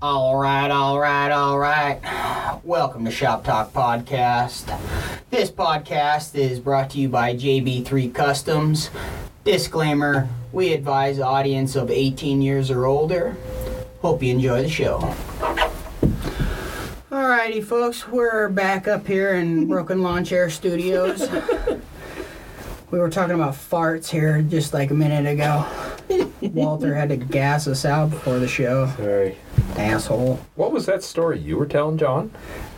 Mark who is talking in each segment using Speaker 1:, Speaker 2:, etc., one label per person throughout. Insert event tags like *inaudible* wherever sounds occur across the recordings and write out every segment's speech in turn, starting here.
Speaker 1: All right, all right, all right. *sighs* Welcome to Shop Talk Podcast. This podcast is brought to you by JB3 Customs. Disclaimer we advise audience of 18 years or older. Hope you enjoy the show. Alrighty, folks, we're back up here in Broken Lawn Chair Studios. we were talking about farts here just like a minute ago. Walter had to gas us out before the show.
Speaker 2: Sorry.
Speaker 1: Asshole.
Speaker 2: What was that story you were telling, John?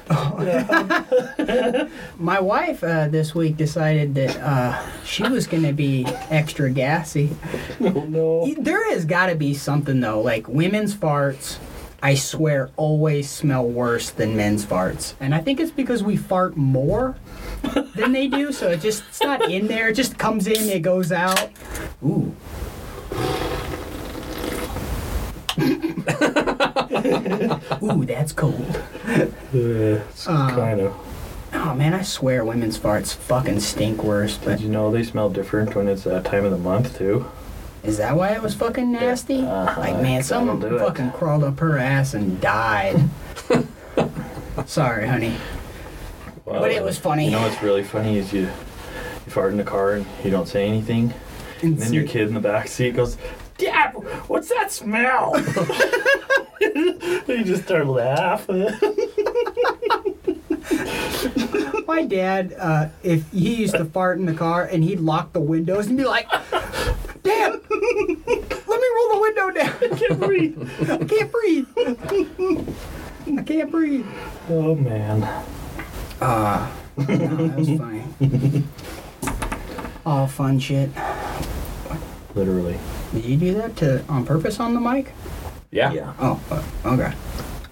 Speaker 1: My wife uh, this week decided that uh, she was going to be extra gassy.
Speaker 2: *laughs* Oh no.
Speaker 1: There has got to be something though, like women's farts. I swear, always smell worse than men's farts, and I think it's because we fart more than they do. So it just it's not in there; it just comes in, it goes out.
Speaker 2: *laughs*
Speaker 1: Ooh, ooh, that's cold.
Speaker 2: It's kind of.
Speaker 1: Oh man, I swear, women's farts fucking stink worse. But
Speaker 3: Did you know they smell different when it's that time of the month too?
Speaker 1: Is that why it was fucking nasty?
Speaker 3: Uh-huh.
Speaker 1: Like, man, someone
Speaker 3: That'll do it.
Speaker 1: fucking crawled up her ass and died.
Speaker 3: *laughs*
Speaker 1: Sorry, honey.
Speaker 3: Wow.
Speaker 1: But it was funny.
Speaker 3: You know what's really funny is you you fart in the car and you don't say anything, and then your kid in the back seat goes, "Dad, what's that smell?" *laughs* and you just start laughing.
Speaker 1: My dad, uh, if he used to fart in the car and he'd lock the windows and be like, damn, let me roll the window down. I can't breathe. I can't breathe. I can't breathe.
Speaker 3: oh man.
Speaker 1: No, that
Speaker 3: *laughs*
Speaker 1: was funny. All fun shit.
Speaker 3: Literally.
Speaker 1: Did you do that to on purpose on the mic?
Speaker 2: Yeah.
Speaker 1: Oh, fuck. okay.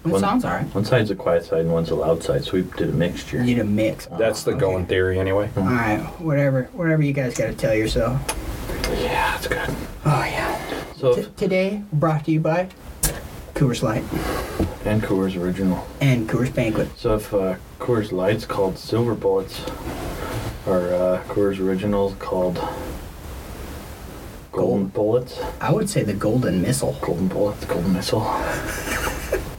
Speaker 1: It
Speaker 3: One-
Speaker 1: sounds alright.
Speaker 3: One side's a quiet side and one's a loud side, so we did a mixture.
Speaker 1: You need a mix.
Speaker 2: That's the going theory anyway.
Speaker 1: All right, whatever, whatever you guys got to tell yourself.
Speaker 3: Yeah, it's good.
Speaker 1: Oh yeah.
Speaker 3: So
Speaker 1: T- today brought to you by Coors Light
Speaker 3: Vancouver's original.
Speaker 1: and Coors Banquet.
Speaker 3: So if uh, Coors Light's called Silver Bullets, or uh, Coors Original's called Golden
Speaker 1: Gold.
Speaker 3: Bullets,
Speaker 1: I would say the Golden Missile.
Speaker 3: Golden Bullets, Golden Missile.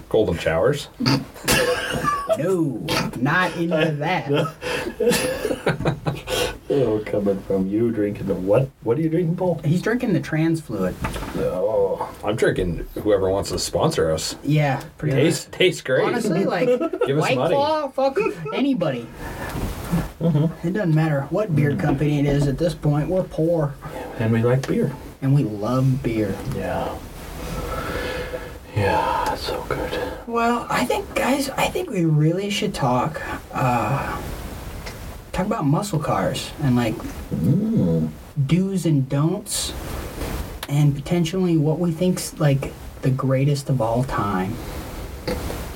Speaker 2: Golden showers.
Speaker 1: No, not into
Speaker 2: *laughs*
Speaker 1: that.
Speaker 3: Oh, coming from you drinking the what? What are you drinking, Paul?
Speaker 1: He's drinking the trans fluid.
Speaker 3: Oh,
Speaker 2: I'm drinking whoever wants to sponsor us.
Speaker 1: Yeah, pretty much.
Speaker 2: Tastes tastes great.
Speaker 1: Honestly, like
Speaker 2: *laughs* Give us
Speaker 1: White
Speaker 2: money.
Speaker 1: Claw, fuck anybody.
Speaker 2: Mm-hmm.
Speaker 1: It doesn't matter what beer company it is at this point. We're poor
Speaker 3: and we like beer.
Speaker 1: and we love beer.
Speaker 3: Yeah. Yeah, it's so good.
Speaker 1: Well, I think, guys, I think we really should talk. Uh, talk about muscle cars and like do's and don'ts, and potentially what we think's like the greatest of all time.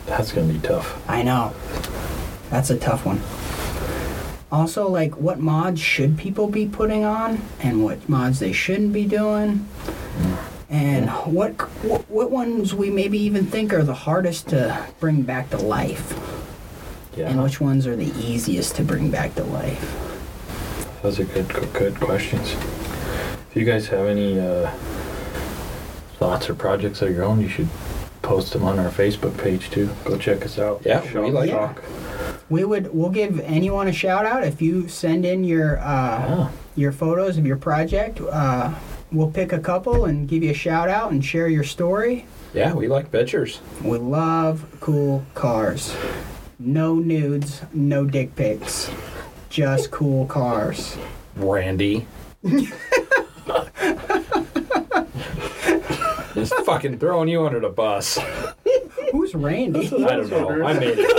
Speaker 3: That's gonna be tough.
Speaker 1: I know, that's a tough one. Also, like what mods should people be putting on, and what mods they shouldn't be doing, and what what, what ones we maybe even think are the hardest to bring back to life. And
Speaker 3: Yeah,
Speaker 1: which ones are the easiest to bring back to life?
Speaker 3: those are good, good, good questions. If you guys have any uh, thoughts or projects of your own, you should post them on our Facebook page too. Go check us out.
Speaker 2: Yeah,
Speaker 3: Shop
Speaker 2: we like-
Speaker 3: Talk.
Speaker 1: We would we'll give anyone a shout out if you send in your uh,
Speaker 3: Yeah.
Speaker 1: your photos of your project. Uh, we'll pick a couple and give you a shout out and share your story.
Speaker 2: Yeah, we like pictures.
Speaker 1: We love cool cars. No nudes, no dick pics. Just cool cars. *laughs*
Speaker 2: Randy. Just fucking throwing you under the bus.
Speaker 1: Who's Randy?
Speaker 2: I don't know. I made it.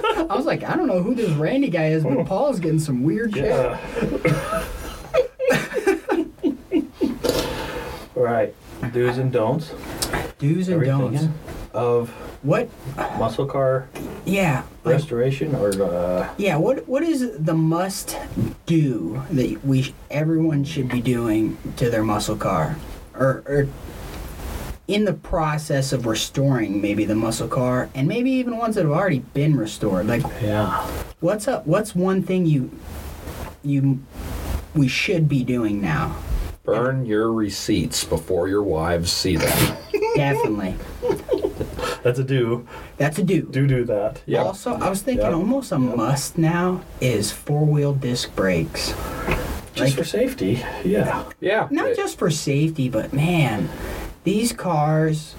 Speaker 1: *laughs* I was like, I don't know who this Randy guy is,
Speaker 3: Oh.
Speaker 1: but Paul's getting some weird shit.
Speaker 3: *laughs* All right, do's and don'ts.
Speaker 1: Do's and
Speaker 3: Everything
Speaker 1: don'ts.
Speaker 3: of
Speaker 1: What?
Speaker 3: muscle car
Speaker 1: Yeah. like-
Speaker 3: restoration or uh,
Speaker 1: Yeah, what what is the must do that we sh- everyone should be doing to their muscle car, or, or in the process of restoring maybe the muscle car, and maybe even ones that have already been restored? Like,
Speaker 3: yeah.
Speaker 1: what's up? What's one thing you you we should be doing
Speaker 3: *laughs*
Speaker 1: now?
Speaker 2: Burn your receipts before your wives see them.
Speaker 1: Definitely.
Speaker 3: That's a do.
Speaker 1: That's a do.
Speaker 3: Do do that.
Speaker 2: Yeah.
Speaker 1: Also, I was thinking
Speaker 3: Yeah.
Speaker 1: almost a must now is four wheel disc brakes.
Speaker 3: Just
Speaker 1: Like-
Speaker 3: for safety. Yeah.
Speaker 2: Yeah.
Speaker 1: Not
Speaker 2: it-
Speaker 1: just for safety, but man, these cars.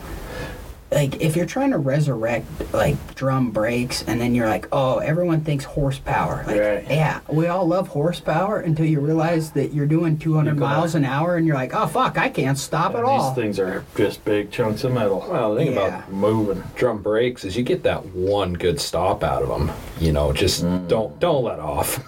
Speaker 1: Like if you're trying to resurrect like drum brakes, and then you're like, oh, everyone thinks horsepower. Like,
Speaker 3: Right.
Speaker 1: Yeah, we all love horsepower until you realize that you're doing 200
Speaker 3: You're going-
Speaker 1: miles an hour, and you're like, oh fuck, I can't stop at
Speaker 3: And
Speaker 1: all.
Speaker 3: these things are just big chunks of metal.
Speaker 2: Well, the thing
Speaker 1: Yeah.
Speaker 2: about
Speaker 3: moving.
Speaker 2: drum brakes is you get that one good stop out of them. You know, just
Speaker 1: Mm.
Speaker 2: don't don't let off.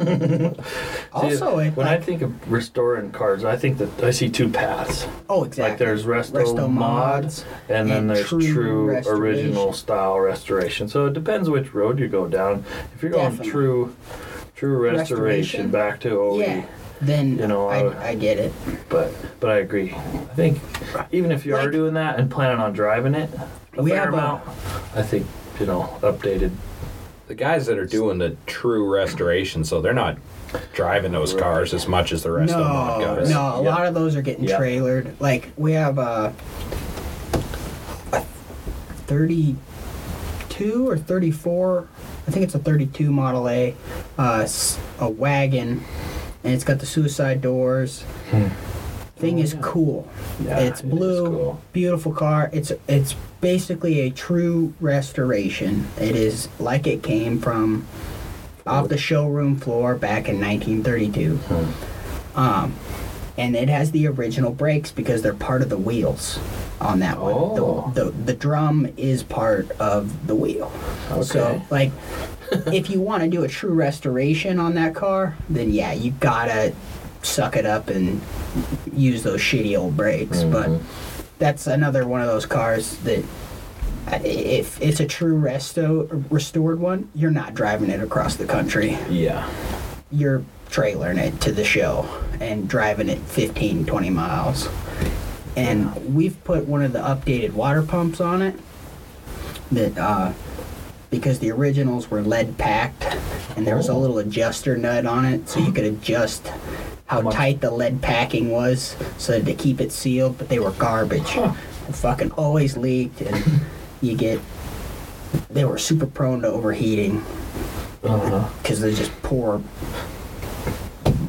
Speaker 2: *laughs*
Speaker 1: also,
Speaker 3: See,
Speaker 1: it,
Speaker 3: when
Speaker 1: like,
Speaker 3: I think of restoring cars, I think that I see two paths.
Speaker 1: oh exactly.
Speaker 3: Like there's resto,
Speaker 1: Resto
Speaker 3: mods,
Speaker 1: mods
Speaker 3: and then
Speaker 1: and
Speaker 3: there's
Speaker 1: true
Speaker 3: true, original
Speaker 1: restoration.
Speaker 3: style restoration. So it depends which road you go down. If you're going
Speaker 1: Definitely.
Speaker 3: true, true restoration,
Speaker 1: Restoration?
Speaker 3: back to OE.
Speaker 1: yeah. Then
Speaker 3: Oh, You know, uh, I would-
Speaker 1: I, I get it.
Speaker 3: But but I agree. I think even if you are
Speaker 1: Like-
Speaker 3: doing that and planning on driving it a
Speaker 1: We
Speaker 3: fair
Speaker 1: have a-
Speaker 3: amount, I think you know updated.
Speaker 2: the guys that are doing the true restoration, so they're not driving those cars as much as the rest of the mod
Speaker 1: No,
Speaker 2: guys.
Speaker 1: no, a
Speaker 3: Yeah.
Speaker 1: lot of those are getting
Speaker 3: Yeah.
Speaker 1: trailered. Like we have a, a 32 or 34, I think it's a 32 Model A, uh, s- a wagon, and it's got the suicide doors. Thing is cool.
Speaker 3: Yeah,
Speaker 1: it's
Speaker 3: it is
Speaker 1: blue,
Speaker 3: cool.
Speaker 1: beautiful car. It's it's basically a true restoration. It is like it came from off the showroom floor back in 1932.
Speaker 3: Hmm.
Speaker 1: Um, and it has the original brakes because they're part of the wheels on that one.
Speaker 3: Oh.
Speaker 1: The, the, the drum is part of the wheel. So,
Speaker 3: Okay.
Speaker 1: like, if you want to do a true restoration on that car, then yeah, you gotta suck it up and use those shitty old brakes. But that's another one of those cars that. uh, If it's a true resto restored one, you're not driving it across the country
Speaker 3: Yeah.
Speaker 1: you're trailering it to the show and driving it 15 20 miles and we've put one of the updated water pumps on it that uh because the originals were lead packed and there was a little adjuster nut on it so you could adjust how tight the lead packing was so to keep it sealed but they were garbage They fucking always leaked and you get they were super prone to overheating
Speaker 3: Uh-huh.
Speaker 1: because they're just poor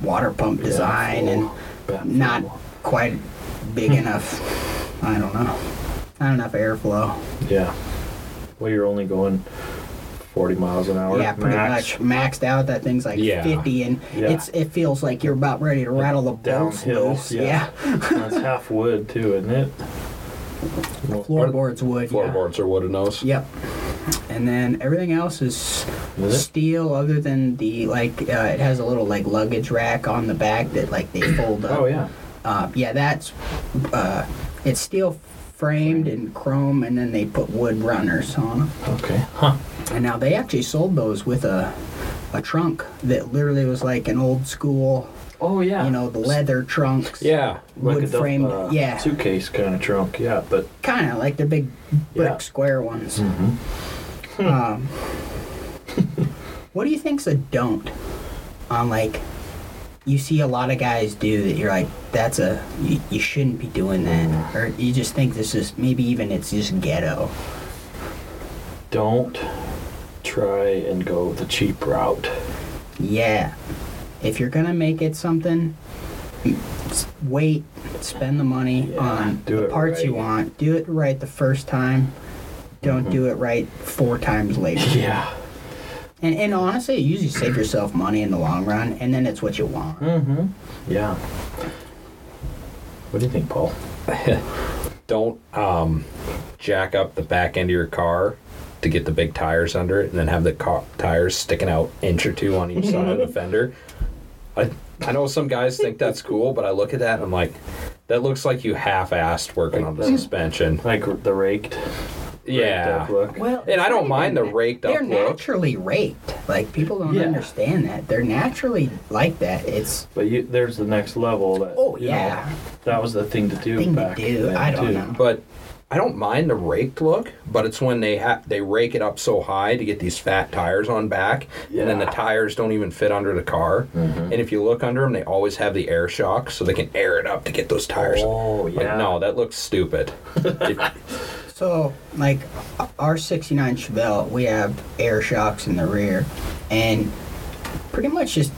Speaker 1: water pump design
Speaker 3: full.
Speaker 1: and
Speaker 3: Bad
Speaker 1: not
Speaker 3: fuel.
Speaker 1: quite
Speaker 3: Hmm.
Speaker 1: big enough. I don't know. Not enough airflow.
Speaker 3: Yeah. Well, you're only going 40 miles an hour.
Speaker 1: yeah, pretty much
Speaker 3: max.
Speaker 1: maxed out. That thing's like
Speaker 2: Yeah.
Speaker 1: 50, and
Speaker 3: Yeah.
Speaker 1: it's it feels like you're about ready to rattle the bolts
Speaker 3: downhill,
Speaker 1: loose.
Speaker 3: yeah.
Speaker 1: Yeah,
Speaker 3: *laughs* That's half wood too, isn't it?
Speaker 1: floorboards would.
Speaker 2: Floorboards are wooden those.
Speaker 1: Yeah. Yep. And then everything else is
Speaker 3: Is it?
Speaker 1: steel, other than the like. Uh, it has a little like luggage rack on the back that like they fold up.
Speaker 3: Oh yeah.
Speaker 1: Uh, yeah, that's uh, it's steel framed and chrome, and then they put wood runners on them.
Speaker 3: Okay. Huh.
Speaker 1: And now they actually sold those with a a trunk that literally was like an old school,
Speaker 3: Oh yeah.
Speaker 1: you know, the leather trunks.
Speaker 2: Yeah.
Speaker 3: like
Speaker 1: wood
Speaker 3: a duff-
Speaker 1: framed,
Speaker 3: uh,
Speaker 1: yeah.
Speaker 3: suitcase kind of trunk. Yeah, but
Speaker 1: Kind of like the big brick
Speaker 3: Yeah. Hmm.
Speaker 1: square ones. um, what do you think's a don't on like? You see a lot of guys do that. You're like, that's a you, you shouldn't be doing that, or you just think this is maybe even it's just ghetto.
Speaker 3: don't try and go the cheap route.
Speaker 1: Yeah. If you're gonna make it something, s- wait, spend the money
Speaker 3: Yeah,
Speaker 1: on
Speaker 3: do
Speaker 1: the
Speaker 3: it
Speaker 1: parts you
Speaker 3: right.
Speaker 1: want. Do it right the first time. Don't do it right four times later.
Speaker 3: Yeah.
Speaker 1: and, and honestly, you usually save yourself money in the long run, and then it's what you want.
Speaker 2: Hmm.
Speaker 3: Mm-hmm. Yeah. What do you think, Paul?
Speaker 2: Don't um, jack up the back end of your car to get the big tires under it, and then have the car tires sticking out inch or two on each side
Speaker 3: *laughs*
Speaker 2: of the fender. I I know some guys think that's cool, but I look at that and I'm like, that looks like you half-assed working on the suspension.
Speaker 3: Like r- the raked.
Speaker 2: Yeah.
Speaker 3: Raked up look.
Speaker 1: Well,
Speaker 2: And I don't mind the raked up
Speaker 1: They're
Speaker 2: look.
Speaker 1: naturally raked. Like people don't
Speaker 3: Yeah.
Speaker 1: understand that. They're naturally like that. It's
Speaker 3: But you, there's the next level. That,
Speaker 1: oh
Speaker 3: you know,
Speaker 1: yeah,
Speaker 3: that was the thing to do
Speaker 1: thing to
Speaker 3: back
Speaker 1: do.
Speaker 3: then
Speaker 1: I don't
Speaker 3: too.
Speaker 1: know.
Speaker 2: but I don't mind the raked look, but it's when they ha- they rake it up so high to get these fat tires on back, and then the
Speaker 3: Yeah. Mm-hmm.
Speaker 2: tires don't even fit under the car. And if you look under them, they always have the air shock, so they can air it up to get those tires.
Speaker 3: Oh,
Speaker 2: Like,
Speaker 3: yeah. *laughs*
Speaker 2: no, that looks stupid. If-
Speaker 1: So, like our 69 Chevelle, we have air shocks in the rear, and pretty much just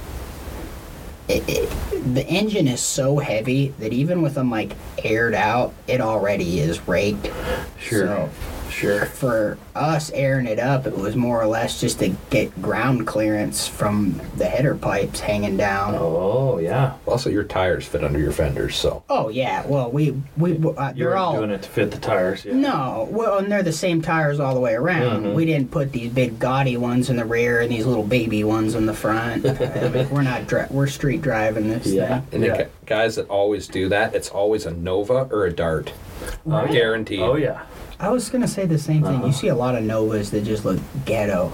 Speaker 1: it, it, the engine is so heavy that even with them like aired out, it already is raked.
Speaker 3: Sure.
Speaker 1: So,
Speaker 3: Sure.
Speaker 1: for us airing it up, it was more or less just to get ground clearance from the header pipes hanging down. Oh,
Speaker 3: Oh yeah.
Speaker 2: Also, your tires fit under your fenders, so
Speaker 1: Oh, yeah, well we we uh,
Speaker 3: You were
Speaker 1: they're all
Speaker 3: doing it to fit the tires. Yeah.
Speaker 1: No, well, and they're the same tires all the way around.
Speaker 3: Mhm.
Speaker 1: We didn't put these big gaudy ones in the rear and these little baby ones in the
Speaker 3: *laughs*
Speaker 1: front. I mean, we're not dri- we're street driving this
Speaker 3: Yeah.
Speaker 1: thing.
Speaker 2: and the
Speaker 3: Yeah.
Speaker 2: gu- guys that always do that, it's always a Nova or a Dart,
Speaker 3: Right.
Speaker 2: guaranteed.
Speaker 3: Oh yeah.
Speaker 1: I was gonna say the same
Speaker 3: Uh-huh.
Speaker 1: thing. You see a lot of Novas that just look ghetto,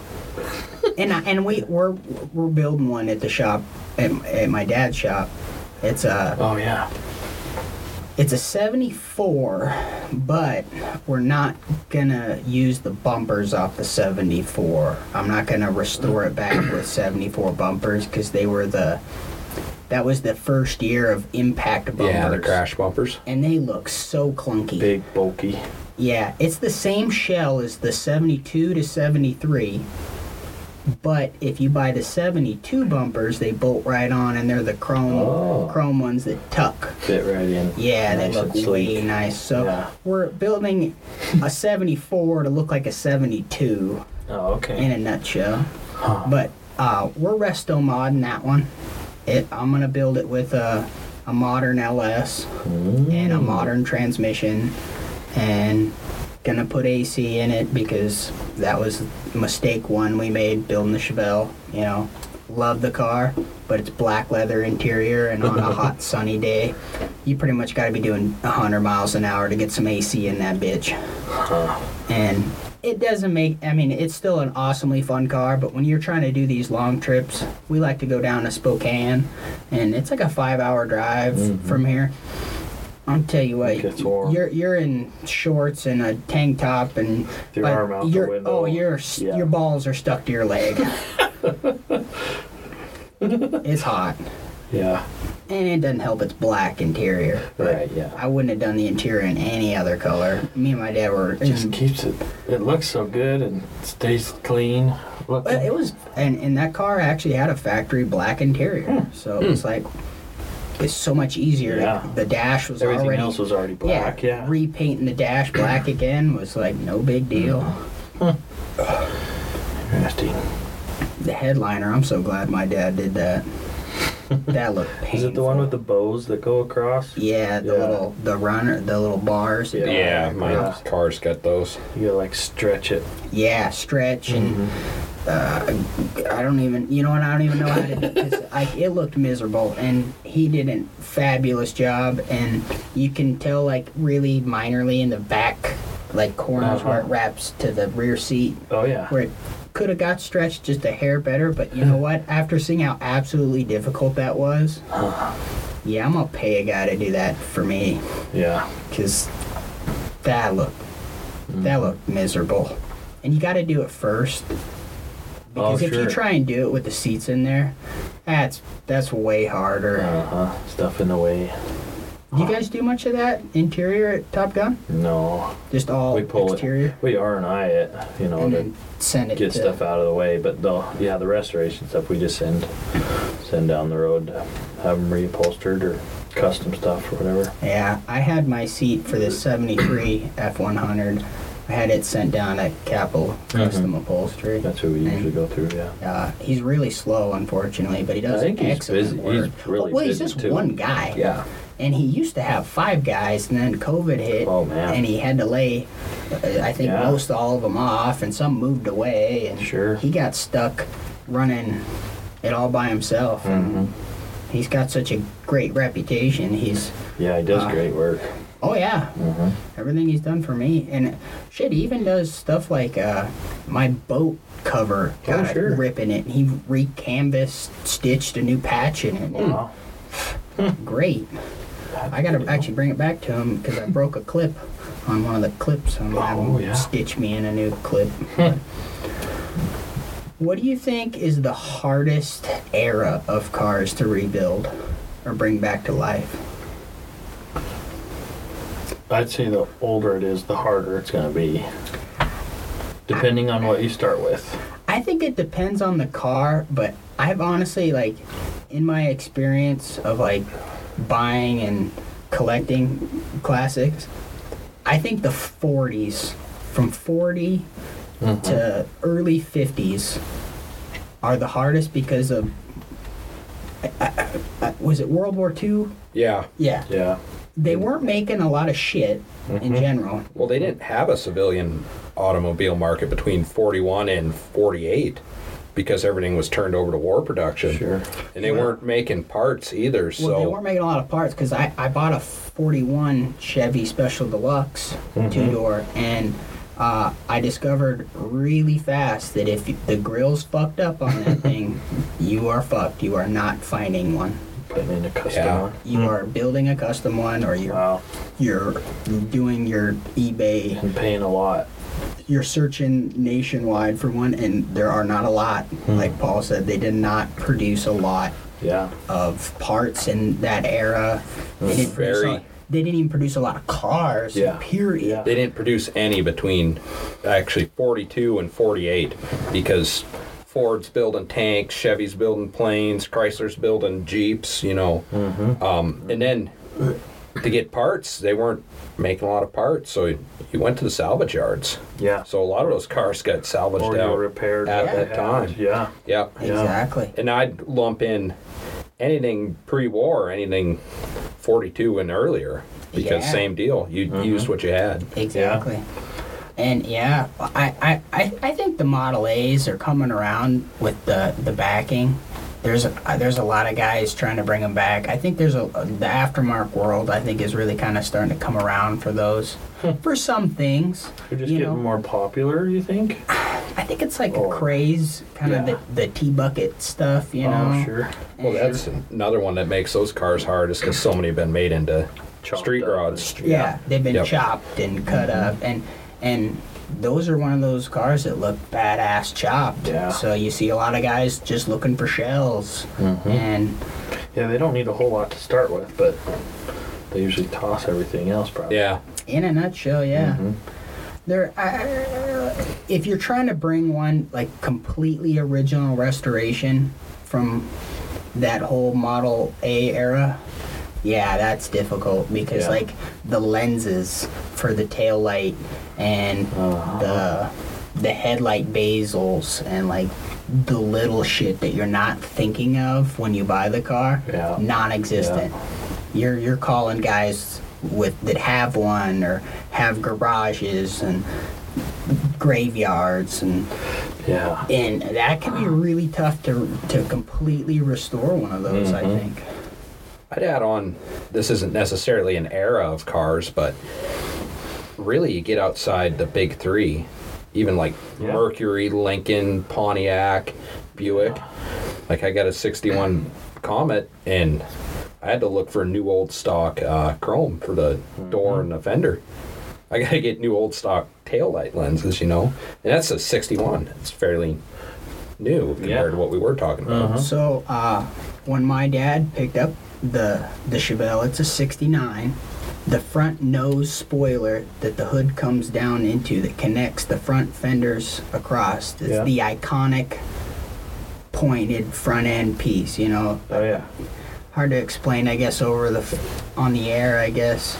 Speaker 1: and I, and we we're we're building one at the shop at, at my dad's shop. It's uh, a
Speaker 3: Oh yeah.
Speaker 1: It's a 74, but we're not gonna use the bumpers off the 74. I'm not gonna restore it back with 74 bumpers because they were the that was the first year of impact bumpers.
Speaker 2: Yeah, the crash bumpers.
Speaker 1: And they look so clunky.
Speaker 3: Big bulky.
Speaker 1: Yeah, it's the same shell as the 72 to 73. But if you buy the 72 bumpers, they bolt right on and they're the chrome
Speaker 3: Oh.
Speaker 1: chrome ones that tuck.
Speaker 3: Fit right in.
Speaker 1: Yeah,
Speaker 3: Nice
Speaker 1: they
Speaker 3: and
Speaker 1: look
Speaker 3: sleek.
Speaker 1: way nice. So
Speaker 3: Yeah.
Speaker 1: we're building a 74 to look like a 72
Speaker 3: Oh
Speaker 1: in
Speaker 3: okay.
Speaker 1: a nutshell.
Speaker 3: Huh.
Speaker 1: But uh, we're resto modding that one. It, I'm gonna build it with a, a modern LS and a modern transmission, and gonna put AC in it because that was mistake one we made building the Chevelle. You know, love the car, but it's black leather interior, and on a hot sunny day, you pretty much gotta be doing 100 miles an hour to get some AC in that bitch and it doesn't make i mean it's still an awesomely fun car but when you're trying to do these long trips we like to go down to spokane and it's like a five hour drive
Speaker 3: Mm-hmm.
Speaker 1: from here i'll tell you what
Speaker 3: It gets warm.
Speaker 1: you're you're in shorts and a tank top and
Speaker 3: Your
Speaker 1: but
Speaker 3: arm out the
Speaker 1: you're-
Speaker 3: window.
Speaker 1: oh your s-
Speaker 3: Yeah.
Speaker 1: your balls are stuck to your
Speaker 3: *laughs*
Speaker 1: leg it's hot
Speaker 3: Yeah.
Speaker 1: and it doesn't help it's black interior
Speaker 3: Right. Yeah.
Speaker 1: i wouldn't have done the interior in any other color me and my dad were
Speaker 3: It just keeps it. It looks so good and stays clean. Look.
Speaker 1: Well, it was, and, and that car actually had a factory black interior, so it was like it's so much easier. to-
Speaker 3: Hmm. Yeah.
Speaker 1: the dash was
Speaker 3: Everything
Speaker 1: already
Speaker 3: else was already black. Yeah. Hmm.
Speaker 1: repainting the dash
Speaker 3: *clears throat*
Speaker 1: black again was like no big deal.
Speaker 3: Interesting.
Speaker 1: The headliner, I'm so glad my dad did
Speaker 3: *laughs*
Speaker 1: that. that looked painful.
Speaker 3: Is it the one with the bows that go across?
Speaker 1: Yeah, the
Speaker 3: Yeah.
Speaker 1: little the runner, the little bars.
Speaker 3: Yeah.
Speaker 2: Yeah, my
Speaker 3: Yeah.
Speaker 2: car's got those.
Speaker 3: You gotta like stretch it.
Speaker 1: Yeah, stretch
Speaker 3: Hmm.
Speaker 1: and. Uh, I don't even, you know, and I don't even know how to. do this. *laughs* Like it looked miserable, and he did a fabulous job. And you can tell, like, really minorly in the back, like corners where it
Speaker 3: Uh-huh.
Speaker 1: wraps to the rear seat,
Speaker 3: Oh yeah.
Speaker 1: where it could have got stretched just a hair better. But you know what? After seeing how absolutely difficult that was, yeah, I'm gonna pay a guy to do that for me,
Speaker 3: Yeah.
Speaker 1: cause that looked, that looked miserable. And you got to do it first.
Speaker 3: Oh,
Speaker 1: Because if
Speaker 3: sure.
Speaker 1: you try and do it with the seats in there, that's that's way harder.
Speaker 3: Uh huh. Stuff in the way.
Speaker 1: Do you guys do much of that interior at Top Gun?
Speaker 3: No.
Speaker 1: Just all
Speaker 3: We pull
Speaker 1: Oh, exterior
Speaker 3: it. We R and I it. You know
Speaker 1: and
Speaker 3: to
Speaker 1: then send it
Speaker 3: get
Speaker 1: to,
Speaker 3: stuff out of the way. But the yeah the restoration stuff we just send send down the road to have them reupholstered or custom stuff or whatever.
Speaker 1: Yeah, I had my seat for the 73 F100. I had it sent down at Capel
Speaker 3: Uh-huh.
Speaker 1: Custom Upholstery.
Speaker 3: That's what we
Speaker 1: And,
Speaker 3: usually go through. Yeah.
Speaker 1: Uh, he's really slow, unfortunately, but he does
Speaker 3: I think he's
Speaker 1: excellent
Speaker 3: busy-
Speaker 1: work.
Speaker 3: he's really
Speaker 1: well, he's
Speaker 3: busy,
Speaker 1: just
Speaker 3: too.
Speaker 1: one guy.
Speaker 3: Yeah.
Speaker 1: and he used to have five guys, and then COVID hit,
Speaker 3: Oh, man.
Speaker 1: and he had to lay, uh, I think
Speaker 3: Yeah.
Speaker 1: most all of them off, and some moved away, and
Speaker 3: Sure.
Speaker 1: he got stuck running it all by himself.
Speaker 3: Hmm. Mm-hmm.
Speaker 1: And he's got such a great reputation. He's
Speaker 3: Yeah. He does
Speaker 1: Uh,
Speaker 3: great work. Mm-hmm.
Speaker 1: oh yeah, everything he's done for me, and shit, he even does stuff like uh, my boat cover
Speaker 3: Oh,
Speaker 1: got
Speaker 3: sure.
Speaker 1: a rip in it. and He re-canvassed, stitched a new patch in it. and
Speaker 3: Wow.
Speaker 1: great. I gotta actually bring it back to him because I broke a clip on one of the clips. I'm gonna have
Speaker 3: Oh,
Speaker 1: him
Speaker 3: yeah.
Speaker 1: stitch me in a new clip. what do you think is the hardest era of cars to rebuild or bring back to life?
Speaker 3: I'd say the older it is, the harder it's going to be. Depending on what you start with.
Speaker 1: I think it depends on the car, but I've honestly like in my experience of like buying and collecting classics, I think the 40s from 40 to early 50s are the hardest because of I- I- I- was it World War II?
Speaker 2: Yeah.
Speaker 1: Yeah.
Speaker 3: Yeah.
Speaker 1: They weren't making a lot of shit in general.
Speaker 2: Well, they didn't have a civilian automobile market between 41 and 48 because everything was turned over to war production.
Speaker 3: Sure.
Speaker 2: And they weren't making parts either.
Speaker 1: Well,
Speaker 2: so
Speaker 1: they weren't making a lot of parts because I, I bought a 41 Chevy Special Deluxe two door, and uh, I discovered really fast that if the grill's fucked up on that thing, *laughs* you are fuckkt. You are not finding one.
Speaker 3: Putting in a custom
Speaker 2: Yeah.
Speaker 3: one.
Speaker 1: You are building a custom one, or you're
Speaker 3: Wow.
Speaker 1: you're doing your eBay.
Speaker 3: And paying a lot.
Speaker 1: You're searching nationwide for one, and there are not a lot. Like Paul said, they did not produce a lot
Speaker 3: Yeah.
Speaker 1: of parts in that era. They didn't, produce
Speaker 2: Very-
Speaker 1: a, they didn't even produce a lot of cars,
Speaker 3: Yeah.
Speaker 1: period.
Speaker 3: Yeah.
Speaker 2: they didn't produce any between actually 42 and 48 because Ford's building tanks, Chevy's building planes, Chrysler's building Jeeps, you know.
Speaker 1: Mm-hmm.
Speaker 2: Um, and then to get parts, they weren't making a lot of parts, so you, you went to the salvage yards.
Speaker 3: Yeah.
Speaker 2: So a lot of those cars got salvaged
Speaker 3: or
Speaker 2: out.
Speaker 3: you repaired
Speaker 2: at
Speaker 3: what
Speaker 2: that
Speaker 3: they had.
Speaker 2: time.
Speaker 3: Yeah.
Speaker 2: Yep.
Speaker 1: Exactly.
Speaker 2: And I'd lump in anything pre-war, anything 42 and earlier because
Speaker 1: Yeah.
Speaker 2: same deal. You
Speaker 3: Mm-hmm.
Speaker 2: used what you had.
Speaker 1: Exactly. And yeah, I, I, I, I think the Model A's are coming around with the, the backing. There's a, uh, there's a lot of guys trying to bring them back. I think there's a the aftermarket world. I think is really kind of starting to come around for those, for some things.
Speaker 3: Hmm. They're just
Speaker 1: you
Speaker 3: getting
Speaker 1: know?
Speaker 3: more popular, you think?
Speaker 1: I think it's like
Speaker 3: Oh.
Speaker 1: a craze, kind
Speaker 3: Yeah.
Speaker 1: of the, the tea bucket stuff. You know.
Speaker 3: Oh, sure.
Speaker 2: Well, that's another one that makes those cars hard is because so many have been made into
Speaker 3: Chopped
Speaker 2: street
Speaker 3: up.
Speaker 2: rods.
Speaker 1: Yeah, they've been
Speaker 2: Yep.
Speaker 1: chopped and cut up, and and those are one of those cars that look badass chopped.
Speaker 3: Yeah.
Speaker 1: So you see a lot of guys just looking for shells, and
Speaker 3: Yeah, they don't need a whole lot to start with, but they usually toss everything else probably.
Speaker 2: Yeah.
Speaker 1: in a nutshell, yeah.
Speaker 3: Mm-hmm.
Speaker 1: There, I, if you're trying to bring one like completely original restoration from that whole Model A era, yeah, that's difficult because
Speaker 3: Yeah.
Speaker 1: like the lenses for the tail light and
Speaker 3: Uh-huh.
Speaker 1: the the headlight bezels and like the little shit that you're not thinking of when you buy the car,
Speaker 3: Yeah.
Speaker 1: non-existent. You're you're calling guys with that have one or have garages and graveyards and
Speaker 3: Yeah.
Speaker 1: and that can be really tough to to completely restore one of those. I think.
Speaker 2: I'd add on this isn't necessarily an era of cars, but really you get outside the big three, even like
Speaker 3: Yeah.
Speaker 2: Mercury, Lincoln, Pontiac, Buick. Like I got a 61 Comet and I had to look for new old stock uh, chrome for the
Speaker 3: Mm-hmm.
Speaker 2: door and the fender. I got to get new old stock taillight lenses, you know? And that's a 61. It's fairly new compared
Speaker 3: Yeah. Uh-huh.
Speaker 2: to what we were talking about.
Speaker 1: So uh, when my dad picked up the the Chevelle, it's a '69. The front nose spoiler that the hood comes down into that connects the front fenders across. It's
Speaker 3: Yeah.
Speaker 1: the iconic pointed front end piece. You know,
Speaker 3: Oh, yeah.
Speaker 1: hard to explain, I guess, over the on the air, I guess.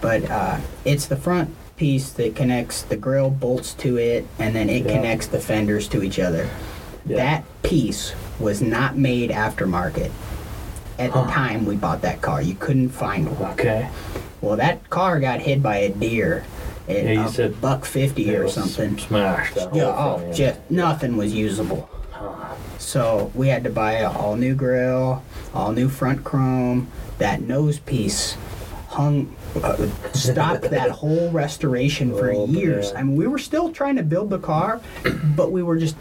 Speaker 1: But uh, it's the front piece that connects the grill bolts to it, and then it
Speaker 3: Yeah.
Speaker 1: connects the fenders to each other.
Speaker 3: Yeah.
Speaker 1: That piece was not made aftermarket. At the time we bought that car, you couldn't find one.
Speaker 3: Okay.
Speaker 1: Well, that car got hit by a deer at
Speaker 3: Yeah, you
Speaker 1: a
Speaker 3: said
Speaker 1: buck fifty
Speaker 3: It
Speaker 1: or
Speaker 3: was
Speaker 1: something.
Speaker 3: Smashed. that
Speaker 1: Yeah,
Speaker 3: whole
Speaker 1: oh,
Speaker 3: thing.
Speaker 1: just nothing was usable. So we had to buy a all new grill, all new front chrome. That nose piece hung, uh, stopped that whole restoration for
Speaker 3: Oh,
Speaker 1: years.
Speaker 3: man.
Speaker 1: I mean, we were still trying to build the car, but we were just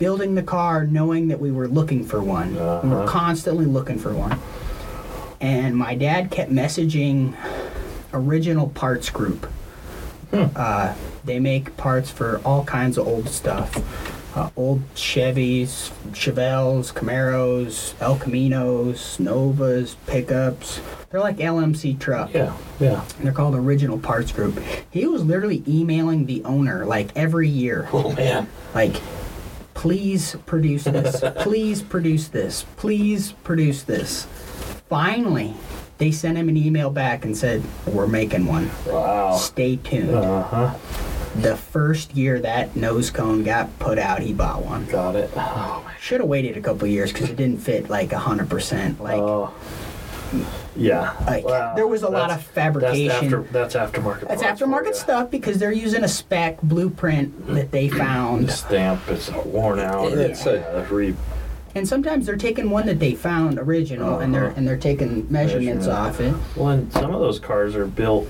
Speaker 1: building the car knowing that we were looking for one. We were
Speaker 3: Uh-huh.
Speaker 1: constantly looking for one. And my dad kept messaging Original Parts Group. Uh, they make parts for all kinds of old stuff. Uh, old Chevys, Chevelles, Camaros, El Caminos, Novas, pickups, They're like LMC truck.
Speaker 3: Yeah, yeah.
Speaker 1: They're called Original Parts Group. He was literally emailing the owner like every year,
Speaker 3: Oh man.
Speaker 1: like, please produce this, please produce this, please produce this. Finally, they sent him an email back and said, we're making one.
Speaker 3: Wow.
Speaker 1: Stay tuned.
Speaker 3: Uh huh.
Speaker 1: The first year that nose cone got put out, he bought one.
Speaker 3: Got it. Oh, man.
Speaker 1: Should have waited a couple years because it didn't fit like 100%. Like,
Speaker 3: oh. Yeah.
Speaker 1: like
Speaker 3: Wow.
Speaker 1: there was a lot
Speaker 3: That's-
Speaker 1: of fabrication.
Speaker 3: That's after. That's aftermarket.
Speaker 1: That's
Speaker 3: parts for ya.
Speaker 1: aftermarket stuff because they're using a spec blueprint that they
Speaker 3: The
Speaker 1: found.
Speaker 3: stamp is worn out.
Speaker 2: It's a-
Speaker 3: yeah, re-
Speaker 1: And sometimes they're taking one that they found original and they're
Speaker 3: Uh-huh.
Speaker 1: and they're taking measurements
Speaker 3: Measurement.
Speaker 1: off it.
Speaker 3: Well, and some of those cars are built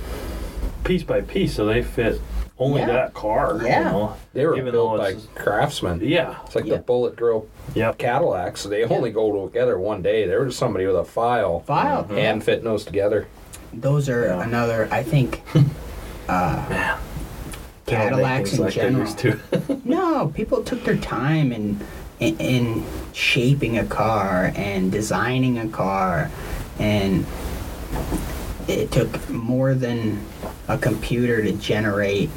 Speaker 3: piece by piece, so they fit only
Speaker 1: Yeah.
Speaker 3: that car.
Speaker 1: Yeah.
Speaker 3: You know?
Speaker 2: They were
Speaker 3: Even
Speaker 2: built
Speaker 3: though
Speaker 2: by
Speaker 3: it's-
Speaker 2: craftsmen.
Speaker 3: Yeah.
Speaker 2: It's like
Speaker 1: Yeah.
Speaker 2: the Bullet Grill
Speaker 3: Yep.
Speaker 2: Cadillacs. They only go together one day. There was somebody with a file,
Speaker 1: File.
Speaker 2: hand fitting those together.
Speaker 1: Those are
Speaker 3: Yeah.
Speaker 1: another I
Speaker 3: *laughs*
Speaker 1: think
Speaker 3: Man.
Speaker 1: Cadillacs in
Speaker 3: They don't make things
Speaker 1: general.
Speaker 3: like they
Speaker 2: *laughs*
Speaker 3: used to.
Speaker 1: No, people took their time in, in in shaping a car and designing a car, and it took more than a computer to generate.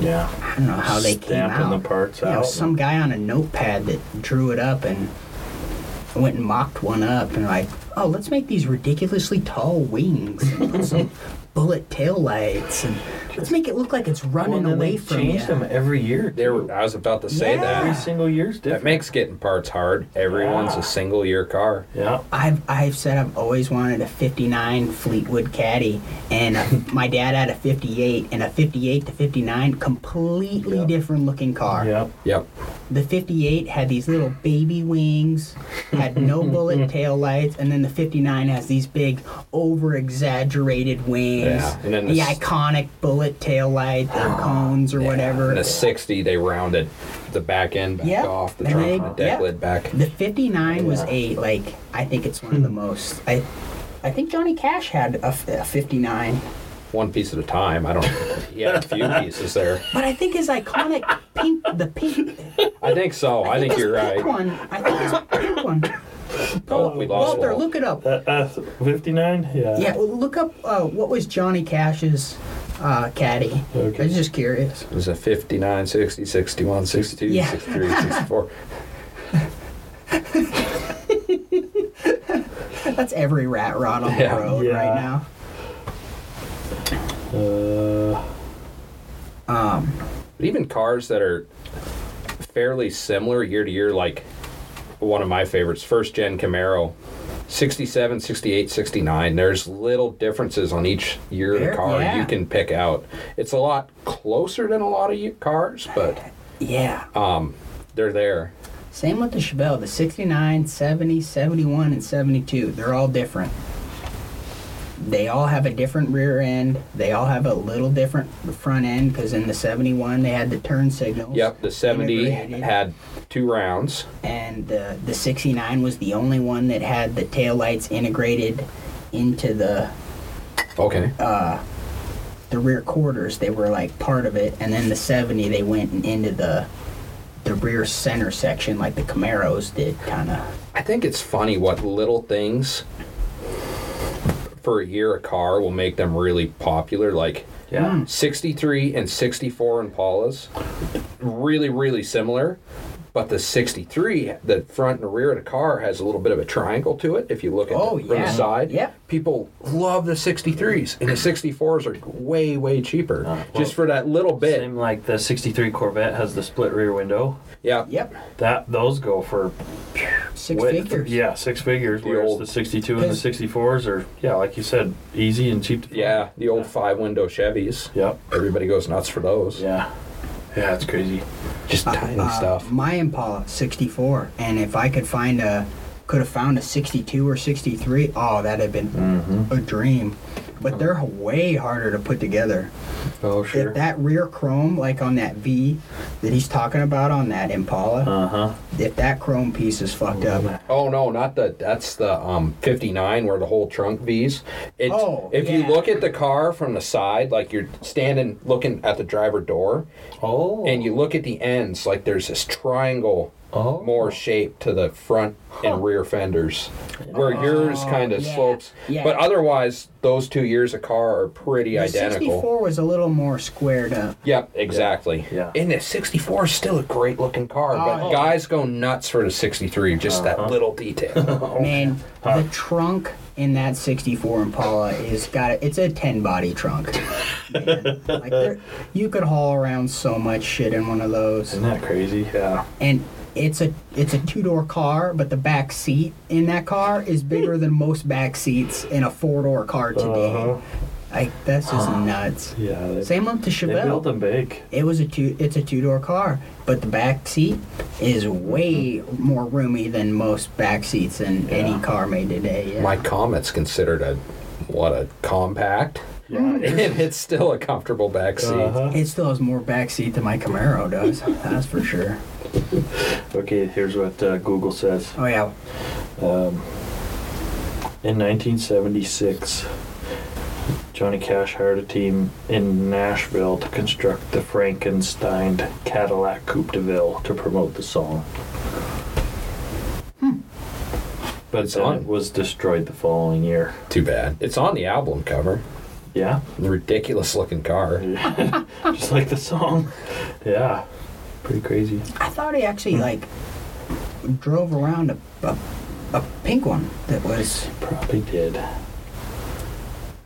Speaker 3: yeah.
Speaker 1: I don't know how they came
Speaker 3: Stamping
Speaker 1: out.
Speaker 3: the parts
Speaker 1: You know,
Speaker 3: out.
Speaker 1: some guy on a notepad that drew it up and went and mocked one up and like, oh, let's make these ridiculously tall wings and put
Speaker 3: *laughs*
Speaker 1: some bullet tail lights and let's make it look like it's running
Speaker 3: Well, and then
Speaker 1: away
Speaker 3: they
Speaker 1: from
Speaker 3: change
Speaker 1: you.
Speaker 3: them every year.
Speaker 2: They were, I was about to say
Speaker 1: Yeah.
Speaker 3: Every
Speaker 2: that.
Speaker 3: single year's
Speaker 2: That
Speaker 3: different.
Speaker 2: makes getting parts hard. Everyone's
Speaker 3: Yeah.
Speaker 2: a single year car.
Speaker 3: yeah.
Speaker 1: I've I've said I've always wanted a '59 Fleetwood Caddy, and uh, my dad had a *laughs* '58, and a '58 to '59 completely
Speaker 3: Yeah.
Speaker 1: different looking car.
Speaker 3: Yep.
Speaker 2: Yep.
Speaker 1: The '58 had these little baby wings, had
Speaker 2: *laughs*
Speaker 1: no bullet tail lights, and then the '59 has these big, over exaggerated wings,
Speaker 2: Yeah, and then
Speaker 1: the
Speaker 2: the s-
Speaker 1: iconic bullet tail light,
Speaker 2: *gasps*
Speaker 1: the cones or whatever.
Speaker 2: In the 60, they rounded the back end back
Speaker 1: Yep.
Speaker 2: off, the
Speaker 1: And
Speaker 2: trunk,
Speaker 1: they-
Speaker 2: and the deck
Speaker 1: yep.
Speaker 2: lid back.
Speaker 1: The 59 was
Speaker 3: Yeah.
Speaker 1: a like I think it's one of
Speaker 2: Hmm.
Speaker 1: the most I I think Johnny Cash had a, f- a 59.
Speaker 2: One piece at a time.
Speaker 1: *laughs*
Speaker 2: I don't. Yeah, a few pieces there.
Speaker 1: But I think his iconic pink the pink
Speaker 2: I think so. *laughs* I, think
Speaker 1: his
Speaker 2: you're
Speaker 1: pink
Speaker 2: right.
Speaker 1: one. I think his pink one.
Speaker 2: Oh, we lost
Speaker 1: Walter,
Speaker 2: Walt.
Speaker 1: look it up.
Speaker 3: That, uh, 59? Yeah.
Speaker 1: Yeah, well, look up uh, what was Johnny Cash's uh, caddy.
Speaker 3: Okay.
Speaker 1: I was just curious.
Speaker 2: It was a 59, 60, 61, 62,
Speaker 1: Yeah.
Speaker 2: 63,
Speaker 1: *laughs*
Speaker 2: 64.
Speaker 1: That's every rat rod on
Speaker 2: Yeah.
Speaker 1: the road
Speaker 3: Yeah.
Speaker 1: right now.
Speaker 3: Uh,
Speaker 1: Um,
Speaker 2: But even cars that are fairly similar year to year, like one of my favorites, first gen Camaro, 67, 68, 69. There's little differences on each year of
Speaker 1: There-
Speaker 2: the car
Speaker 1: yeah.
Speaker 2: you can pick out. It's a lot closer than a lot of y- cars, but
Speaker 1: yeah.
Speaker 2: Uh, they're there.
Speaker 1: Same with the Chevelle, the 69, 70, 71, and 72. They're all different. They all have a different rear end. They all have a little different front end because in the 71 they had the turn signals.
Speaker 2: Yep, the 70
Speaker 1: integrated,
Speaker 2: had two rounds.
Speaker 1: And the, the 69 was the only one that had the taillights integrated into the,
Speaker 2: Okay.
Speaker 1: the rear quarters. They were like part of it. And then the 70 they went into the, the rear center section like the Camaros did kind of.
Speaker 2: I think it's funny what little things for a year a car will make them really popular. Like
Speaker 1: Hmm.
Speaker 3: yeah.
Speaker 2: 63 and 64 Impalas, really, really similar. But the 63, the front and rear of the car has a little bit of a triangle to it. If you look at
Speaker 1: Oh,
Speaker 2: the, from
Speaker 1: yeah.
Speaker 2: the side,
Speaker 1: Yep.
Speaker 2: people love the 63s, and the 64s are way, way cheaper
Speaker 3: Uh, well,
Speaker 2: just for that little bit.
Speaker 3: Same like the 63 Corvette has the split rear window.
Speaker 2: Yeah.
Speaker 1: Yep.
Speaker 3: That Those go for
Speaker 1: Six
Speaker 3: Wait,
Speaker 1: figures.
Speaker 3: Yeah, six figures.
Speaker 2: The
Speaker 3: whereas
Speaker 2: old-
Speaker 3: the 62 and the 64s are, yeah, like you said, easy and cheap to find.
Speaker 2: Yeah, the old five window Chevys.
Speaker 3: Yep.
Speaker 2: Everybody goes nuts for those.
Speaker 3: Yeah. Yeah, it's crazy.
Speaker 2: Just tiny
Speaker 1: Uh,
Speaker 2: stuff.
Speaker 1: My Impala 64, and if I could find a, could have found a 62 or 63, oh, that'd have been a dream. But they're way harder to put together.
Speaker 3: Oh,
Speaker 1: If that rear chrome, like on that V that he's talking about on that Impala,
Speaker 3: Uh huh.
Speaker 1: if that chrome piece is fucked up,
Speaker 2: Oh no, not the that's the um 59 where the whole trunk V's. It's
Speaker 1: Oh,
Speaker 2: if you
Speaker 1: yeah.
Speaker 2: look at the car from the side, like you're standing looking at the driver door,
Speaker 3: Oh.
Speaker 2: and you look at the ends, like there's this triangle
Speaker 3: Oh.
Speaker 2: more shape to the front and rear fenders, where yours
Speaker 1: Oh,
Speaker 2: kind of
Speaker 1: yeah,
Speaker 2: slopes.
Speaker 1: yeah.
Speaker 2: But otherwise, those two years of car are pretty
Speaker 1: The
Speaker 2: identical.
Speaker 1: 64 was a little more squared up.
Speaker 2: Yep, exactly.
Speaker 3: Yeah.
Speaker 2: And the 64 is still a great looking car, but
Speaker 1: Oh.
Speaker 2: guys go nuts for the 63, just
Speaker 3: Uh-huh.
Speaker 2: that
Speaker 1: *laughs*
Speaker 2: little detail.
Speaker 3: Oh,
Speaker 1: Man, the trunk in that 64 Impala is got a, it's a 10 body
Speaker 3: *laughs*
Speaker 1: trunk. Man, like there- you could haul around so much shit in one of those.
Speaker 3: Isn't that crazy? Yeah.
Speaker 1: And it's a it's a two-door car, but the back seat in that car is bigger than most back seats in a four-door car today.
Speaker 3: Uh-huh.
Speaker 1: Like that's just nuts.
Speaker 3: Yeah. They,
Speaker 1: Same up to
Speaker 3: they
Speaker 1: Chevelle.
Speaker 3: built them big.
Speaker 1: It was a two. It's a two-door car, but the back seat is way more roomy than most back seats in any car made today. Yeah.
Speaker 2: My Comet's considered a, what, a compact? *laughs*
Speaker 1: Mm.
Speaker 3: Yeah.
Speaker 2: And it's still a comfortable backseat.
Speaker 3: Uh-huh.
Speaker 1: it still has more back seat than my Camaro does. that's for sure.
Speaker 3: Okay, here's what uh, Google says.
Speaker 1: Oh yeah.
Speaker 3: In 1976, Johnny Cash hired a team in Nashville to construct the Frankenstein Cadillac Coupe de Ville to promote the song. But
Speaker 2: It's
Speaker 3: then
Speaker 2: on.
Speaker 3: it was destroyed the following year.
Speaker 2: Too bad. It's on the album cover.
Speaker 3: Yeah,
Speaker 2: Ridiculous looking car.
Speaker 3: just like the song. Yeah, pretty crazy.
Speaker 1: I thought he
Speaker 3: Hmm.
Speaker 1: actually like drove around a, a a pink one that was.
Speaker 3: Probably did.
Speaker 2: I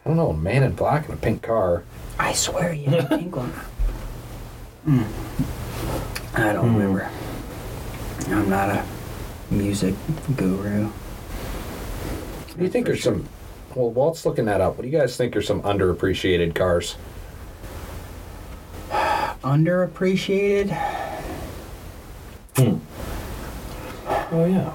Speaker 2: don't know, a man in black in a pink car.
Speaker 1: I swear he
Speaker 3: *laughs*
Speaker 1: had a pink one. Hmm. I
Speaker 3: Hmm.
Speaker 1: don't remember. I'm not a music guru.
Speaker 2: What do you think are some? Well, Walt's looking that up. What do you guys think are some underappreciated cars?
Speaker 1: underappreciated.
Speaker 3: Hmm. Oh yeah.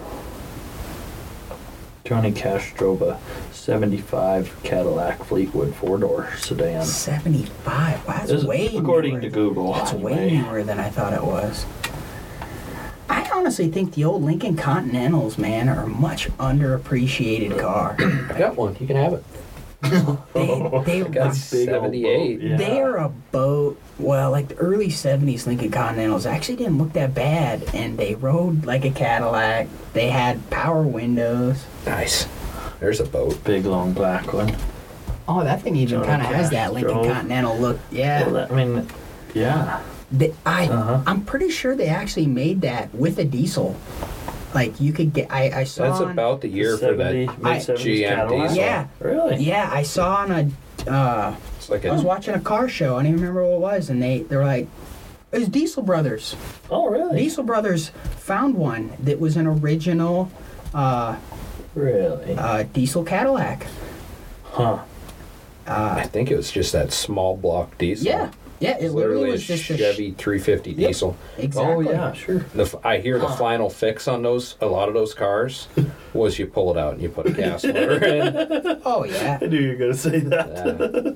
Speaker 3: Johnny Cash drove a 75 Cadillac Fleetwood four-door sedan.
Speaker 1: 75. Wow, that's
Speaker 3: This is
Speaker 1: way
Speaker 3: according
Speaker 1: newer.
Speaker 3: to Google.
Speaker 1: That's way
Speaker 3: anyway.
Speaker 1: newer than I thought it was. I honestly think the old Lincoln Continentals, man, are a much underappreciated
Speaker 3: *coughs*
Speaker 1: car.
Speaker 2: I've got one. You can have it.
Speaker 1: they,
Speaker 3: *laughs*
Speaker 1: they,
Speaker 2: I got
Speaker 1: rock-
Speaker 3: big old boat,
Speaker 2: 78.
Speaker 3: yeah.
Speaker 1: they are a boat. Well, like the early 70s Lincoln Continentals actually didn't look that bad, and they rode like a Cadillac. They had power windows.
Speaker 2: Nice. There's a boat.
Speaker 3: Big long black one.
Speaker 1: Oh, that thing even
Speaker 3: Johnny
Speaker 1: kind of has
Speaker 3: Cash
Speaker 1: that Lincoln
Speaker 3: drove.
Speaker 1: Continental look.
Speaker 3: Yeah.
Speaker 1: Yeah.
Speaker 3: I mean, yeah.
Speaker 1: They, I
Speaker 3: Uh-huh.
Speaker 1: I'm pretty sure they actually made that with a diesel. Like you could get I I saw
Speaker 2: That's
Speaker 1: on,
Speaker 2: about the year for
Speaker 3: Seventy-
Speaker 2: that.
Speaker 1: I-
Speaker 3: mid-seventies
Speaker 2: GM
Speaker 3: Cadillac.
Speaker 2: diesel.
Speaker 1: Yeah.
Speaker 3: Really?
Speaker 1: Yeah, I saw on a uh
Speaker 2: It's like
Speaker 1: I was
Speaker 2: a,
Speaker 1: watching a car show, I don't even remember what it was, and they they were like it was Diesel Brothers.
Speaker 3: Oh, really?
Speaker 1: Diesel Brothers found one that was an original uh,
Speaker 3: Really?
Speaker 1: uh, diesel Cadillac.
Speaker 3: Huh.
Speaker 2: I think it was just that small block diesel.
Speaker 1: Yeah, yeah, it literally
Speaker 2: It's literally a
Speaker 1: was just a sh-
Speaker 2: Chevy 350 diesel.
Speaker 3: Oh,
Speaker 1: exactly.
Speaker 3: yeah, sure.
Speaker 2: The, f- I hear the final fix on those, a lot of those cars, was you pull it out and you put a gas
Speaker 1: *laughs*
Speaker 2: motor
Speaker 1: *laughs*
Speaker 2: in.
Speaker 1: Oh yeah.
Speaker 3: I knew you were going to say that.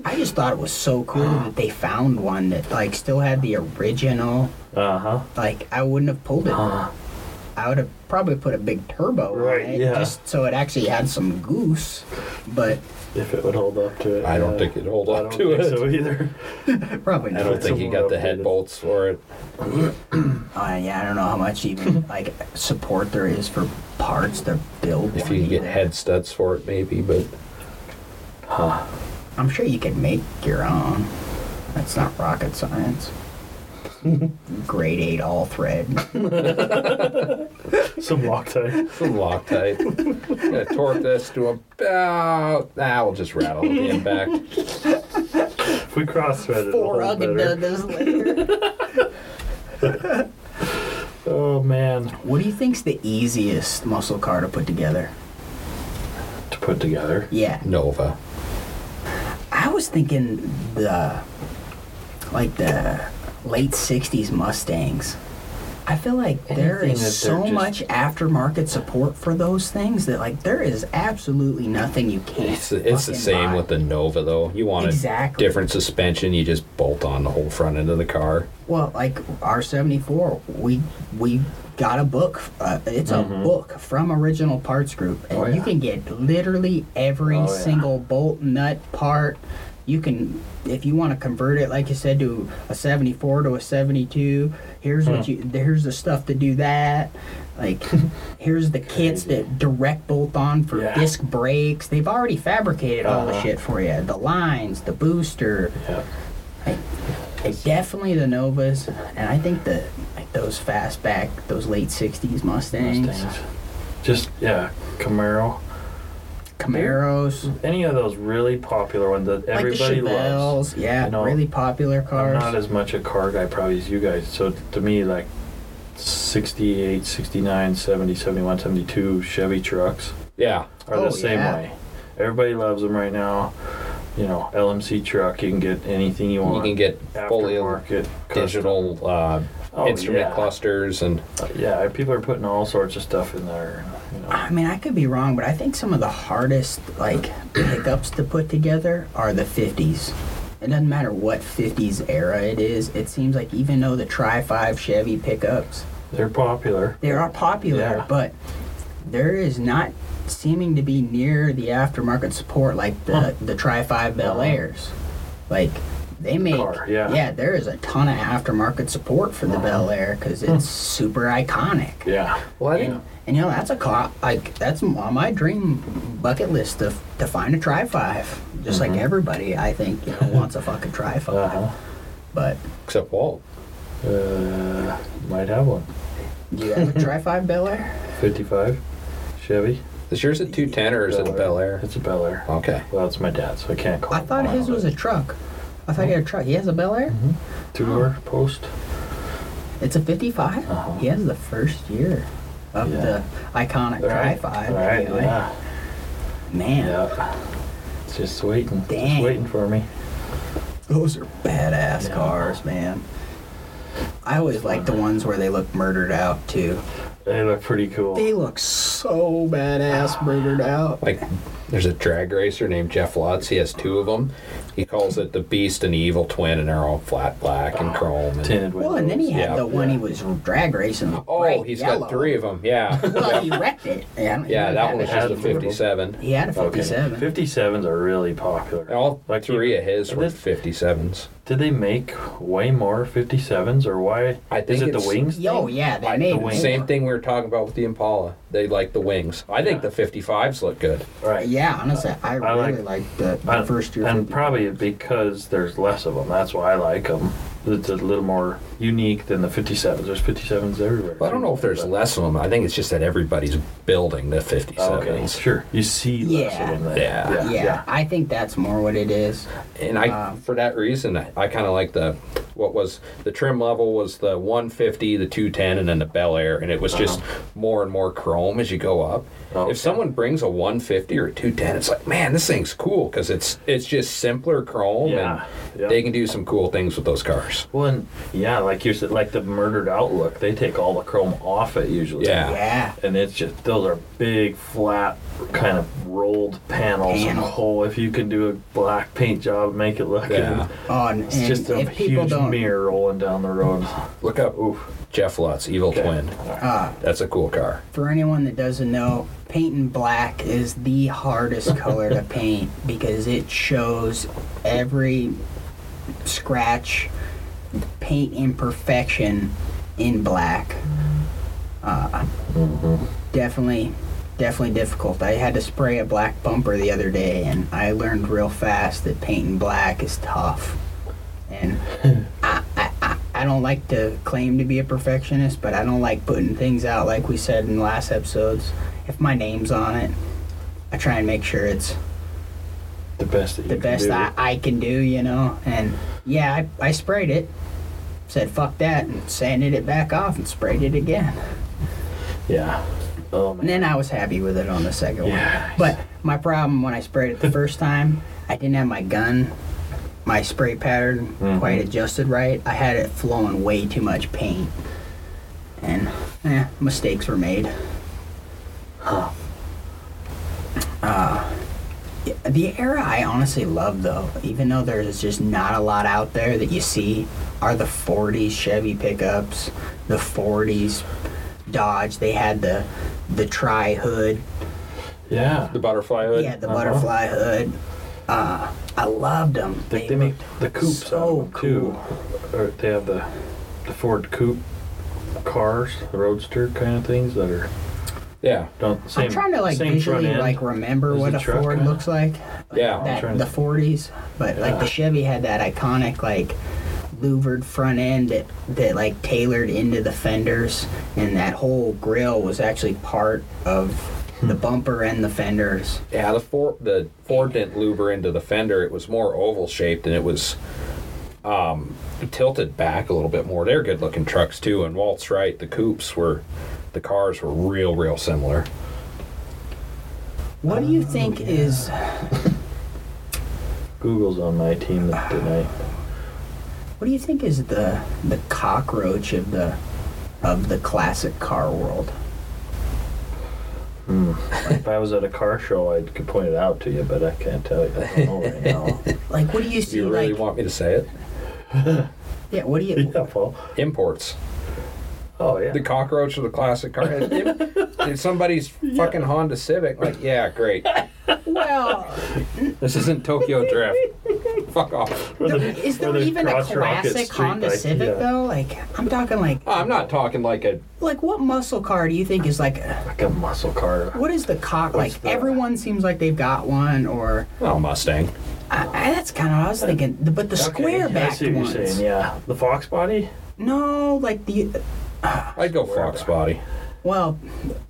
Speaker 2: Yeah.
Speaker 1: I just thought it was so cool that they found one that like still had the original
Speaker 3: Uh-huh.
Speaker 1: like I wouldn't have pulled it.
Speaker 3: Huh.
Speaker 1: I would have probably put a big turbo
Speaker 3: Right,
Speaker 1: on it
Speaker 3: yeah.
Speaker 1: just so it actually had some goose. But
Speaker 3: If it would hold up to it.
Speaker 2: I don't
Speaker 3: yeah.
Speaker 2: think it'd hold
Speaker 3: I
Speaker 2: up
Speaker 3: don't
Speaker 2: to
Speaker 3: think
Speaker 2: it.
Speaker 3: so either.
Speaker 1: probably
Speaker 2: I
Speaker 1: not.
Speaker 2: don't think you got the head bolts for it.
Speaker 1: Uh, yeah, I don't know how much
Speaker 2: *laughs*
Speaker 1: even like support there is for parts to build.
Speaker 2: If
Speaker 1: one
Speaker 2: you can get
Speaker 1: either.
Speaker 2: head studs for it, maybe, but
Speaker 1: I'm sure you could make your own. That's not rocket
Speaker 2: *laughs*
Speaker 1: science. Grade eight all thread.
Speaker 3: Some Loctite.
Speaker 2: some Loctite.
Speaker 3: *laughs*
Speaker 2: Gonna torque this to about. Nah, we'll just rattle the impact.
Speaker 3: If *laughs* we cross thread it,
Speaker 1: Four
Speaker 3: it'll hold
Speaker 1: rugged
Speaker 3: better.
Speaker 1: does later.
Speaker 3: Oh man,
Speaker 1: What do you think's the easiest muscle car to put together?
Speaker 3: to put together.
Speaker 1: Yeah.
Speaker 2: Nova.
Speaker 1: I was thinking the like the late '60s Mustangs. I feel like there
Speaker 3: Anything that they're
Speaker 1: is so
Speaker 3: just-
Speaker 1: much aftermarket support for those things that like there is absolutely nothing you can't.
Speaker 2: It's, it's the
Speaker 1: fucking
Speaker 2: same
Speaker 1: buy.
Speaker 2: with the Nova, though. You want
Speaker 1: Exactly.
Speaker 2: a different suspension, you just bolt on the whole front end of the car.
Speaker 1: Well, like our '74, we we got a book. Uh, it's
Speaker 3: Mm-hmm.
Speaker 1: a book from Original Parts Group, and
Speaker 2: Oh,
Speaker 1: you
Speaker 2: yeah.
Speaker 1: can get literally every
Speaker 3: Oh, yeah.
Speaker 1: single bolt, nut, part. you can if you want to convert it like you said to a 74 to a 72 here's what
Speaker 3: Hmm.
Speaker 1: you here's the stuff to do that
Speaker 3: *laughs*
Speaker 1: like here's the kits that direct bolt on for
Speaker 3: Yeah.
Speaker 1: disc brakes they've already fabricated all the
Speaker 3: Uh-huh.
Speaker 1: shit for you the lines the booster
Speaker 3: Yeah.
Speaker 1: like, definitely the novas and i think the like those fastback those late 60s mustangs,
Speaker 3: Mustangs. Just yeah, Camaro.
Speaker 1: camaros
Speaker 3: Any of those really popular ones that
Speaker 1: like the
Speaker 3: everybody loves.
Speaker 1: chevelles yeah
Speaker 3: You know,
Speaker 1: really popular
Speaker 3: I'm
Speaker 1: cars
Speaker 3: not as much a car guy probably as you guys. So to me, like 68, 69, 70, 71, 72 Chevy trucks
Speaker 2: Yeah.
Speaker 3: are
Speaker 1: Oh,
Speaker 3: the same
Speaker 1: yeah.
Speaker 3: way. Everybody loves them right now. You know, LMC truck, you can get anything you
Speaker 2: You
Speaker 3: want.
Speaker 2: can get fully
Speaker 3: aftermarket custom.
Speaker 2: digital uh,
Speaker 3: Oh,
Speaker 2: instrument
Speaker 3: yeah.
Speaker 2: clusters and
Speaker 3: Yeah, people are putting all sorts of stuff in there. You know.
Speaker 1: I mean, I could be wrong, but I think some of the hardest like pickups to put together are the 50s. It doesn't matter what 50s era it is. It seems like even though the Tri Five Chevy pickups,
Speaker 3: They're popular.
Speaker 1: they are popular,
Speaker 3: Yeah.
Speaker 1: but there is not seeming to be near the aftermarket support like the the Tri Five Bel Airs. Like they make
Speaker 3: Car, yeah.
Speaker 1: there is a ton of aftermarket support for the Bel Air because it's super iconic.
Speaker 3: Yeah.
Speaker 2: well, I
Speaker 1: And,
Speaker 2: think
Speaker 1: and, you know that's a car like that's on my dream bucket list to to find a tri five. Just like everybody, I think you know wants a fucking tri 5
Speaker 3: Mm-hmm. *laughs* Uh-huh.
Speaker 1: But
Speaker 2: except Walt.
Speaker 3: Uh, might have one.
Speaker 1: do you have a tri five Bel Air?
Speaker 3: 55 Chevy.
Speaker 2: Is yours a 210 or is it a Bel Air?
Speaker 3: It's a Bel Air.
Speaker 2: Okay.
Speaker 3: Well, it's my dad's, so I can't call
Speaker 1: I
Speaker 3: it *laughs*
Speaker 1: thought his
Speaker 3: mine,
Speaker 1: was a truck. I thought he had a truck. He has a Bel Air.
Speaker 3: but two-door post.
Speaker 1: It's a fifty five.
Speaker 3: Uh-huh.
Speaker 1: He has the first year of
Speaker 3: Yeah.
Speaker 1: the iconic tri five.
Speaker 3: Right, yeah.
Speaker 1: Man,
Speaker 3: Yeah. It's just waiting.
Speaker 1: Dang.
Speaker 3: Just waiting for me.
Speaker 1: those are badass
Speaker 3: Yeah.
Speaker 1: cars, man. I always like the ones where they look murdered out too.
Speaker 3: They look pretty cool.
Speaker 1: They look so badass, murdered out.
Speaker 2: Like, there's a drag racer named Jeff Lutz. He has two of them. He calls it the Beast and the Evil Twin, and they're all flat black and chrome. And,
Speaker 3: Tinted windows.
Speaker 1: Well, and then he had
Speaker 2: Yeah.
Speaker 1: the one he was drag racing. with
Speaker 2: oh,
Speaker 1: bright
Speaker 2: he's
Speaker 1: yellow.
Speaker 2: got three of them. Yeah.
Speaker 1: Well, he wrecked it. Yeah, I don't- he
Speaker 2: yeah,
Speaker 1: had
Speaker 2: that one was just a
Speaker 3: Admirable.
Speaker 2: 57.
Speaker 1: He had a
Speaker 3: Okay.
Speaker 1: 57.
Speaker 3: 57s are really popular.
Speaker 2: All
Speaker 3: Like
Speaker 2: three
Speaker 3: you-
Speaker 2: of his were
Speaker 3: this-
Speaker 2: 57s.
Speaker 3: Did they make way more 57s or why?
Speaker 2: I
Speaker 3: is
Speaker 2: think
Speaker 3: it the
Speaker 2: it's-
Speaker 3: wings?
Speaker 1: Yo, yeah, they made
Speaker 3: the wings.
Speaker 2: Same thing we were talking about with the Impala. They like the wings. I think the 55s look good.
Speaker 3: Right.
Speaker 1: Yeah, honestly, I,
Speaker 3: I like-
Speaker 1: really like the, the
Speaker 3: And-
Speaker 1: first year.
Speaker 3: and
Speaker 1: 50.
Speaker 3: probably because there's less of them. That's why I like them. It's a little more unique than the 57s. There's 57s everywhere. Oh,
Speaker 2: But I don't know if there's
Speaker 3: But-
Speaker 2: less of them. I think it's just that everybody's building the 57s.
Speaker 3: Oh, Okay, sure. You see less
Speaker 1: Yeah.
Speaker 3: of them.
Speaker 2: Yeah.
Speaker 1: yeah, I think that's more what it is.
Speaker 2: And
Speaker 3: Um,
Speaker 2: I, for that reason, I, I kind of like the, what was the trim level was the 150, the 210, and then the Bel Air, and it was just more and more chrome as you go up.
Speaker 3: Uh-huh. Oh, Okay.
Speaker 2: If someone brings a 150 or a 210, it's like, man, this thing's cool because it's it's just simpler chrome,
Speaker 3: Yeah,
Speaker 2: and
Speaker 3: yeah.
Speaker 2: they can do some cool things with those cars.
Speaker 3: Well, and yeah, like you said, like the murdered outlook, they take all the chrome off it usually.
Speaker 2: Yeah.
Speaker 1: Yeah.
Speaker 3: And it's just those are big, flat, kind of rolled panels. And
Speaker 1: Panel.
Speaker 3: whole, if you can do a black paint job, make it look.
Speaker 2: Yeah.
Speaker 3: good.
Speaker 1: Oh, and,
Speaker 3: It's
Speaker 1: and
Speaker 3: just a
Speaker 1: if people
Speaker 3: huge
Speaker 1: don't,
Speaker 3: mirror rolling down the road.
Speaker 2: Look up
Speaker 3: Oof.
Speaker 2: Jeff Lutz, Evil
Speaker 3: Okay.
Speaker 2: Twin.
Speaker 1: uh,
Speaker 2: That's a cool car.
Speaker 1: for anyone that doesn't know, painting black is the
Speaker 3: *laughs*
Speaker 1: hardest color to paint because it shows every scratch, paint imperfection in black. Uh, Definitely, definitely difficult. I had to spray a black bumper the other day, and I learned real fast that painting black is tough. And I, I, I, I don't like to claim to be a perfectionist, but I don't like putting things out like we said in the last episodes. If my name's on it, I try and make sure it's
Speaker 3: The best that you
Speaker 1: the
Speaker 3: can
Speaker 1: best
Speaker 3: do.
Speaker 1: I, I can do, you know? And yeah, I, I sprayed it, said fuck that, and sanded it back off and sprayed it again.
Speaker 3: Yeah. Oh
Speaker 1: And
Speaker 3: man.
Speaker 1: then I was happy with it on the second
Speaker 3: Yeah.
Speaker 1: one. But my problem when I sprayed it the first time, I didn't have my gun, my spray pattern quite adjusted right. I had it flowing way too much paint. And eh, mistakes were made. Uh, the era I honestly love though, even though there's just not a lot out there that you see, are the 40s Chevy pickups, the 40s Dodge. They had the the tri hood
Speaker 3: Yeah.
Speaker 2: The butterfly hood.
Speaker 1: yeah, the
Speaker 3: Uh-huh.
Speaker 1: butterfly hood. Uh, I loved them.
Speaker 3: They, they make the coupes
Speaker 1: so
Speaker 3: out of 'em, too. Or they have the the Ford coupe cars, the roadster kind of things that are
Speaker 2: Yeah.
Speaker 3: don't same.
Speaker 1: I'm trying to like
Speaker 3: same front
Speaker 1: visually
Speaker 3: end.
Speaker 1: like remember
Speaker 3: Is
Speaker 1: what
Speaker 3: the
Speaker 1: a
Speaker 3: truck
Speaker 1: Ford
Speaker 3: kinda-
Speaker 1: looks like.
Speaker 2: Yeah.
Speaker 1: That-
Speaker 3: trying to-
Speaker 1: the 40s, but like the Chevy had that iconic like louvered front end that that like tailored into the fenders, and that whole grill was actually part of
Speaker 3: Hmm.
Speaker 1: the bumper and the fenders.
Speaker 2: Yeah, the Ford the Ford didn't louver into the fender. It was more oval shaped and it was um, tilted back a little bit more. They're good looking trucks too. And Walt's right, the coupes were the cars were real, real similar.
Speaker 1: What do
Speaker 3: Oh,
Speaker 1: you think is
Speaker 3: Google's on my
Speaker 1: *sighs*
Speaker 3: team tonight.
Speaker 1: what do you think is the the cockroach of the of the classic car
Speaker 3: *laughs*
Speaker 1: world?
Speaker 3: if I was at a car show, I could point it out to you, but I can't tell you. I don't know right
Speaker 1: *laughs*
Speaker 3: now. *laughs*
Speaker 1: Like what do you see
Speaker 2: Do you really
Speaker 1: like
Speaker 2: want me to say it?
Speaker 1: yeah, what do
Speaker 3: *laughs*
Speaker 1: you
Speaker 3: yeah, Paul.
Speaker 2: Imports.
Speaker 3: Oh yeah.
Speaker 2: The cockroach of the classic car.
Speaker 1: *laughs*
Speaker 2: If somebody's fucking Honda Civic. Like, yeah, great.
Speaker 1: well
Speaker 2: This isn't Tokyo Drift. Fuck off.
Speaker 3: Or the-
Speaker 1: is there
Speaker 3: or the
Speaker 1: even a
Speaker 3: crotch rocket
Speaker 1: classic
Speaker 3: street
Speaker 1: Honda
Speaker 3: bike,
Speaker 1: Civic
Speaker 3: yeah.
Speaker 1: though? Like I'm talking like
Speaker 2: I'm not talking like a
Speaker 1: like what muscle car do you think is like
Speaker 3: Like a muscle car.
Speaker 1: what is the cock
Speaker 3: What's
Speaker 1: like
Speaker 3: the-
Speaker 1: everyone seems like they've got one or
Speaker 2: oh Mustang.
Speaker 1: I, I, that's kind of what i was thinking The- but the square
Speaker 3: Okay, I
Speaker 1: backed
Speaker 3: see what
Speaker 1: ones
Speaker 3: you're saying. Yeah, the fox body.
Speaker 1: no like the
Speaker 2: I'd go Fox Body.
Speaker 1: well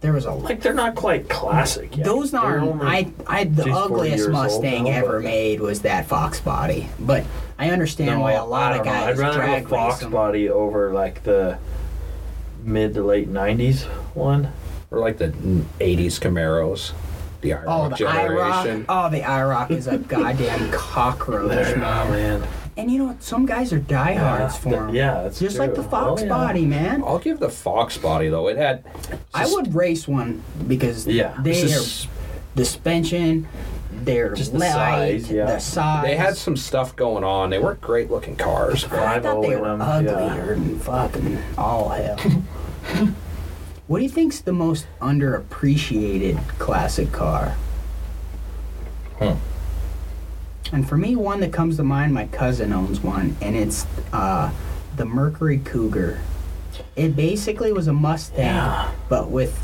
Speaker 1: there was a
Speaker 3: Like they're not quite classic. Yet.
Speaker 1: those
Speaker 3: They're
Speaker 1: aren't
Speaker 3: only-
Speaker 1: i i the
Speaker 3: she's 40 years
Speaker 1: ugliest
Speaker 3: old
Speaker 1: mustang
Speaker 3: now,
Speaker 1: ever
Speaker 3: but-
Speaker 1: made was that fox body but i understand
Speaker 3: No,
Speaker 1: why a lot
Speaker 3: I
Speaker 1: of
Speaker 3: don't know.
Speaker 1: guys
Speaker 3: I'd rather
Speaker 1: drag
Speaker 3: have a fox
Speaker 1: race 'em.
Speaker 3: body over like the mid to late '90s one.
Speaker 2: Or like the 80s Camaros. The IROC
Speaker 1: Oh, the IROC.
Speaker 2: generation.
Speaker 1: Oh, the IROC
Speaker 3: *laughs*
Speaker 1: is a goddamn cockroach, man.
Speaker 3: man.
Speaker 1: And you know what? Some guys are diehards for 'em.
Speaker 3: Yeah, that's
Speaker 1: Just like the
Speaker 3: true.
Speaker 1: fox
Speaker 3: Oh, yeah.
Speaker 1: body, man.
Speaker 2: I'll give the Fox body though. It had
Speaker 1: I would race one because
Speaker 3: Yeah.
Speaker 1: they
Speaker 3: It's
Speaker 1: are
Speaker 3: just-
Speaker 1: suspension, they're
Speaker 3: Just the
Speaker 1: light,
Speaker 3: size, yeah.
Speaker 1: the size.
Speaker 2: they had some stuff going on. They weren't great looking cars. but
Speaker 1: I thought they were
Speaker 3: Five-O in 'em,
Speaker 1: uglier than fucking all
Speaker 3: *laughs*
Speaker 1: hell. what do you think's the most underappreciated classic car? And for me, one that comes to mind, my cousin owns one, and it's uh, the Mercury Cougar. It basically was a Mustang,
Speaker 3: Yeah.
Speaker 1: but with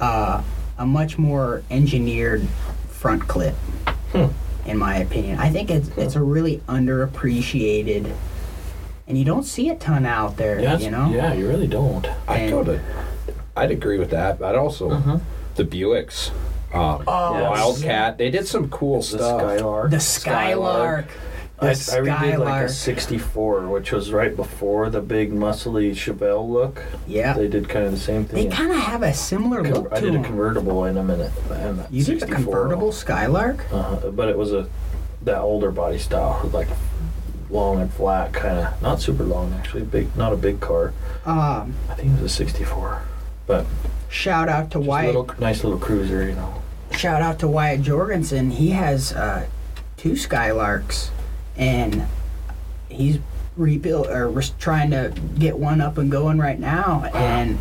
Speaker 1: uh, a much more engineered front clip,
Speaker 3: Hmm.
Speaker 1: in my opinion. I think it's, it's a really underappreciated, and you don't see a ton out there,
Speaker 3: Yeah,
Speaker 1: you know?
Speaker 3: Yeah, you really don't.
Speaker 2: I'd go to. I'd agree with that. But I'd also
Speaker 1: Uh-huh.
Speaker 2: the Buicks, um,
Speaker 1: Oh,
Speaker 3: Yes.
Speaker 2: Wildcat. They did some cool
Speaker 3: The
Speaker 2: stuff.
Speaker 3: Skylark.
Speaker 1: The Skylark. The
Speaker 3: I, I redid like
Speaker 1: Skylark.
Speaker 3: a 64, which was right before the big muscly Chevelle look.
Speaker 1: Yeah.
Speaker 3: They did kind of the same
Speaker 1: they
Speaker 3: thing.
Speaker 1: kind of have a similar look to
Speaker 3: I did a
Speaker 1: them.
Speaker 3: convertible in a minute. And that
Speaker 1: you did a
Speaker 3: 64.
Speaker 1: convertible Skylark?
Speaker 3: Uh, but it was a that older body style, with, like long and flat, kind of not super long actually. Big, not a big car.
Speaker 1: Um,
Speaker 3: I think it was a 64, but
Speaker 1: shout out to
Speaker 3: just a
Speaker 1: Wyatt.
Speaker 3: little nice little cruiser, you know.
Speaker 1: Shout out to Wyatt Jorgensen. He has uh, two Skylarks, and he's rebuilt or res- trying to get one up and going right now. And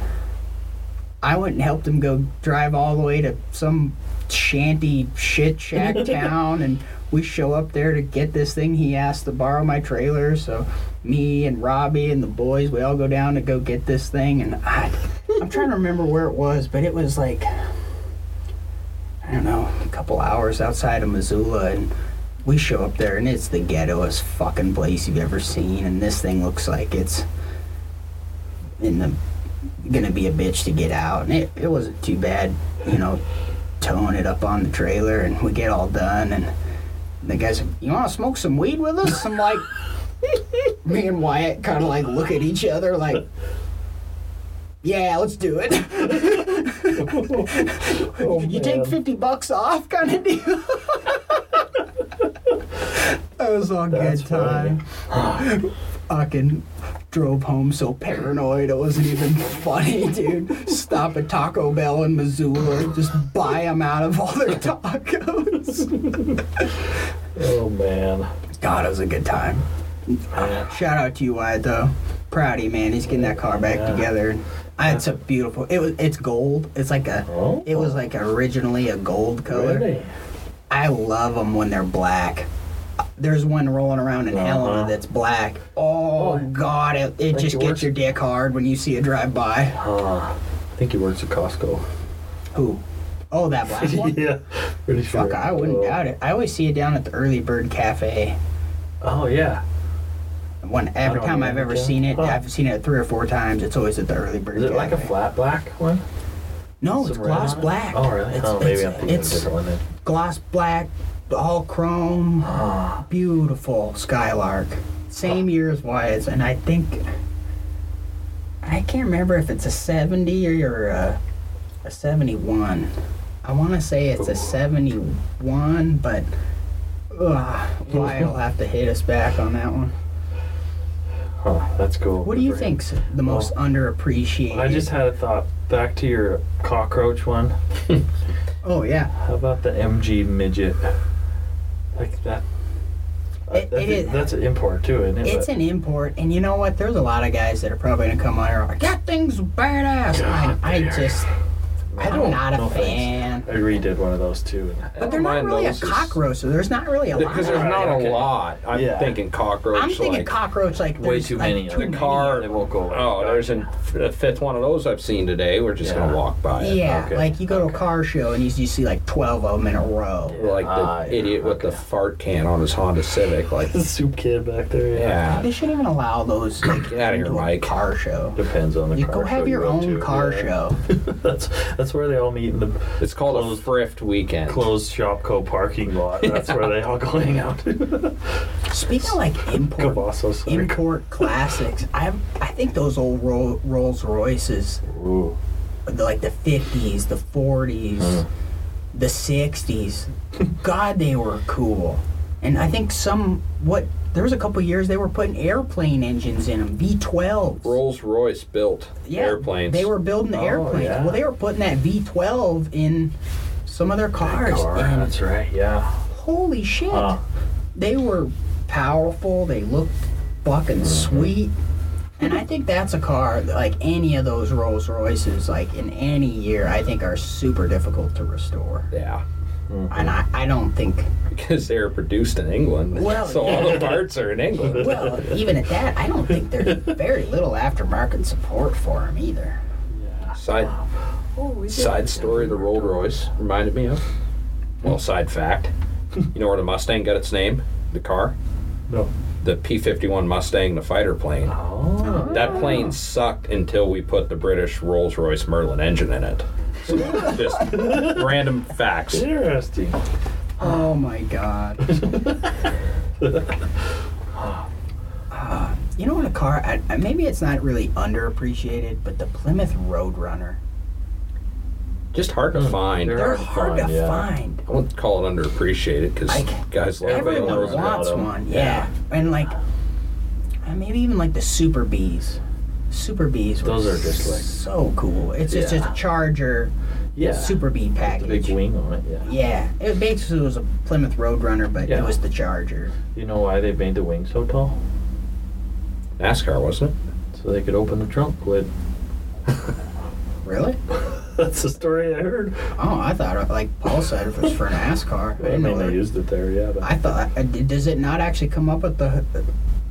Speaker 1: I went and helped him go drive all the way to some shanty shit shack town, and we show up there to get this thing. He asked to borrow my trailer, so me and Robbie and the boys, we all go down to go get this thing. And I, I'm trying to remember where it was, but it was like. I don't know, a couple hours outside of Missoula, and we show up there, and it's the ghettoest fucking place you've ever seen. And this thing looks like it's in the gonna be a bitch to get out. And it, it wasn't too bad, you know, towing it up on the trailer, and we get all done, and the guys, you want to smoke some weed with us? I'm like, *laughs* me and Wyatt kind of like look at each other, like. Yeah, let's do it. *laughs* Oh, you take 50 bucks off kind of deal. that was a
Speaker 3: That's
Speaker 1: good time. Fucking drove home so paranoid it wasn't even funny, dude. Stop at Taco Bell in Missoula, just buy them out of all their tacos.
Speaker 3: Oh man,
Speaker 1: God, it was a good time.
Speaker 3: man.
Speaker 1: Shout out to you, Wyatt, though. Proud of you, man. He's getting that car back
Speaker 3: Yeah.
Speaker 1: together. Uh, It's a beautiful. It was. It's gold. It's like a.
Speaker 3: Oh.
Speaker 1: It was like originally a gold color.
Speaker 3: really?
Speaker 1: I love them when they're black. there's one rolling around in Helena
Speaker 3: Uh-huh.
Speaker 1: that's black. Oh,
Speaker 3: Oh, I
Speaker 1: God, it, it
Speaker 3: think
Speaker 1: just
Speaker 3: it
Speaker 1: gets
Speaker 3: works.
Speaker 1: your dick hard when you see it drive by.
Speaker 3: Uh, I think he works at Costco.
Speaker 1: Who? Oh, that black one?
Speaker 3: *laughs* yeah, pretty sure.
Speaker 1: Fuck, I wouldn't
Speaker 3: Oh.
Speaker 1: doubt it. I always see it down at the Early Bird Cafe.
Speaker 3: Oh yeah.
Speaker 1: One every
Speaker 3: don't
Speaker 1: time I've ever
Speaker 3: remember that.
Speaker 1: seen it,
Speaker 3: Huh.
Speaker 1: I've seen it three or four times. It's always at the Early Bird
Speaker 3: Is it
Speaker 1: Cafe.
Speaker 3: like a flat black one?
Speaker 1: No, it's
Speaker 3: Some red
Speaker 1: gloss
Speaker 3: on it?
Speaker 1: black.
Speaker 3: Oh really?
Speaker 1: It's,
Speaker 3: oh, maybe
Speaker 1: it's,
Speaker 3: I'm thinking of a
Speaker 1: it's
Speaker 3: different one then.
Speaker 1: gloss black, all chrome.
Speaker 3: Ah,
Speaker 1: beautiful skylark
Speaker 3: Oh.
Speaker 1: same year as wise and i think i can't remember if it's a 70 or a, a 71 i want to say it's a 71 but uh, why
Speaker 3: *laughs*
Speaker 1: will have to hit us back on that one
Speaker 3: huh, that's cool.
Speaker 1: what
Speaker 3: Good
Speaker 1: do you
Speaker 3: for him.
Speaker 1: think's the most underappreciated
Speaker 3: I just had a thought. Back to your cockroach one.
Speaker 1: oh yeah
Speaker 3: How about the MG midget? Like that.
Speaker 1: It-
Speaker 3: I- I
Speaker 1: it
Speaker 3: think
Speaker 1: is-
Speaker 3: That's an import too, isn't it?
Speaker 1: it's
Speaker 3: But-
Speaker 1: an import and you know what there's a lot of guys that are probably gonna come on here like that thing's badass
Speaker 3: God,
Speaker 1: and i
Speaker 3: there.
Speaker 1: just i'm
Speaker 3: No,
Speaker 1: not a
Speaker 3: no thanks.
Speaker 1: fan
Speaker 3: I redid one of those too. and-
Speaker 1: But they're not
Speaker 2: Mine
Speaker 1: really a
Speaker 2: those is-
Speaker 1: cockroach, so there's not really a lot.
Speaker 2: Because there's
Speaker 1: of-
Speaker 2: not
Speaker 3: okay.
Speaker 2: a lot. I'm
Speaker 3: Yeah.
Speaker 2: thinking cockroach.
Speaker 1: I'm thinking
Speaker 2: like,
Speaker 1: cockroach like
Speaker 3: Way
Speaker 1: there's,
Speaker 3: too
Speaker 1: like,
Speaker 3: many.
Speaker 1: too
Speaker 3: of them.
Speaker 2: The car-
Speaker 3: They won't go away.
Speaker 2: Oh, there's an, a fifth one of those I've seen today. We're just
Speaker 3: Yeah.
Speaker 2: gonna walk by it.
Speaker 1: Yeah,
Speaker 3: Okay,
Speaker 1: like you go to a car show and you, you see like 12 of them in a row.
Speaker 2: We're Like the
Speaker 3: Ah, yeah,
Speaker 2: idiot with the
Speaker 3: okay.
Speaker 2: fart can on his Honda
Speaker 1: *laughs*
Speaker 2: Civic. Like,
Speaker 3: The soup kid back there.
Speaker 2: yeah,
Speaker 1: They shouldn't even allow those like
Speaker 2: Get outta here,
Speaker 1: into a
Speaker 2: Mike.
Speaker 1: car show.
Speaker 3: Depends on the
Speaker 1: You
Speaker 3: car
Speaker 1: go
Speaker 3: show
Speaker 1: have your
Speaker 3: you go
Speaker 1: own
Speaker 3: to,
Speaker 1: car
Speaker 3: yeah.
Speaker 1: show.
Speaker 3: *laughs* that's that's where they all meet in the
Speaker 2: it's called a
Speaker 3: Closed-
Speaker 2: thrift weekend.
Speaker 3: closed Shopco parking
Speaker 1: *laughs*
Speaker 3: lot. That's where they all go hang out. *laughs*
Speaker 1: Speaking of like import
Speaker 3: Cabasso Circle.
Speaker 1: import classics, I I think those old Ro- Rolls Royces,
Speaker 3: Ooh.
Speaker 1: the- like the 50s, the 40s,
Speaker 3: Hmm.
Speaker 1: the 60s. God, they were cool. And I think some what there was a couple years they were putting airplane engines in them, V12s.
Speaker 2: Rolls Royce built
Speaker 1: yeah,
Speaker 2: airplanes.
Speaker 1: They were building the
Speaker 3: Oh,
Speaker 1: airplanes.
Speaker 3: yeah.
Speaker 1: Well, they were putting that V12 in some of their cars.
Speaker 3: Car,
Speaker 1: and
Speaker 3: That's right. Yeah.
Speaker 1: holy shit,
Speaker 3: Huh.
Speaker 1: they were powerful. They looked fucking sweet. And I think that's a car that, like any of those Rolls Royces, like in any year, I think are super difficult to restore.
Speaker 2: Yeah, *laughs*
Speaker 1: And I, I don't think
Speaker 2: because they were produced in England.
Speaker 1: Well,
Speaker 2: so all the parts are in England.
Speaker 1: Well, even at that, I don't think there's very little aftermarket support for them either.
Speaker 2: Side side story of the Rolls Royce reminded me of. Well, side
Speaker 1: *laughs*
Speaker 2: fact. You know where the Mustang got its name? The car?
Speaker 3: No.
Speaker 2: The P 51 Mustang, the fighter plane.
Speaker 3: Oh.
Speaker 2: That plane sucked until we put the British Rolls Royce Merlin engine in it. So just random facts.
Speaker 3: Interesting.
Speaker 1: Oh my
Speaker 3: *laughs*
Speaker 1: god. Uh, you know what? A car. I, I, maybe it's not really underappreciated, but the Plymouth Roadrunner.
Speaker 2: Just hard
Speaker 3: Hmm.
Speaker 2: to find.
Speaker 3: They're
Speaker 2: I
Speaker 1: They're hard
Speaker 3: hard to
Speaker 1: to
Speaker 3: find, yeah.
Speaker 1: find.
Speaker 2: wouldn't call it underappreciated because
Speaker 1: I-
Speaker 2: guys love
Speaker 3: Everyone
Speaker 2: Rolls
Speaker 1: Everyone
Speaker 3: knows
Speaker 2: Royce.
Speaker 1: wants
Speaker 3: about 'em.
Speaker 1: one. Yeah. And like, uh, maybe even like the Super Bees. Super Bees. Were
Speaker 3: Those are just, like-
Speaker 1: so cool. It's just
Speaker 3: Yeah.
Speaker 1: a Charger
Speaker 3: Yeah.
Speaker 1: Super Bee package.
Speaker 3: The big wing on it. Yeah.
Speaker 1: Yeah, it basically was a Plymouth Roadrunner, but
Speaker 3: Yeah.
Speaker 1: it was the Charger.
Speaker 3: You know why they made the wing so tall?
Speaker 2: NASCAR, wasn't it?
Speaker 3: So they could open the trunk lid. *laughs*
Speaker 1: Really?
Speaker 3: That's the story I heard.
Speaker 1: Oh, I thought like Paul said it was for NASCAR. I
Speaker 3: I
Speaker 1: didn't know
Speaker 3: mean,
Speaker 1: that.
Speaker 3: they used it there. Yeah, but
Speaker 1: I thought. I- Does it not actually come up with the?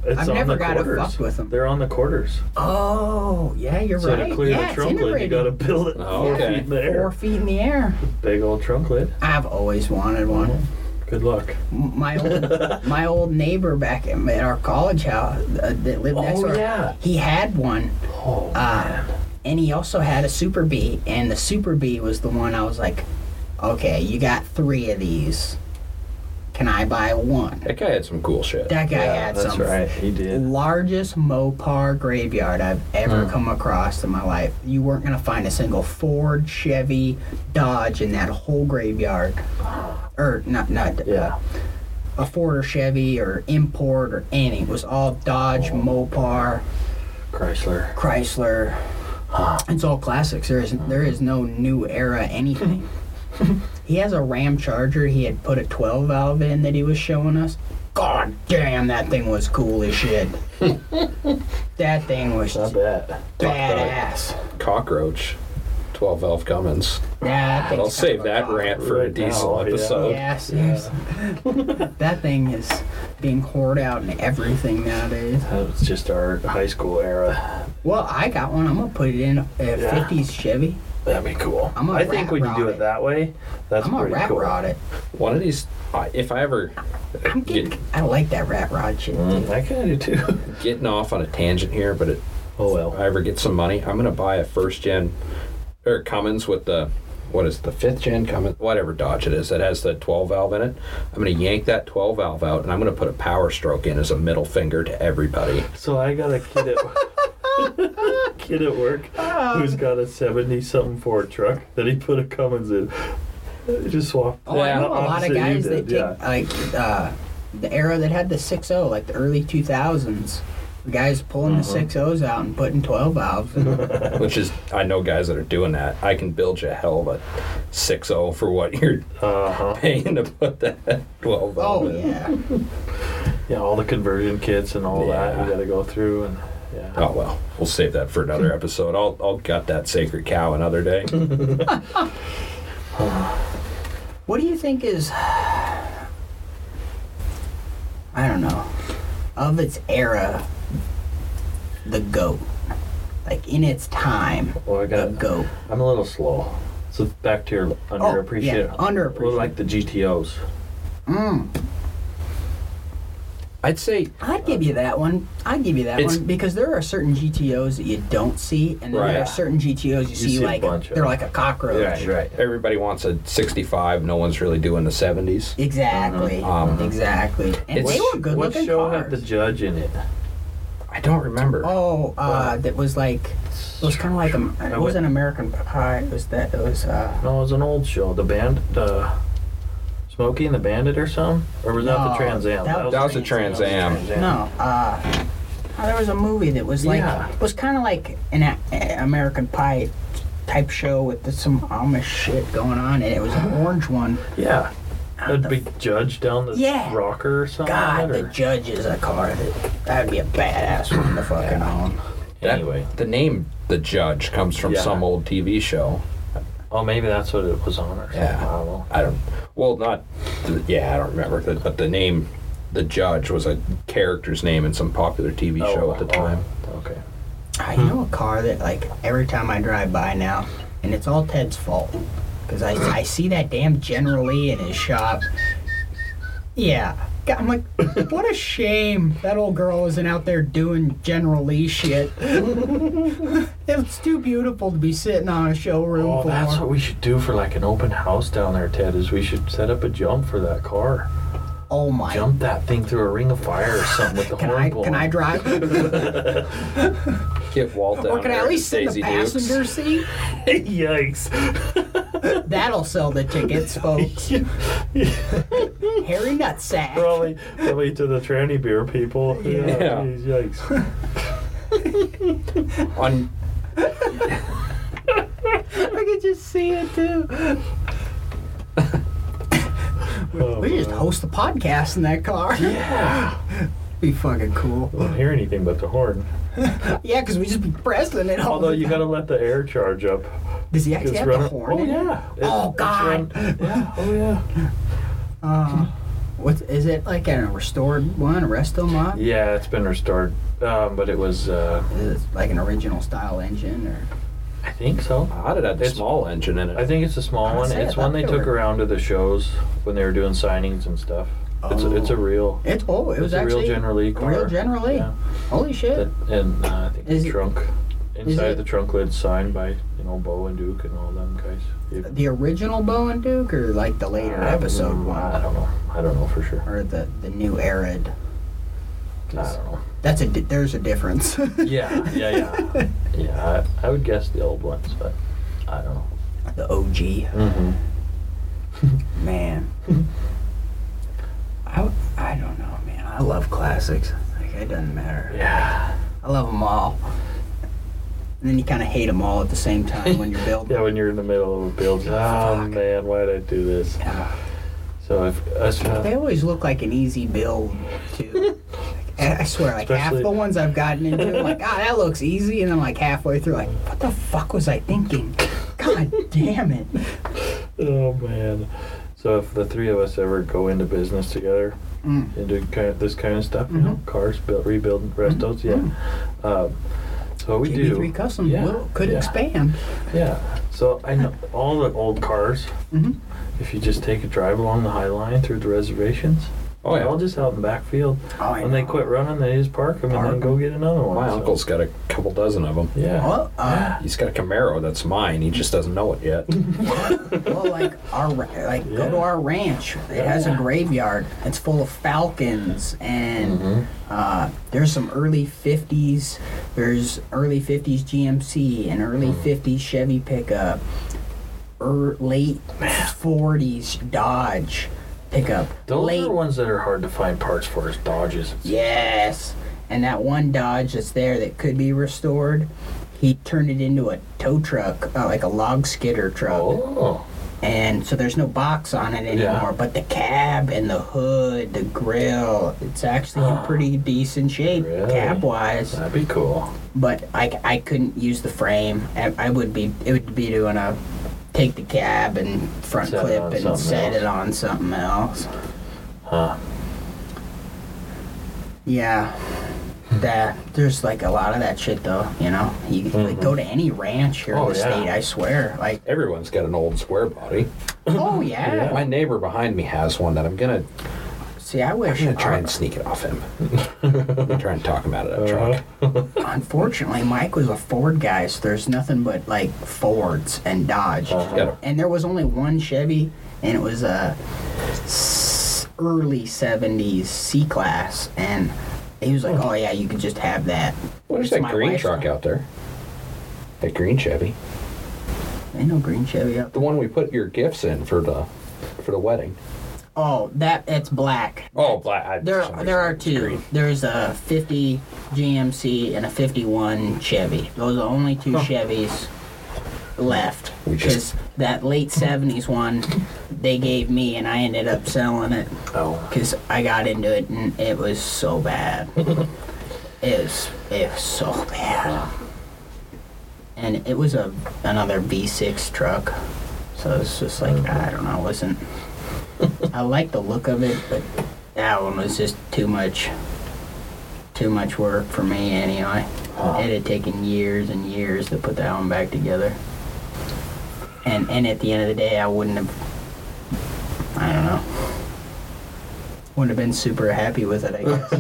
Speaker 3: it's
Speaker 1: I've
Speaker 3: on
Speaker 1: never
Speaker 3: the
Speaker 1: got it
Speaker 3: quarters.
Speaker 1: fucked with 'em.
Speaker 3: They're on the quarters.
Speaker 1: Oh, yeah, you're
Speaker 3: So
Speaker 1: right.
Speaker 3: to clear
Speaker 1: yeah,
Speaker 3: the
Speaker 1: it's
Speaker 3: trunk lid, you
Speaker 1: integrated.
Speaker 3: gotta build it
Speaker 2: Oh,
Speaker 3: four
Speaker 2: okay.
Speaker 3: feet in the
Speaker 1: Four
Speaker 3: air.
Speaker 1: feet in the air.
Speaker 3: Big old trunk lid.
Speaker 1: I've always wanted one.
Speaker 3: Good luck.
Speaker 1: M- My
Speaker 3: *laughs*
Speaker 1: old, my old neighbor back at, at our college house uh, that lived next
Speaker 3: Oh,
Speaker 1: door.
Speaker 3: yeah.
Speaker 1: He had one,
Speaker 3: Oh,
Speaker 1: Uh, and he also had a Super B, and the Super B was the one I was like, okay, you got three of these. Can I buy one?
Speaker 2: That guy had some cool shit.
Speaker 1: That guy
Speaker 3: yeah,
Speaker 1: had
Speaker 3: that's
Speaker 1: some
Speaker 3: right. He did.
Speaker 1: largest Mopar graveyard I've ever come across in my life. You weren't gonna find a single Ford, Chevy, Dodge in that whole graveyard, or not, not
Speaker 3: Yeah.
Speaker 1: a Ford or Chevy or import or anything. It was all Dodge, Mopar.
Speaker 3: Chrysler.
Speaker 1: Chrysler. It's all classics. There is there is no new era
Speaker 3: *laughs*
Speaker 1: anything. he has a Ram Charger. He had put a 12 valve in that he was showing us. God damn, that thing was cool as
Speaker 3: *laughs*
Speaker 1: shit. that thing was
Speaker 3: I bet.
Speaker 1: badass.
Speaker 2: Cockroach, 12 Elf Cummins.
Speaker 1: That
Speaker 2: But
Speaker 1: thing's
Speaker 2: I'll save
Speaker 1: kind of
Speaker 2: that
Speaker 1: a-
Speaker 2: rant for a
Speaker 3: Right now,
Speaker 2: diesel
Speaker 3: *laughs* yeah.
Speaker 2: episode.
Speaker 1: Yes, yes. that thing is. being poured out in everything nowadays.
Speaker 3: That was just our high school era.
Speaker 1: Well, I got one. I'm gonna put it in a
Speaker 3: Yeah.
Speaker 1: 50s Chevy.
Speaker 3: That'd be cool.
Speaker 1: I'm a
Speaker 3: I think
Speaker 1: rat
Speaker 3: when you
Speaker 1: rod
Speaker 3: do
Speaker 1: it.
Speaker 3: it that way, that's
Speaker 1: I'm gonna
Speaker 3: pretty
Speaker 1: rat
Speaker 3: cool.
Speaker 1: rod it.
Speaker 2: One of these, I- if I ever
Speaker 1: I'm getting,
Speaker 2: Get-
Speaker 1: I like that rat rod shit.
Speaker 3: Mm, I kind of do too. *laughs*
Speaker 2: getting off on a tangent here, but it,
Speaker 3: Oh
Speaker 2: if
Speaker 3: well.
Speaker 2: I ever get some money, I'm gonna buy a first gen or Cummins with the what is it, the fifth gen Cummins, whatever Dodge it is that has the 12 valve in it. I'm gonna yank that 12 valve out and I'm gonna put a power stroke in as a middle finger
Speaker 1: *laughs*
Speaker 2: to everybody.
Speaker 3: So I got a kid at *laughs* kid at work
Speaker 1: Ah.
Speaker 3: who's got a seventy something Ford truck that he put a Cummins in. He just swapped.
Speaker 1: Oh, I
Speaker 2: Yeah,
Speaker 1: know a lot
Speaker 3: opposite
Speaker 1: of
Speaker 3: you
Speaker 1: guys that
Speaker 3: did,
Speaker 1: take
Speaker 3: yeah.
Speaker 1: like uh, the era that had the 6.0, like the early 2000s. The guys pulling the 6.0s out and putting 12 valves. in.
Speaker 2: Which is I know guys that are doing that. I can build you a hell of a 6.0 for what *laughs* you're
Speaker 3: Uh huh.
Speaker 2: paying to put that *laughs* 12 valve
Speaker 1: oh
Speaker 2: in.
Speaker 1: yeah,
Speaker 3: Yeah, all the conversion kits and all that
Speaker 2: Yeah.
Speaker 3: you got to go through and yeah.
Speaker 2: Oh well, we'll save that
Speaker 1: *laughs*
Speaker 2: for another episode. I'll I'll gut that sacred cow another day.
Speaker 1: what do you think is? *sighs* I don't know. Of its era, the goat. Like in its time,
Speaker 3: Well, I
Speaker 1: the
Speaker 3: got.
Speaker 1: goat.
Speaker 3: I'm a little slow. So back to your underappreciated.
Speaker 1: Oh, yeah, underappreciated.
Speaker 3: Well, like the GTOs.
Speaker 1: Mm.
Speaker 2: I'd say
Speaker 1: I'd give you that one. I'd give you that
Speaker 2: It's-
Speaker 1: one because there are certain GTOs that you don't see, and then there
Speaker 2: Right.
Speaker 1: are certain GTOs you, see,
Speaker 3: see a
Speaker 1: like
Speaker 3: bunch of
Speaker 1: they're
Speaker 3: them.
Speaker 1: like a cockroach.
Speaker 2: Right, right. Everybody wants a 65. No one's really doing the 70s.
Speaker 1: Exactly.
Speaker 3: Uh-huh.
Speaker 2: Um,
Speaker 1: exactly. And
Speaker 2: It's-
Speaker 1: they were good
Speaker 3: what
Speaker 1: looking
Speaker 3: show
Speaker 1: cars.
Speaker 3: had the judge in it?
Speaker 2: I don't remember.
Speaker 1: oh, uh, that was like it was kind of like a, it
Speaker 3: I
Speaker 1: was an
Speaker 3: went-
Speaker 1: American Pie. It was that it was uh,
Speaker 3: No, it was an old show. The band, the Smokey and the Bandit, or something, or was that
Speaker 1: No,
Speaker 3: the Trans Am?
Speaker 1: that
Speaker 2: that was a
Speaker 1: Trans
Speaker 2: Trans Am.
Speaker 1: no uh. oh, there was a movie that was like
Speaker 3: Yeah.
Speaker 1: it was kind of like an a- a- American Pie type show with some Amish shit going on, and it was an orange one.
Speaker 3: Yeah, that big judge down the
Speaker 1: Yeah.
Speaker 3: rocker or something.
Speaker 1: God,
Speaker 3: or,
Speaker 1: the judge is a car that that'd be a badass one to fucking own.
Speaker 2: That-
Speaker 3: anyway,
Speaker 2: the name The Judge comes from
Speaker 3: Yeah.
Speaker 2: some old TV show.
Speaker 3: oh maybe that's what it was on or something.
Speaker 2: Yeah.
Speaker 3: I don't know.
Speaker 2: I don't. Well, not. th- Yeah, I don't remember. But, but the name The Judge was a character's name in some popular TV show at the time.
Speaker 3: Oh, okay.
Speaker 1: I
Speaker 3: Hmm.
Speaker 1: know a car that like every time I drive by now, and it's all Ted's fault because I I see that damn General Lee in his shop. Yeah, God, I'm like, *laughs* what a shame that old girl isn't out there doing General Lee shit. *laughs* it's too beautiful to be sitting on a showroom
Speaker 3: Oh,
Speaker 1: floor.
Speaker 3: that's what we should do for like an open house down there, Ted. Is we should set up a jump for that car.
Speaker 1: oh my.
Speaker 3: Jump that thing through a ring of fire or something with the
Speaker 1: Can
Speaker 3: horn
Speaker 1: I
Speaker 3: blowing.
Speaker 1: can I drive?
Speaker 2: Get Walt down
Speaker 1: or can I
Speaker 2: there
Speaker 1: at least
Speaker 2: with
Speaker 1: sit in the
Speaker 2: Daisy Dukes.
Speaker 1: passenger seat?
Speaker 3: *laughs* Yikes! *laughs*
Speaker 1: That'll sell the tickets, folks. Harry Nutsack.
Speaker 3: Probably, probably to the tranny beer people. Yeah.
Speaker 2: Yeah.
Speaker 3: geez,
Speaker 1: *laughs*
Speaker 3: yikes.
Speaker 2: On
Speaker 1: I could just see it too.
Speaker 3: Oh,
Speaker 1: We just host a podcast in that car.
Speaker 3: yeah.
Speaker 1: *laughs* Be fucking cool.
Speaker 3: Don't hear anything but the horn.
Speaker 1: Yeah, because we just be pressing it. all
Speaker 3: Although
Speaker 1: the
Speaker 3: you
Speaker 1: time.
Speaker 3: gotta let the air charge up.
Speaker 1: Does he actually
Speaker 3: It's
Speaker 1: have
Speaker 3: run-
Speaker 1: the horn?
Speaker 3: Oh
Speaker 1: in it?
Speaker 3: yeah. It-
Speaker 1: Oh,
Speaker 3: it's
Speaker 1: God.
Speaker 3: run- yeah. Oh yeah.
Speaker 1: Uh, what is it like? A restored one, a resto mod?
Speaker 3: Yeah, it's been restored, um, but it was. Uh,
Speaker 1: Is it like an original style engine, or
Speaker 3: I think so.
Speaker 2: how did that
Speaker 3: It's-
Speaker 2: small engine in it?
Speaker 3: I think it's a small
Speaker 1: gonna
Speaker 3: one.
Speaker 1: say, I
Speaker 3: It's
Speaker 1: thought
Speaker 3: one they
Speaker 1: they
Speaker 3: took
Speaker 1: were-
Speaker 3: around to the shows when they were doing signings and stuff. It's
Speaker 1: Oh.
Speaker 3: a, it's a real.
Speaker 1: it's oh, it was
Speaker 3: it's a real
Speaker 1: actually
Speaker 3: General Lee
Speaker 1: a
Speaker 3: car.
Speaker 1: real General Lee.
Speaker 3: Yeah.
Speaker 1: Holy shit!
Speaker 3: That, and uh, I think
Speaker 1: Is
Speaker 3: the
Speaker 1: it-
Speaker 3: trunk
Speaker 1: it-
Speaker 3: inside the trunk lid signed by you know Bo and Duke and all them guys. If-
Speaker 1: The original Bow and Duke, or like the later
Speaker 3: I-
Speaker 1: episode
Speaker 3: mm, I
Speaker 1: one,
Speaker 3: don't know. I don't know for sure.
Speaker 1: or the the new Arid.
Speaker 3: I don't know.
Speaker 1: That's a di- there's a difference. *laughs*
Speaker 3: Yeah, yeah, yeah, *laughs* yeah. I, I would guess the old ones, but I don't know.
Speaker 1: the OG
Speaker 3: Mm-hmm.
Speaker 1: man. I w- I don't know, man. I love classics. Like it doesn't matter.
Speaker 3: Yeah,
Speaker 1: I love them all. And then you kind of hate them all at the same time when you're
Speaker 3: *laughs*
Speaker 1: building.
Speaker 3: yeah. When you're in the middle of a build, oh man, why did I do this?
Speaker 1: Yeah.
Speaker 3: So if uh, us,
Speaker 1: They always look like an easy build too. Like, I I swear, like half
Speaker 3: Especially-
Speaker 1: the ones I've gotten into, I'm like, ah, that looks easy, and I'm like halfway through, like, what the fuck was I thinking? God damn it!
Speaker 3: oh man. So if the three of us ever go into business together,
Speaker 1: Mm. Mm-hmm.
Speaker 3: into kind of this kind of stuff. You know, cars built, rebuilding restos. Yeah. Um, so we do.
Speaker 1: KB3 Custom
Speaker 3: Yeah,
Speaker 1: will, could
Speaker 3: yeah.
Speaker 1: expand.
Speaker 3: Yeah. So I know all the old cars.
Speaker 1: Mhm.
Speaker 3: If you just take a drive along the High Line through the reservations,
Speaker 2: Oh,
Speaker 3: they're all
Speaker 2: yeah.
Speaker 3: just out in backfield.
Speaker 1: Oh, I
Speaker 3: When they
Speaker 1: know.
Speaker 3: quit running, they just park them and
Speaker 1: Park
Speaker 3: then go get another one.
Speaker 2: My
Speaker 3: so-
Speaker 2: uncle's got a couple dozen of them.
Speaker 3: Yeah.
Speaker 1: Well, uh,
Speaker 2: He's got a Camaro that's mine. He just doesn't know it yet.
Speaker 1: well, like our ra- like go to
Speaker 3: Yeah.
Speaker 1: our ranch. It has a
Speaker 3: Yeah.
Speaker 1: graveyard. It's full of falcons and
Speaker 3: Mm-hmm.
Speaker 1: uh, there's some early '50s. There's early '50s GMC and early
Speaker 3: Mm.
Speaker 1: '50s Chevy pickup, er, late '40s Dodge pickup.
Speaker 3: Those
Speaker 1: late
Speaker 3: are ones that are hard to find parts for. Is Dodges.
Speaker 1: Yes. And that one Dodge that's there that could be restored, he turned it into a tow truck, uh, like a log skidder truck.
Speaker 3: Oh.
Speaker 1: And so there's no box on it anymore, but the cab and the hood, the grill, it's actually in pretty decent shape
Speaker 3: Really?
Speaker 1: cab wise.
Speaker 3: That'd be cool.
Speaker 1: But I, I couldn't use the frame. I, I would be, it would be doing a take the cab and front
Speaker 3: Set it
Speaker 1: clip
Speaker 3: on
Speaker 1: and
Speaker 3: something
Speaker 1: set
Speaker 3: else.
Speaker 1: it on something else.
Speaker 3: Huh.
Speaker 1: Yeah. That there's like a lot of that shit though, you know. You like go to any ranch here
Speaker 3: Mm-hmm. Oh,
Speaker 1: in the
Speaker 3: yeah.
Speaker 1: state, I swear. Like,
Speaker 2: Everyone's got an old square body.
Speaker 1: oh yeah.
Speaker 3: *laughs* Yeah.
Speaker 2: My neighbor behind me has one that I'm gonna
Speaker 1: See, I
Speaker 2: I'm
Speaker 1: wish.
Speaker 2: gonna try and sneak it off him. *laughs* I'm gonna try and talk him out of that
Speaker 1: Uh-huh.
Speaker 2: truck.
Speaker 1: Unfortunately, Mike was a Ford guy, so there's nothing but like Fords and Dodge.
Speaker 2: Yeah.
Speaker 1: And there was only one Chevy, and it was a s- early '70s C class, and he was like, "Oh yeah, you could just have that."
Speaker 2: What is
Speaker 1: It's
Speaker 2: that
Speaker 1: my
Speaker 2: green
Speaker 1: wife's-
Speaker 2: truck out there? That green Chevy.
Speaker 1: Ain't no green Chevy up.
Speaker 2: The one we put your gifts in for the for the wedding.
Speaker 1: Oh, that it's black.
Speaker 2: Oh, black. I,
Speaker 1: There,
Speaker 2: for some
Speaker 1: there
Speaker 2: reason
Speaker 1: are
Speaker 2: it's
Speaker 1: two.
Speaker 2: green.
Speaker 1: There's a 50 GMC and a 51 Chevy. Those are the only two Chevys left.
Speaker 2: We just-
Speaker 1: Because that late 70s one they gave me, and I ended up selling it
Speaker 3: Oh.
Speaker 1: because I got into it, and it was so bad. it was, it was so bad. And it was a another V6 truck, so it's just like I don't know. It wasn't. I like the look of it, but that one was just too much. Too much work for me, anyway. It had taken years and years to put that one back together. And and at the end of the day, I wouldn't have. I don't know. Wouldn't have been super happy with it, I
Speaker 3: *laughs*
Speaker 1: guess.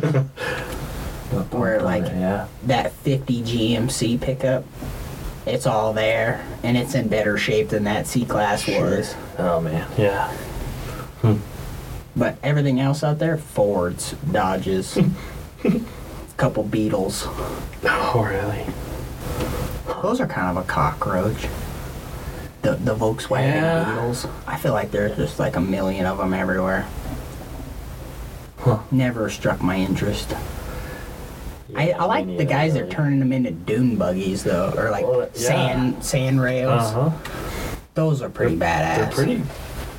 Speaker 1: Where, like-
Speaker 3: Yeah.
Speaker 1: that 50 GMC pickup, it's all there, and it's in better shape than that C class was.
Speaker 3: Oh man. Yeah.
Speaker 1: But everything else out there, Fords,
Speaker 3: *laughs*
Speaker 1: Dodges, couple Beetles.
Speaker 3: Oh really?
Speaker 1: Those are kind of a cockroach. The the Volkswagen
Speaker 3: Yeah.
Speaker 1: Beetles. I feel like there's just like a million of them everywhere.
Speaker 3: Huh.
Speaker 1: Never struck my interest. I, I like the guys that are turning them into dune buggies though, or like
Speaker 3: Well, yeah.
Speaker 1: sand sand rails.
Speaker 3: Uh huh.
Speaker 1: Those are pretty badass.
Speaker 3: They're pretty.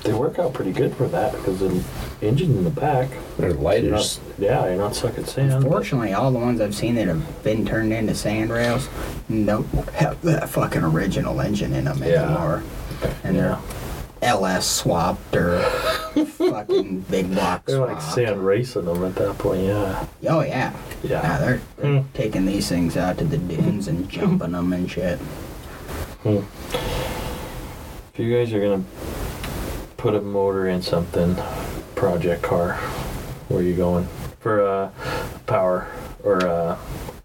Speaker 3: They work out pretty good for that because the engine in the back.
Speaker 2: They're
Speaker 3: you're not-
Speaker 2: lighters.
Speaker 3: yeah, you're not sucking sand.
Speaker 1: Fortunately, all the ones I've seen that have been turned into sand rails don't have that fucking original engine in them
Speaker 2: Yeah.
Speaker 1: anymore. And
Speaker 3: Yeah.
Speaker 1: they're LS swapped or fucking big block
Speaker 3: They're like
Speaker 1: swapped.
Speaker 3: sand racing them at that point. Yeah.
Speaker 1: Oh, yeah.
Speaker 3: Yeah. Hmm.
Speaker 1: Nah, they're, they're taking these things out to the dunes and jumping them and shit.
Speaker 3: If you guys are gonna put a motor in something, project car, where are you going for uh, power or uh,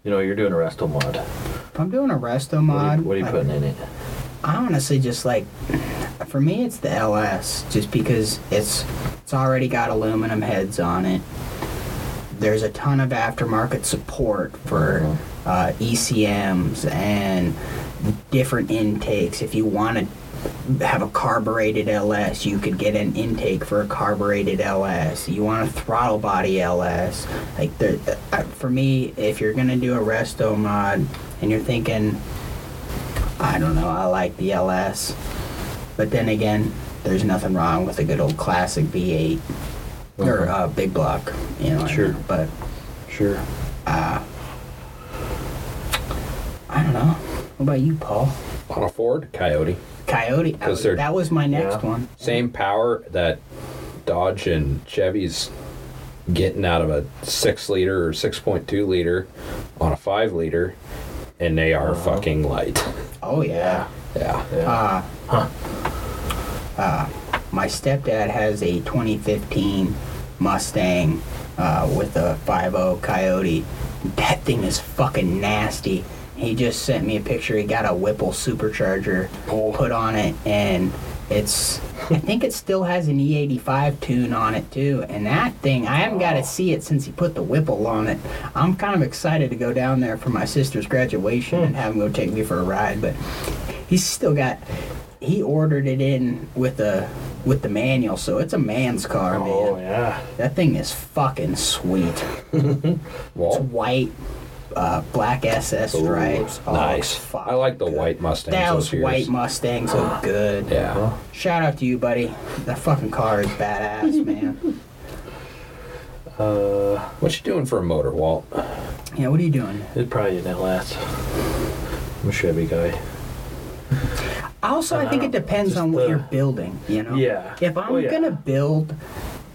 Speaker 3: you know you're doing a resto mod?
Speaker 1: If I'm doing a resto
Speaker 3: What are
Speaker 1: mod,
Speaker 3: you, what are you
Speaker 1: like,
Speaker 3: putting in it?
Speaker 1: I honestly just like, for me, it's the LS, just because it's it's already got aluminum heads on it. There's a ton of aftermarket support for uh, ECMs and different intakes. If you want to have a carbureted LS, you could get an intake for a carbureted LS. You want a throttle body LS. Like the, uh, for me, if you're gonna do a resto mod and you're thinking I don't know. I like the LS. But then again, there's nothing wrong with a good old classic V8 or uh, big block. You know. what I mean?
Speaker 3: Sure.
Speaker 1: But
Speaker 3: Sure.
Speaker 1: I don't know. What about you, Paul?
Speaker 2: On a Ford Coyote.
Speaker 1: Coyote. I,
Speaker 2: 'Cause they're-
Speaker 1: that was my next
Speaker 3: yeah.
Speaker 1: one.
Speaker 2: Same power that Dodge and Chevy's getting out of a six liter or six point two liter on a five liter, and they are
Speaker 1: Uh-huh.
Speaker 2: fucking light. *laughs*
Speaker 1: Oh yeah.
Speaker 2: Yeah.
Speaker 1: Uh, uh, my stepdad has a 2015 Mustang uh, with a 5.0 Coyote. That thing is fucking nasty. He just sent me a picture. He got a Whipple supercharger put on it, and it's. I think it still has an E85 tune on it too. And that thing, I haven't got to see it since he put the Whipple on it. I'm kind of excited to go down there for my sister's graduation and have him go take me for a ride. But he's still got he ordered it in with a with the manual so it's a man's car
Speaker 3: Oh
Speaker 1: man
Speaker 3: yeah.
Speaker 1: that thing is fucking sweet it's
Speaker 2: Well,
Speaker 1: white uh, black ss
Speaker 2: ooh,
Speaker 1: stripes Oh, it's
Speaker 2: nice.
Speaker 1: fucking
Speaker 2: I like the
Speaker 1: good.
Speaker 2: white Mustangs.
Speaker 1: those
Speaker 2: those years.
Speaker 1: white mustangs look good
Speaker 3: uh-huh.
Speaker 2: Yeah.
Speaker 1: shout out to you buddy that fucking car is badass
Speaker 2: *laughs*
Speaker 1: man
Speaker 3: Uh,
Speaker 2: What you doing for a motor, Walt?
Speaker 1: yeah what are you doing
Speaker 3: it's probably an LS. I'm a Chevy guy.
Speaker 1: Also, I
Speaker 3: I
Speaker 1: think it
Speaker 3: don't-
Speaker 1: depends
Speaker 3: just
Speaker 1: on what
Speaker 3: the-
Speaker 1: you're building. You know.
Speaker 3: Yeah.
Speaker 1: If I'm
Speaker 3: Oh, yeah.
Speaker 1: gonna build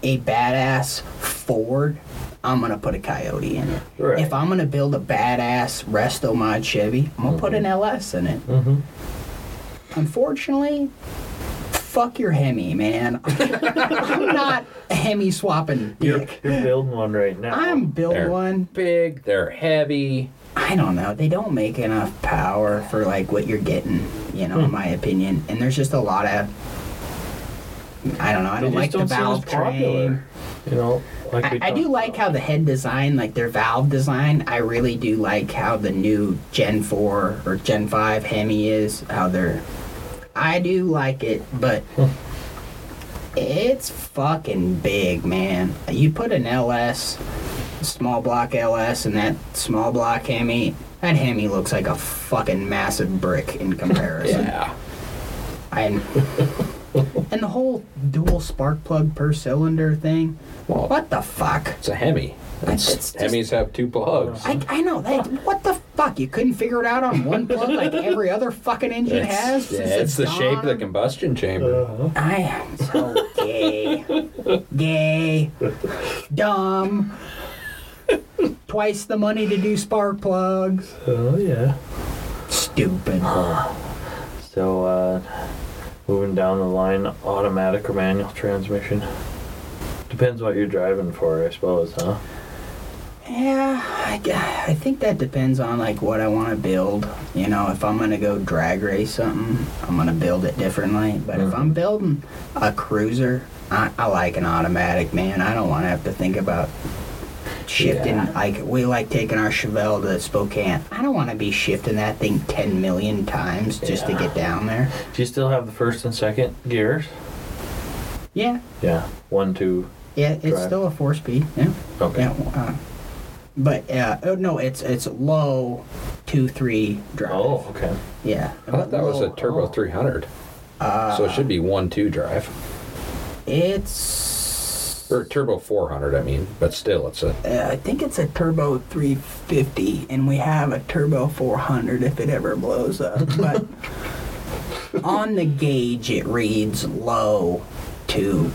Speaker 1: a badass Ford, I'm gonna put a Coyote in it.
Speaker 3: Right.
Speaker 1: If I'm gonna build a badass resto mod Chevy, I'm gonna put an LS in it.
Speaker 3: Mm-hmm.
Speaker 1: Unfortunately, fuck your Hemi, man. *laughs* I'm not a Hemi swapping
Speaker 3: You're,
Speaker 1: dick. *laughs*
Speaker 3: you're building one right now.
Speaker 1: I'm build
Speaker 2: There.
Speaker 1: one.
Speaker 2: Big. They're heavy.
Speaker 1: I don't know. They don't make enough power for like what you're getting, you
Speaker 3: Hmm.
Speaker 1: know, in my opinion. And there's just a lot of I don't know. I
Speaker 3: They
Speaker 1: don't
Speaker 3: just
Speaker 1: like the
Speaker 3: don't seem as
Speaker 1: valve train.
Speaker 3: You know, like we
Speaker 1: I, I do
Speaker 3: talked
Speaker 1: like how the head design, like their valve design, I really do like how the new Gen 4 or Gen 5 Hemi is, how they're. I do like it, but
Speaker 2: Hmm.
Speaker 1: it's fucking big, man. You put an LS, small block LS, and that small block Hemi, that Hemi looks like a fucking massive brick in comparison.
Speaker 2: *laughs* Yeah. *laughs*
Speaker 1: And and the whole dual spark plug per cylinder thing.
Speaker 2: Well-
Speaker 1: what the fuck?
Speaker 2: It's a Hemi. It's,
Speaker 1: It's just-
Speaker 2: Hemis have two plugs.
Speaker 1: I, I know that. What the fuck? You couldn't figure it out on one plug
Speaker 2: *laughs*
Speaker 1: like every other fucking engine has.
Speaker 2: It's, yeah,
Speaker 1: since
Speaker 2: it's the shape of the
Speaker 1: gone?
Speaker 2: combustion chamber.
Speaker 3: Uh-huh.
Speaker 1: I am so gay, gay, dumb.
Speaker 2: *laughs*
Speaker 1: Twice the money to do spark plugs.
Speaker 3: Oh yeah.
Speaker 1: Stupid.
Speaker 3: So uh, moving down the line, automatic or manual transmission. Depends what you're driving for, I suppose, huh?
Speaker 1: Yeah, I, gu- I think that depends on like what I want to build. You know, if I'm gonna go drag race something, I'm gonna build it differently. But if I'm building a cruiser, I, I like an automatic, man. I don't want to have to think about shifting.
Speaker 2: Yeah.
Speaker 1: Like we like taking our Chevelle to Spokane. I don't want to be shifting that thing ten million times just to
Speaker 3: Yeah.
Speaker 1: get down there.
Speaker 3: Do you still have the first and second gears?
Speaker 1: Yeah,
Speaker 3: Yeah. One, two.
Speaker 1: yeah, it's
Speaker 3: Drive.
Speaker 1: still a four speed. Yeah.
Speaker 3: Okay.
Speaker 1: Yeah, uh, but uh, oh, no, it's it's low two three drive.
Speaker 3: Oh, okay.
Speaker 1: Yeah.
Speaker 2: I thought that was a
Speaker 1: low-
Speaker 2: turbo 300.
Speaker 1: Uh,
Speaker 2: so it should be one two drive
Speaker 1: It's.
Speaker 2: or turbo 400. I mean, but still, it's a
Speaker 1: Uh, I think it's a turbo 350, and we have a turbo 400 if it ever blows up. *laughs* But on the gauge, it reads low two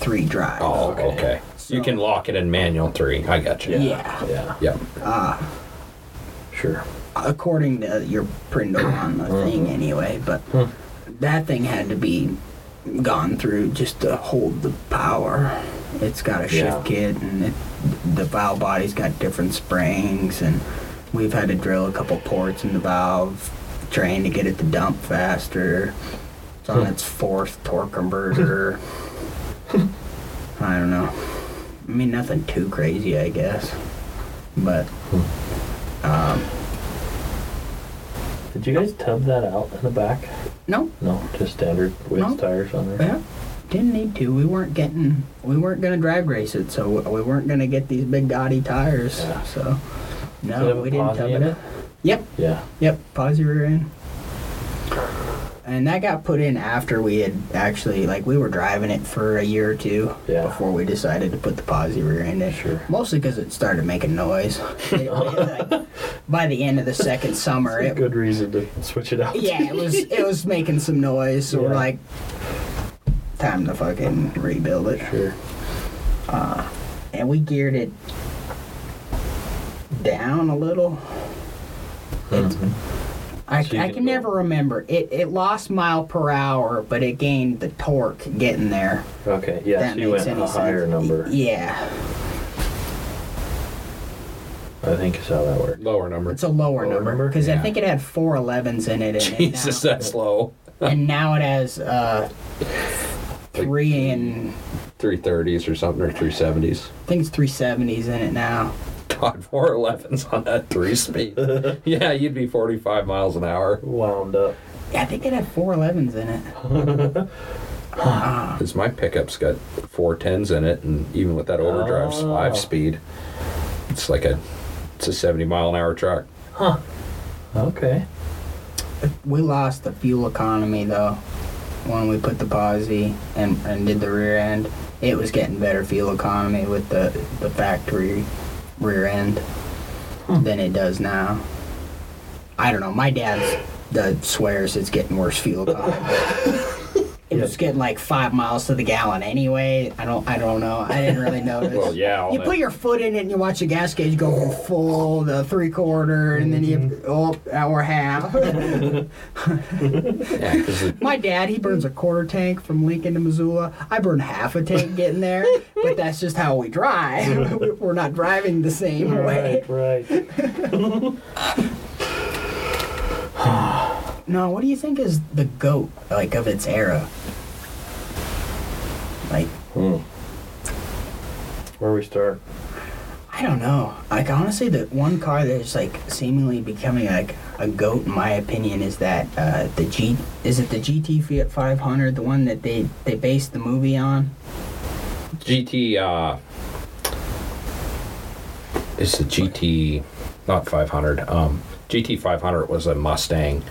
Speaker 1: three drive.
Speaker 2: oh okay.
Speaker 3: Okay.
Speaker 2: you can lock it in manual three. I got you.
Speaker 1: Yeah.
Speaker 3: Yeah.
Speaker 2: Yep.
Speaker 3: Sure.
Speaker 1: according to your Prindle on the thing anyway, but that thing had to be gone through just to hold the power. It's got a shift
Speaker 3: Yeah.
Speaker 1: kit and it, the valve body's got different springs and we've had to drill a couple ports in the valve train to get it to dump faster. It's on its fourth torque converter. I don't know. I mean nothing too crazy I guess. But
Speaker 3: Did you guys tub that out in the back?
Speaker 1: no,
Speaker 3: No, just standard with
Speaker 1: No.
Speaker 3: tires on there.
Speaker 1: Yeah, didn't need to. We weren't getting, we weren't gonna drag race it, so we weren't gonna get these big gaudy tires.
Speaker 3: Yeah.
Speaker 1: So,
Speaker 3: Did it
Speaker 1: no,
Speaker 3: have a
Speaker 1: we didn't
Speaker 3: posi
Speaker 1: tub
Speaker 3: in
Speaker 1: it
Speaker 3: it?
Speaker 1: up. Yep,
Speaker 3: Yeah.
Speaker 1: yep, posy rear end. And that got put in after we had actually, like, we were driving it for a year or two
Speaker 3: Yeah.
Speaker 1: before we decided to put the posy rear end in.
Speaker 3: Sure.
Speaker 1: Mostly because it started making
Speaker 3: *laughs*
Speaker 1: noise. It- it, like, by the end of the second summer, it
Speaker 3: Good reason to switch it out. *laughs*
Speaker 1: yeah, it was it was making some noise, so we're
Speaker 3: Yeah. Hmm.
Speaker 1: like, time to fucking rebuild it.
Speaker 3: Sure.
Speaker 1: and we geared it down a little. It's- I,
Speaker 3: So you
Speaker 1: I
Speaker 3: can
Speaker 1: can
Speaker 3: go-
Speaker 1: never remember. It it lost mile per hour, but it gained the torque getting there.
Speaker 3: Okay, yeah,
Speaker 1: that
Speaker 3: so you
Speaker 1: makes
Speaker 3: went
Speaker 1: any
Speaker 3: a higher
Speaker 1: sense.
Speaker 3: number.
Speaker 1: Yeah,
Speaker 3: I think is how that worked.
Speaker 2: Lower number.
Speaker 1: it's a lower,
Speaker 3: Lower
Speaker 1: number
Speaker 3: number?
Speaker 1: because I
Speaker 2: Yeah.
Speaker 1: think it had four 11s in it.
Speaker 3: *laughs*
Speaker 1: And
Speaker 2: *laughs* Jesus,
Speaker 1: it now,
Speaker 2: that's low.
Speaker 1: and now it has uh, three and
Speaker 2: 330s or something, or 370s.
Speaker 1: I think it's three seventies in it now.
Speaker 2: God, 411s on that
Speaker 1: *laughs*
Speaker 2: three speed. yeah, you'd be 45 miles an hour.
Speaker 3: Wound up.
Speaker 1: Yeah, I think it had four 11s in it.
Speaker 2: Because my pickup's got 410s in it, and even with that overdrive's
Speaker 1: Ah.
Speaker 3: Oh.
Speaker 2: five speed, it's like a it's a 70 mile an hour truck.
Speaker 3: Okay.
Speaker 1: We lost the fuel economy though when we put the posi and, and did the rear end. It was getting better fuel economy with the, the factory rear end
Speaker 2: Hmm.
Speaker 1: than it does now. I don't know. My dad the swears it's getting worse fuel economy.
Speaker 2: *laughs*
Speaker 1: but It was getting like five miles to the gallon anyway. I don't. I don't know. I didn't really notice.
Speaker 2: *laughs* Well, yeah, all
Speaker 1: You
Speaker 2: that-
Speaker 1: put your foot in it and you watch the gas gauge go from full to three quarter, and then
Speaker 2: Mm-hmm.
Speaker 1: you oh hour half. *laughs*
Speaker 2: Yeah, because
Speaker 1: My dad, he burns a quarter tank from Lincoln to Missoula. I burn half a tank getting there, but that's just how we drive. *laughs* We're not driving the same way.
Speaker 3: Right, right.
Speaker 1: No, what do you think is the goat like of its era? Like
Speaker 3: Where we start?
Speaker 1: I don't know. Like honestly, the one car that is like seemingly becoming like a goat, in my opinion, is that uh, the G. Is it the GT Fiat 500, the one that they they based the movie on?
Speaker 2: GT, uh, it's the GT, not 500. Um, GT 500 was a Mustang.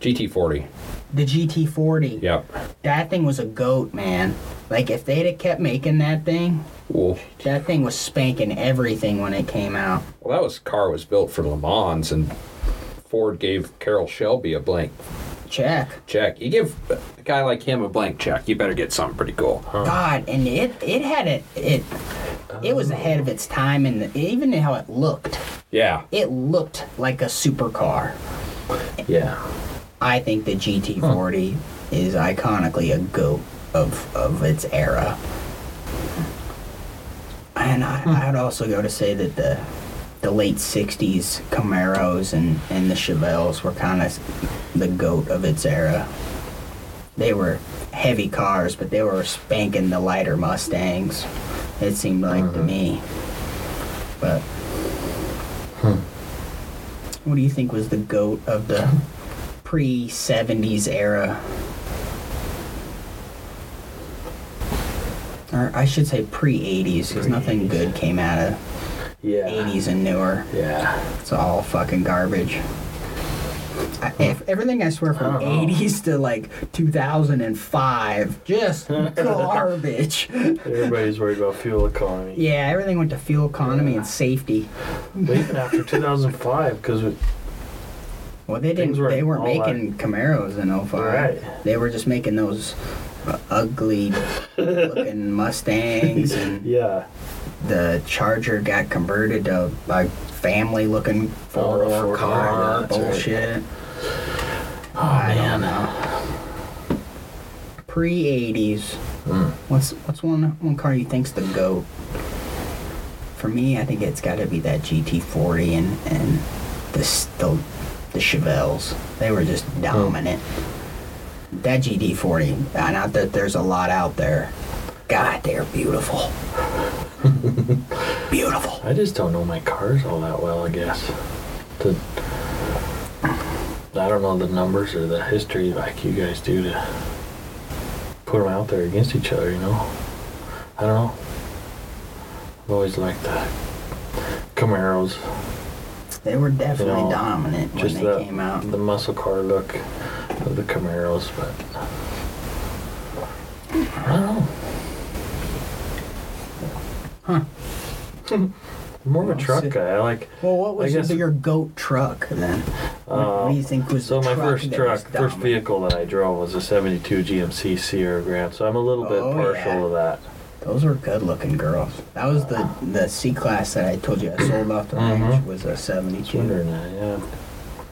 Speaker 2: GT 40.
Speaker 1: The GT40.
Speaker 2: Yep.
Speaker 1: That thing was a goat, man. Like if they'd have kept making that thing,
Speaker 2: Well,
Speaker 1: that thing was spanking everything when it came out.
Speaker 2: Well, that was car was built for Le Mans, and Ford gave Carroll Shelby a blank
Speaker 1: Check.
Speaker 2: check. You give a guy like him a blank check, you better get something pretty cool.
Speaker 1: God, and it it had it it it was ahead of its time and the, even how it looked.
Speaker 2: Yeah,
Speaker 1: It looked like a supercar.
Speaker 3: Yeah.
Speaker 1: I think the GT40 is iconically a goat of of its era. And I, I'd also go to say that the the late '60s Camaros and and the Chevelles were kind of the goat of its era. They were heavy cars, but they were spanking the lighter Mustangs. It seemed like to me. But what do you think was the goat of the pre '70s era? Or I should say pre '80s, because nothing good came out of
Speaker 3: Yeah.
Speaker 1: '80s and newer.
Speaker 3: Yeah.
Speaker 1: It's all fucking garbage. I, if everything I swear from
Speaker 3: Oh.
Speaker 1: '80s to like 2005,
Speaker 3: *laughs*
Speaker 1: just garbage.
Speaker 3: Everybody's worried about fuel economy.
Speaker 1: Yeah, everything went to fuel economy and safety.
Speaker 3: But even after 2005, because
Speaker 1: Well, they didn't.
Speaker 3: Things were
Speaker 1: they weren't
Speaker 3: all that-
Speaker 1: making Camaros in 05.
Speaker 3: Right.
Speaker 1: They were just making those uh, ugly looking Mustangs, and
Speaker 3: yeah,
Speaker 1: the Charger got converted to like family looking four
Speaker 3: Oh,
Speaker 1: door
Speaker 3: Ford
Speaker 1: car
Speaker 3: Ford, that's right. Oh,
Speaker 1: bullshit. I don't know. Pre '80s.
Speaker 3: Hmm.
Speaker 1: What's what's one one car you think's the goat? For me, I think it's got to be that GT40 and and the s- the the Chevelles. They were just
Speaker 3: Hmm.
Speaker 1: dominant. That GT40. uh, Not that there's a lot out there. God, they're beautiful. beautiful.
Speaker 3: I just don't know my cars all that well. I guess the I don't know the numbers or the history like you guys do to put them out there against each other. You know, I don't know. I've always liked the Camaros,
Speaker 1: They were definitely
Speaker 3: know,
Speaker 1: dominant when
Speaker 3: just
Speaker 1: they
Speaker 3: the
Speaker 1: came out.
Speaker 3: the muscle car look of the Camaros, but I don't know.
Speaker 1: Huh.
Speaker 3: I'm *laughs* more of
Speaker 1: Well,
Speaker 3: a truck
Speaker 1: see-
Speaker 3: guy. I like
Speaker 1: Well, what was
Speaker 3: guess- Uh,
Speaker 1: your goat truck then? What, what do you think was
Speaker 3: So
Speaker 1: the
Speaker 3: my
Speaker 1: truck that
Speaker 3: first
Speaker 1: was
Speaker 3: truck, first
Speaker 1: dominant?
Speaker 3: vehicle that I drove was a '72 GMC Sierra Grand. So I'm a little bit
Speaker 1: Oh,
Speaker 3: partial
Speaker 1: yeah.
Speaker 3: to that.
Speaker 1: Those were good looking girls. That was the the C class that I told you I sold off the range
Speaker 3: Mhm.
Speaker 1: was a
Speaker 3: It's
Speaker 1: 72.
Speaker 3: wondering that, yeah.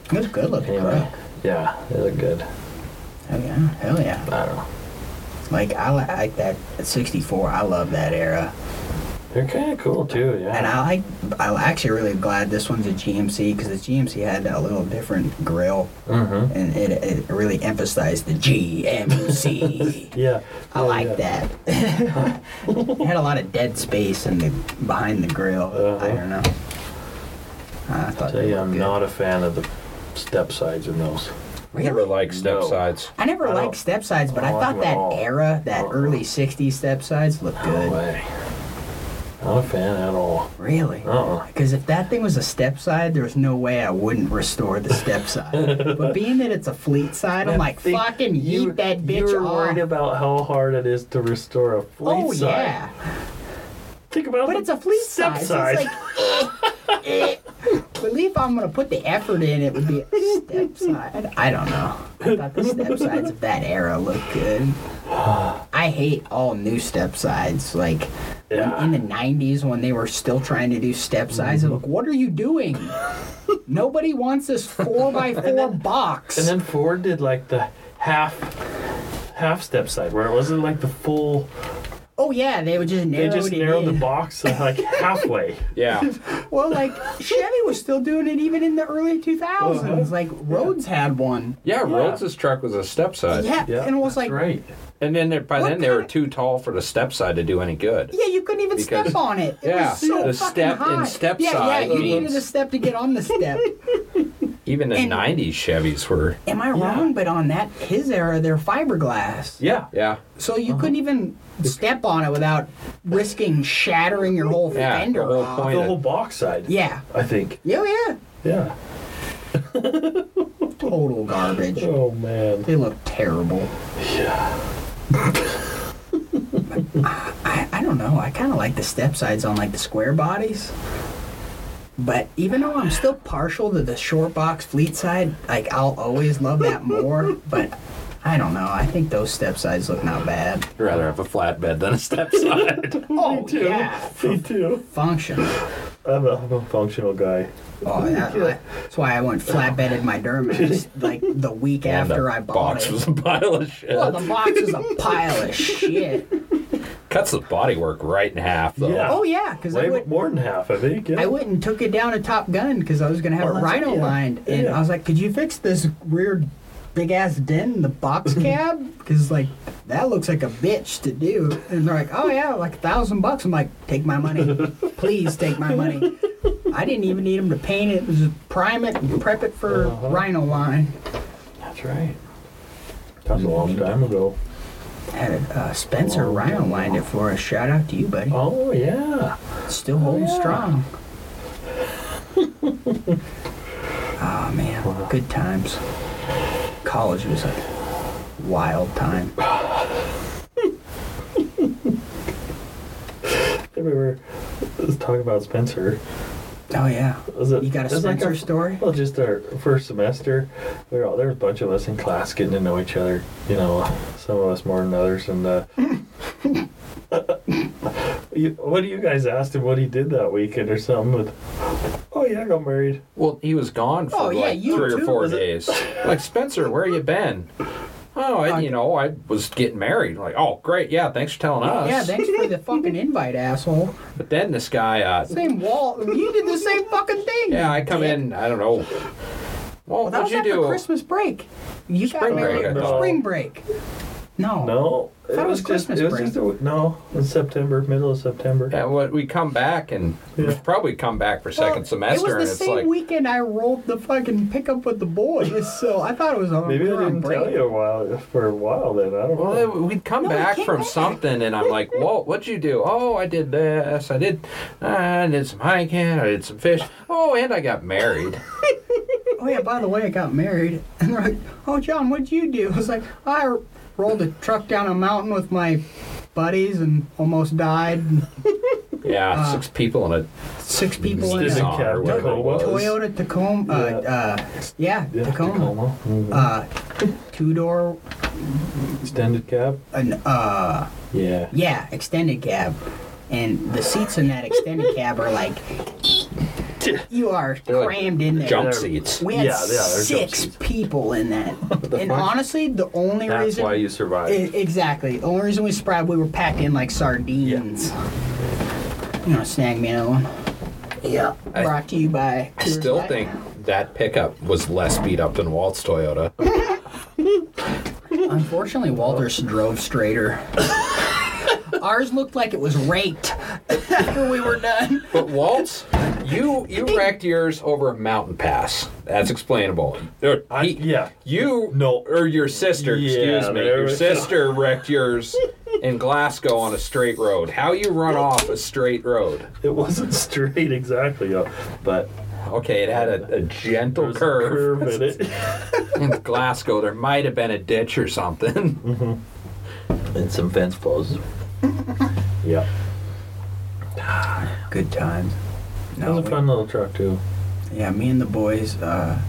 Speaker 1: It was a good looking
Speaker 3: Anyway,
Speaker 1: truck.
Speaker 3: yeah, they look good.
Speaker 1: Hell yeah, hell yeah.
Speaker 3: I don't know.
Speaker 1: Like I li- like that 64. I love that era.
Speaker 3: They're kind of cool too, yeah.
Speaker 1: And I like I'm actually really glad this one's a GMC because the GMC had a little different grill
Speaker 3: Mm-hmm.
Speaker 1: and it, it really emphasized the
Speaker 3: *laughs*
Speaker 1: GMC.
Speaker 3: Yeah.
Speaker 1: I
Speaker 3: yeah,
Speaker 1: like
Speaker 3: yeah.
Speaker 1: that. *laughs* it had a lot of dead space in the behind the grill. I
Speaker 3: Uh-huh.
Speaker 1: don't know. I thought
Speaker 3: Tell
Speaker 1: they
Speaker 3: you,
Speaker 1: were
Speaker 3: I'm
Speaker 1: good.
Speaker 3: not a fan of the step sides in those.
Speaker 2: Never like step
Speaker 3: No.
Speaker 1: *laughs*
Speaker 2: sides.
Speaker 1: I never
Speaker 3: I don't-
Speaker 1: liked step sides, but I
Speaker 3: I don't
Speaker 1: thought
Speaker 3: like 'em at
Speaker 1: that
Speaker 3: all.
Speaker 1: era, that
Speaker 3: Uh-uh.
Speaker 1: early '60s step sides, looked
Speaker 3: No
Speaker 1: good.
Speaker 3: way. Not a fan at all.
Speaker 1: Really?
Speaker 3: Uh-uh.
Speaker 1: Because if that thing was a step side, there was no way I wouldn't restore the
Speaker 3: *laughs*
Speaker 1: step side. but being that it's a fleet side, I'm
Speaker 3: That
Speaker 1: like,
Speaker 3: thing-
Speaker 1: fucking yeet
Speaker 3: you-
Speaker 1: that
Speaker 3: You
Speaker 1: bitch
Speaker 3: were
Speaker 1: off.
Speaker 3: worried about how hard it is to restore a fleet
Speaker 1: oh
Speaker 3: side.
Speaker 1: yeah,
Speaker 3: Think about
Speaker 1: but
Speaker 3: the
Speaker 1: it's a fleet
Speaker 3: step
Speaker 1: side. so it's like, eh, eh. But if I'm gonna put the effort in, it would be a step side. I don't know. I thought the step sides of that era looked good. I hate all new step sides. Like when-
Speaker 3: Yeah.
Speaker 1: in the '90s when they were still trying to do step sides, I'm like, what are you doing? Nobody wants this four
Speaker 3: *laughs*
Speaker 1: by four box.
Speaker 3: And then Ford did like the half half step side where it wasn't like the full
Speaker 1: oh yeah, they would just
Speaker 3: they
Speaker 1: narrow
Speaker 3: just
Speaker 1: it
Speaker 3: narrowed the
Speaker 1: in.
Speaker 3: box to,
Speaker 1: *laughs*
Speaker 3: like halfway.
Speaker 2: Yeah.
Speaker 1: Well, like Chevy was still doing it even in the early 2000s.
Speaker 3: Uh-huh.
Speaker 1: Like Rhodes had one.
Speaker 2: Yeah, Rhodes's truck was a step side.
Speaker 1: Yeah,
Speaker 3: Yeah.
Speaker 1: and it was
Speaker 3: that's
Speaker 1: like,
Speaker 3: right.
Speaker 2: And then there, by
Speaker 1: What
Speaker 2: then they were
Speaker 1: kind of-
Speaker 2: too tall for the step side to do any good.
Speaker 1: yeah, you couldn't even
Speaker 2: Because-
Speaker 1: step on it. It
Speaker 2: yeah,
Speaker 1: was so fucking
Speaker 2: the step
Speaker 1: high.
Speaker 2: and step
Speaker 1: yeah,
Speaker 2: side
Speaker 1: yeah, you
Speaker 2: means-
Speaker 1: needed a step to get on the
Speaker 2: *laughs*
Speaker 1: step.
Speaker 2: Even the
Speaker 1: And-
Speaker 2: 90s Chevys were.
Speaker 1: Am I wrong? But on that his era, they're fiberglass.
Speaker 3: Yeah.
Speaker 2: Yeah. Uh-huh.
Speaker 1: So you couldn't even step on it without risking shattering your whole
Speaker 2: Yeah, the
Speaker 1: fender
Speaker 2: whole
Speaker 1: off.
Speaker 2: point.
Speaker 3: The whole box side.
Speaker 1: Yeah.
Speaker 3: I think.
Speaker 1: Yeah, yeah.
Speaker 3: Yeah.
Speaker 1: Total garbage.
Speaker 3: Oh *laughs* man.
Speaker 1: They look terrible.
Speaker 3: Yeah.
Speaker 1: *laughs* I, I don't know. I kind of like the step sides on like the square bodies. But even though I'm still partial to the short box fleet side, like I'll always love that more. but I don't know. I think those step sides look not bad.
Speaker 2: I'd rather have a flatbed than a
Speaker 1: *laughs*
Speaker 2: step side.
Speaker 1: Oh
Speaker 3: Me too.
Speaker 1: yeah,
Speaker 3: Me too.
Speaker 1: function.
Speaker 3: I'm a, I'm a functional guy.
Speaker 1: Oh, that, that's why I went flatbedded my Duramax like the week
Speaker 2: And
Speaker 1: after
Speaker 2: the
Speaker 1: I bought
Speaker 2: box
Speaker 1: it.
Speaker 2: was a pile of shit.
Speaker 1: well, the box is a pile
Speaker 2: *laughs*
Speaker 1: of shit.
Speaker 2: Cuts the bodywork right in half, though.
Speaker 3: Yeah.
Speaker 1: Oh yeah, because I
Speaker 3: Way
Speaker 1: went
Speaker 3: more than half, I think. Yeah.
Speaker 1: I went and took it down to Top Gun because I was gonna have
Speaker 3: Or
Speaker 1: a
Speaker 3: that's-
Speaker 1: rhino
Speaker 3: yeah.
Speaker 1: lined, and
Speaker 3: Yeah.
Speaker 1: I was like, "Could you fix this rear big ass dent in the
Speaker 3: *laughs*
Speaker 1: box cab? Because like that looks like a bitch to do." And they're like, "Oh yeah, like a thousand bucks." I'm like, "Take my
Speaker 3: *laughs*
Speaker 1: money, please take my money." I didn't even need them to paint it, just prime it, and prep it for
Speaker 3: Uh-huh.
Speaker 1: rhino line.
Speaker 3: That's right. That was a long time ago.
Speaker 1: Had uh, Spencer
Speaker 3: Oh.
Speaker 1: rhino lined it for us. Shout out to you, buddy.
Speaker 3: Oh yeah.
Speaker 1: Still holding
Speaker 3: yeah.
Speaker 1: strong. oh man, good times. College was a wild time.
Speaker 3: I remember let's talk about Spencer.
Speaker 1: Oh yeah.
Speaker 3: Was it,
Speaker 1: You got a
Speaker 3: it was like
Speaker 1: Spencer
Speaker 3: our-
Speaker 1: story?
Speaker 3: Well, just our first semester, we were all, there was a bunch of us in class getting to know each other. You know, some of us more than others. And uh, *laughs* you, what do you guys asked him what he did that weekend or something? With, oh yeah, I got married.
Speaker 2: Well, he was gone for
Speaker 1: Oh, yeah,
Speaker 2: like
Speaker 1: you
Speaker 2: three or
Speaker 1: too,
Speaker 2: four
Speaker 1: was it?
Speaker 2: days. like Spencer, where you been? Oh, I, you know, I was getting married. Like, oh, great, yeah, thanks for telling us.
Speaker 1: Yeah, thanks for the fucking invite, asshole.
Speaker 2: But then this guy, uh,
Speaker 1: Same wall. You did the same fucking thing.
Speaker 2: yeah, I come in, I don't know. Well,
Speaker 1: Well, that
Speaker 2: what'd
Speaker 1: was
Speaker 2: you
Speaker 1: after
Speaker 2: do?
Speaker 1: Christmas break. You got
Speaker 2: Spring
Speaker 1: married.
Speaker 2: break,
Speaker 3: I thought.
Speaker 1: Spring break. No.
Speaker 3: No,
Speaker 1: thought it was Christmas
Speaker 3: just, it was
Speaker 1: break.
Speaker 3: just a, no, in September, middle of September.
Speaker 2: And what we come back and
Speaker 3: Yeah.
Speaker 2: we've probably come back for
Speaker 1: Well,
Speaker 2: second semester,
Speaker 1: It
Speaker 2: and
Speaker 1: was the
Speaker 2: it's
Speaker 1: same
Speaker 2: like,
Speaker 1: weekend I rolled the fucking pickup with the boys, so I thought it was on.
Speaker 3: Maybe
Speaker 1: we
Speaker 3: I
Speaker 1: were on
Speaker 3: didn't
Speaker 1: break.
Speaker 3: tell you a while for a while then. I don't know.
Speaker 2: well, we'd come
Speaker 1: No, we
Speaker 2: back
Speaker 1: came
Speaker 2: from
Speaker 1: back.
Speaker 2: something, and I'm like, Walt, what'd you do? Oh, I did this. I did. I did some hiking. I did some fish. Oh, and I
Speaker 1: *laughs*
Speaker 2: got married.
Speaker 1: oh yeah, by the way, I got married. *laughs* And they're like, oh, John, what'd you do? *laughs* I was like, I r- rolled a truck down a mountain with my buddies and almost died. And
Speaker 2: Yeah,
Speaker 1: Uh.
Speaker 2: six people in a
Speaker 1: Six people in
Speaker 3: Didn't
Speaker 1: a
Speaker 3: Isn't
Speaker 2: Nissan or
Speaker 3: count
Speaker 2: whatever it
Speaker 3: Tacoma.
Speaker 2: was.
Speaker 1: Toyota Tacoma. Uh, uh, yeah,
Speaker 3: Yeah,
Speaker 1: Tacoma.
Speaker 3: Mhm.
Speaker 1: Uh, two door
Speaker 3: Extended cab?
Speaker 1: an uh
Speaker 3: Yeah.
Speaker 1: yeah extended cab, and the seats in that extended cab are like you are
Speaker 2: They're like
Speaker 1: crammed in there.
Speaker 2: Jump
Speaker 3: They're-
Speaker 2: seats.
Speaker 1: We had
Speaker 3: Yeah, yeah, they're jump
Speaker 1: six
Speaker 3: seats.
Speaker 1: people in that,
Speaker 2: the
Speaker 1: and
Speaker 2: fuck?
Speaker 1: honestly, the only
Speaker 3: That's
Speaker 1: reason
Speaker 3: why you survived.
Speaker 1: E- exactly the only reason we survived, we were packed in like sardines. You know, snag me another one. Yeah.
Speaker 2: I-
Speaker 1: Brought to you by.
Speaker 2: I still think that pickup was less beat up than Walt's Toyota.
Speaker 1: Unfortunately, Walters drove straighter. Ours looked like it was raked after we were done.
Speaker 2: But Waltz, you you wrecked yours over a mountain pass. That's explainable. Er,
Speaker 3: I-
Speaker 2: he-
Speaker 3: yeah.
Speaker 2: You
Speaker 3: No.
Speaker 2: or your sister,
Speaker 3: Yeah,
Speaker 2: excuse me.
Speaker 3: there
Speaker 2: Your
Speaker 3: we go. *laughs*
Speaker 2: sister wrecked yours in Glasgow on a straight road. How you run off a straight road?
Speaker 3: It wasn't *laughs* straight exactly, uh, but
Speaker 2: Okay, it had a, a gentle
Speaker 3: there was a
Speaker 2: curve.
Speaker 3: curve in it.
Speaker 2: *laughs* In Glasgow, there might have been a ditch or something.
Speaker 3: *laughs* and some fence posts. *laughs* yeah.
Speaker 1: Good times.
Speaker 3: That was a fun little truck too.
Speaker 1: Yeah, me and the boys uh,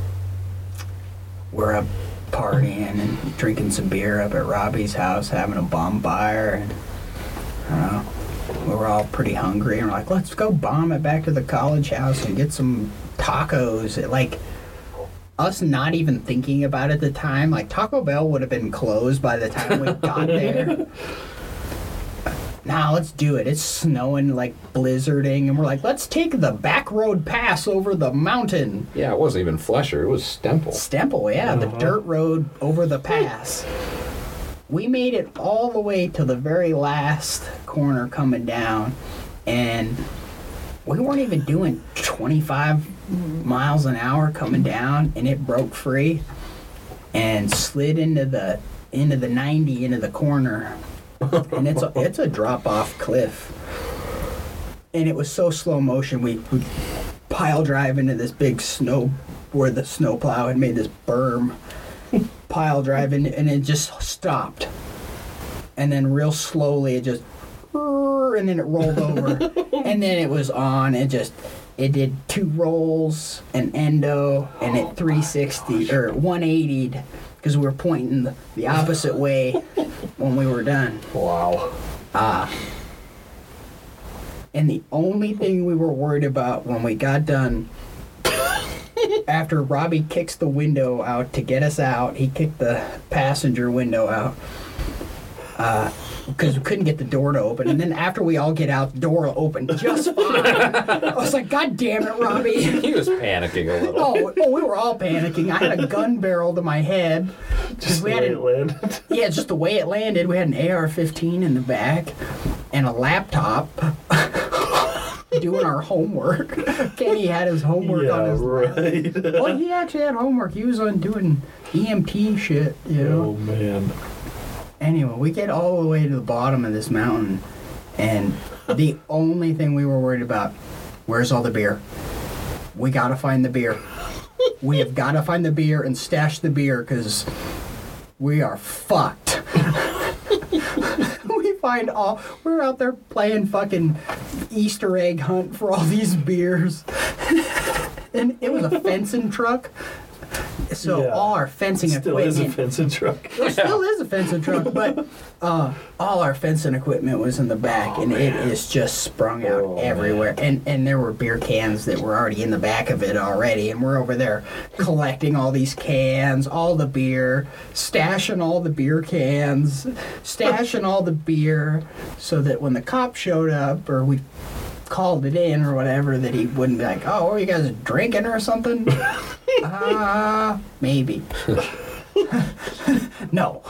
Speaker 1: were up partying and drinking some beer up at Robbie's house, having a bonfire, and I don't know. We were all pretty hungry, and we're like, let's go bomb it back to the college house and get some tacos. It, like us not even thinking about it at the time, like Taco Bell would have been closed by the time we got there. Nah, let's do it. It's snowing, like blizzarding, and we're like, let's take the back road pass over the mountain.
Speaker 2: Yeah, it wasn't even Flesher. It was Stemple.
Speaker 1: Stemple, yeah, the dirt road over the pass. We made it all the way to the very last corner coming down, and we weren't even doing 25 miles an hour coming down, and it broke free and slid into the into the 90 into the corner, and it's a it's a drop off cliff, and it was so slow motion we. we pile drive into this big snow where the snowplow had made this berm pile drive in, and it just stopped and then real slowly it just and then it rolled over and then it was on it just it did two rolls an endo and it 360 or 180 because we were pointing the, the opposite way when we were done
Speaker 2: Wow.
Speaker 1: and the only thing we were worried about when we got done, after Robbie kicks the window out to get us out, he kicked the passenger window out because we couldn't get the door to open. And then after we all get out, the door opened just fine. I was like, God damn it, Robbie. *laughs*
Speaker 2: He was panicking a little. *laughs*
Speaker 1: Oh, oh, we were all panicking. I had a gun barrel to my head.
Speaker 3: Just
Speaker 1: we
Speaker 3: the
Speaker 1: had
Speaker 3: way
Speaker 1: an-
Speaker 3: it landed.
Speaker 1: Yeah, just the way it landed. We had an AR-15 in the back and a laptop *laughs* doing our homework. *laughs* Kenny had his homework on
Speaker 3: yeah,
Speaker 1: his. *laughs*
Speaker 3: right.
Speaker 1: Well, he actually had homework. He was on doing EMT shit, you know.
Speaker 3: oh man.
Speaker 1: Anyway, we get all the way to the bottom of this mountain, and
Speaker 3: *laughs*
Speaker 1: the only thing we were worried about: where's all the beer? We gotta find the beer. We have gotta find the beer and stash the beer because we are fucked. *laughs* we find all. We're out there playing fucking Easter egg hunt for all these beers, *laughs* and it was a fencing truck. So
Speaker 3: Yeah.
Speaker 1: all our fencing
Speaker 3: Still
Speaker 1: equipment
Speaker 3: is a fencing truck. *laughs*
Speaker 1: there still is a fencing truck, but uh, all our fencing equipment was in the back, and it is just sprung out
Speaker 3: Oh,
Speaker 1: everywhere. And and there were beer cans that were already in the back of it already, and we're over there collecting all these cans, all the beer, stashing all the beer cans, stashing all the beer, so that when the cop showed up or we called it in or whatever, that he wouldn't be like, "Oh, were you guys drinking or something?" uh, maybe. No.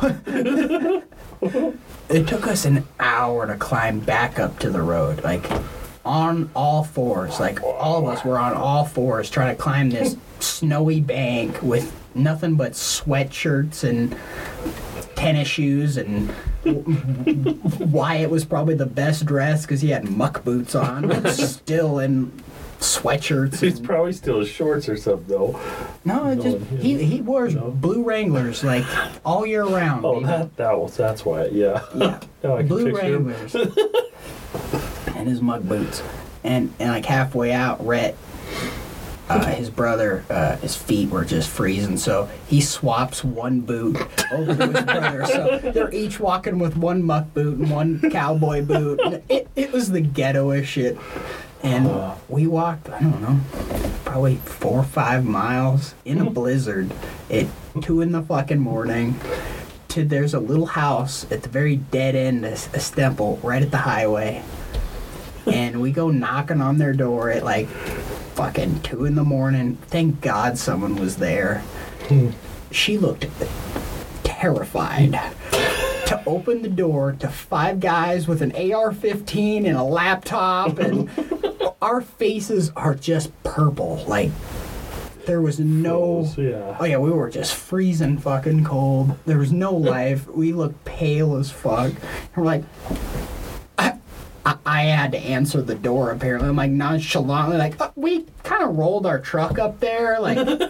Speaker 1: it took us an hour to climb back up to the road, like on all fours. Like all of us were on all fours trying to climb this snowy bank with nothing but sweatshirts and tennis shoes and *laughs* Wyatt was probably the best dressed because he had muck boots on, but still in sweatshirts.
Speaker 3: He's
Speaker 1: And,
Speaker 3: probably still in shorts or something though.
Speaker 1: no, it just he he wears blue Wranglers like all year round.
Speaker 3: Oh,
Speaker 1: baby.
Speaker 3: that that was that's why.
Speaker 1: *laughs*
Speaker 3: Yeah.
Speaker 1: Yeah.
Speaker 3: *laughs* Now I can
Speaker 1: Blue
Speaker 3: picture him.
Speaker 1: Wranglers.
Speaker 3: *laughs*
Speaker 1: and his mug boots. And and like halfway out, Rhett uh, his brother, uh, his feet were just freezing, so he swaps one boot over to his brother. So they're each walking with one muck boot and one cowboy boot. And It, it was the ghettoest shit. And we walked, I don't know, probably four or five miles in a blizzard at two in the fucking morning to there's a little house at the very dead end of S- of Stemple, right at the highway. And we go knocking on their door at like fucking two in the morning. Thank God someone was there. She looked terrified to open the door to five guys with an AR 15 and a laptop, and our faces are just purple. Like, there was no.
Speaker 3: Froze, yeah.
Speaker 1: Oh, yeah, we were just freezing fucking cold. There was no life. We looked pale as fuck. And we're like, I, I had to answer the door apparently. I'm like nonchalantly, like uh, we kind of rolled our truck up there. Like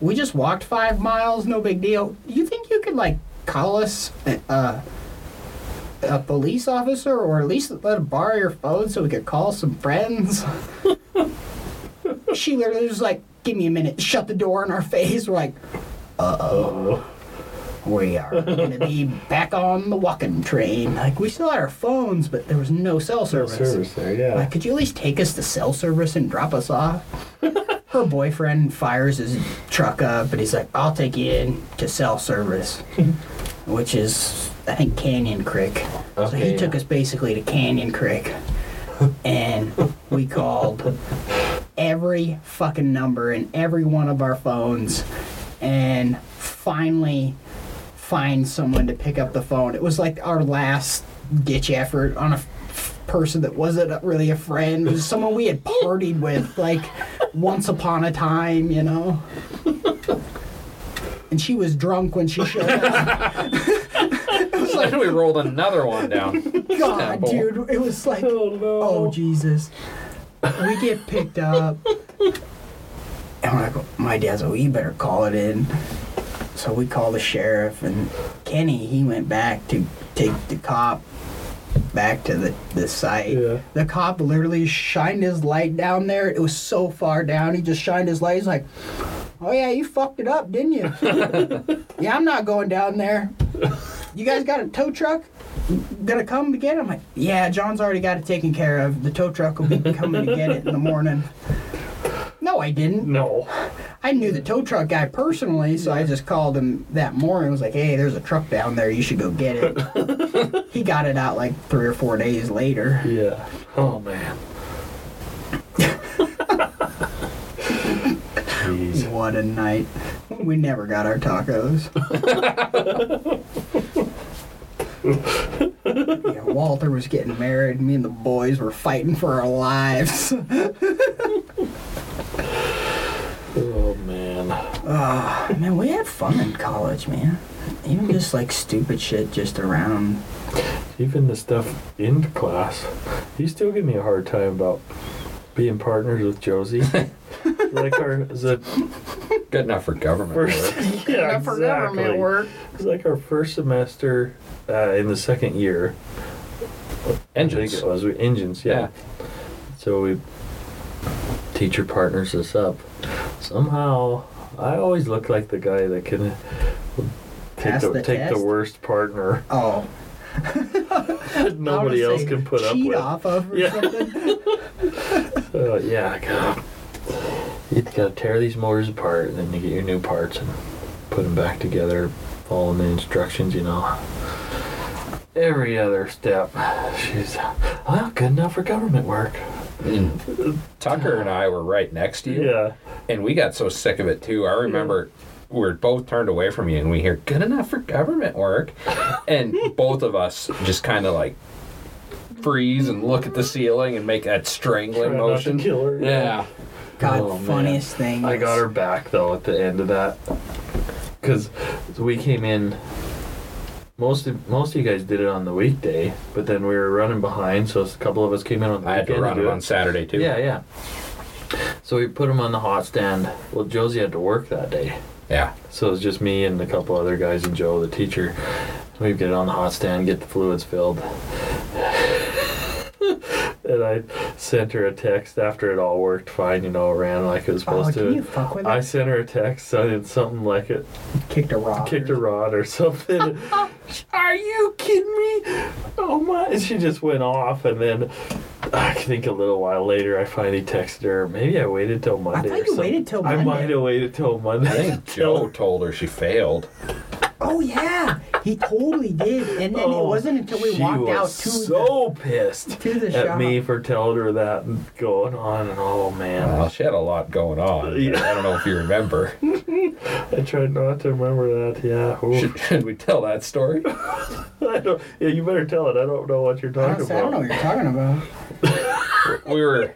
Speaker 1: we just walked five miles, no big deal. You think you could like call us a, uh, a police officer or at least let us borrow your phone so we could call some friends? she literally was like, "Give me a minute, shut the door in our face." We're like,
Speaker 3: Oh.
Speaker 1: we are going to be back on the walking train. Like we still had our phones, but there was no cell service.
Speaker 3: Service there,
Speaker 1: Uh,
Speaker 3: yeah.
Speaker 1: could you at least take us to cell service and drop us off? Her boyfriend fires his truck up, but he's like, I'll take you in to cell service, which is, I think, Canyon Creek. so he
Speaker 2: Okay,
Speaker 1: took
Speaker 2: yeah.
Speaker 1: us basically to Canyon Creek, and we called every fucking number in every one of our phones, and finally find someone to pick up the phone. It was like our last ditch effort on a f- person that wasn't really a friend, it was someone we had partied with like once upon a time, you know. And she was drunk when she showed up.
Speaker 2: and we rolled another one down.
Speaker 1: God,
Speaker 2: Snapple.
Speaker 1: dude, it was like,
Speaker 3: *laughs* Oh, no.
Speaker 1: oh Jesus. We get picked up, and we're like, my dad's like, well, you better call it in. So we call the sheriff, and Kenny, he went back to take the cop back to the, the site.
Speaker 3: Yeah.
Speaker 1: The cop literally shined his light down there. It was so far down, he just shined his light. He's like, oh yeah, you fucked it up, didn't you? *laughs* yeah, I'm not going down there. You guys got a tow truck? Gonna come to get it? I'm like, yeah, John's already got it taken care of. The tow truck will be coming to get it in the morning. No, I didn't.
Speaker 3: No.
Speaker 1: I knew the tow truck guy personally, so I just called him that morning. I was like, hey, there's a truck down there. You should go get it. he got it out like three or four days later.
Speaker 3: Yeah.
Speaker 1: *laughs*
Speaker 3: Oh, man. *laughs* Jeez.
Speaker 1: What a night. We never got our tacos. yeah, Walter was getting married. Me and the boys were fighting for our lives.
Speaker 3: Oh, man.
Speaker 1: Ah, man, we had fun in college, man. Even just like stupid shit just around.
Speaker 3: Even the stuff in class, you still give me a hard time about being partners with Josie. like our the
Speaker 2: Good enough for government.
Speaker 3: first *laughs*
Speaker 1: *laughs*
Speaker 2: work.
Speaker 3: yeah exactly.
Speaker 1: work.
Speaker 3: It was like our first semester uh, in the second year. I
Speaker 2: Engines.
Speaker 3: think it was we, engines.
Speaker 2: Yeah.
Speaker 3: Yeah. So we teacher partners us up. Somehow, I always look like the guy that can take
Speaker 1: Pass
Speaker 3: the,
Speaker 1: the
Speaker 3: take the
Speaker 1: test?
Speaker 3: worst partner *laughs*
Speaker 1: Oh,
Speaker 3: that
Speaker 1: I
Speaker 3: nobody
Speaker 1: wanna
Speaker 3: else
Speaker 1: say
Speaker 3: can put up
Speaker 1: cheat
Speaker 3: with.
Speaker 1: off of or
Speaker 3: Yeah. *laughs* Oh,
Speaker 1: something.
Speaker 3: Uh, yeah, God. You gotta tear these motors apart, and then you get your new parts and put them back together, following the instructions, you know. Every other step, she's well, good enough for government work.
Speaker 2: And Tucker and I were right next to you.
Speaker 3: Yeah,
Speaker 2: And we got so sick of it too. I remember we were both turned away from you and we hear good enough for
Speaker 1: *laughs*
Speaker 2: government work. and both of us just kind of like freeze and look at the ceiling and make that strangling
Speaker 3: Try not to
Speaker 2: motion.
Speaker 3: kill her.
Speaker 2: Yeah.
Speaker 1: God,
Speaker 3: Oh, man.
Speaker 1: funniest thing.
Speaker 3: I got
Speaker 1: is-
Speaker 3: her back though at the end of that, because we came in. Most of most of you guys did it on the weekday, but then we were running behind, so a couple of us came in on the
Speaker 2: I had to
Speaker 3: weekend
Speaker 2: run
Speaker 3: do
Speaker 2: it
Speaker 3: it.
Speaker 2: on Saturday too.
Speaker 3: Yeah, yeah. So we put him on the hot stand. Well, Josie had to work that day.
Speaker 2: Yeah.
Speaker 3: So it was just me and a couple other guys and Joe, the teacher. We get on the hot stand, get the fluids filled. and *laughs* and I sent her a text after it all worked fine. You know, it ran like it was
Speaker 1: Oh,
Speaker 3: supposed
Speaker 1: can you
Speaker 3: to.
Speaker 1: fuck with
Speaker 3: I
Speaker 1: it?
Speaker 3: sent her a text. I did something like it
Speaker 1: Kicked a rock.
Speaker 3: kicked a rod
Speaker 1: *laughs*
Speaker 3: or something. Are you kidding me? Oh my! And she just went off, and then I think a little while later, I finally texted her. Maybe I waited till Monday.
Speaker 1: thought
Speaker 3: or
Speaker 1: you
Speaker 3: something.
Speaker 1: waited till
Speaker 3: I
Speaker 1: Monday.
Speaker 3: might have waited *laughs* till Monday.
Speaker 2: I think Joe told her she failed.
Speaker 1: Oh yeah, he totally did. And then it
Speaker 3: Oh,
Speaker 1: wasn't until we
Speaker 3: she
Speaker 1: walked
Speaker 3: was
Speaker 1: out to the,
Speaker 3: so pissed
Speaker 1: to the
Speaker 3: at
Speaker 1: shop.
Speaker 3: me for telling her that and going on and oh man,
Speaker 2: Well, she had a lot going on.
Speaker 3: Yeah.
Speaker 2: I don't know if you remember.
Speaker 3: I tried not to remember that. Yeah, oof.
Speaker 2: Should, should we tell that story?
Speaker 3: *laughs* I don't, yeah, you better tell it. I don't know what you're talking
Speaker 1: Honestly, I
Speaker 3: about.
Speaker 1: don't know what you're talking about.
Speaker 2: we were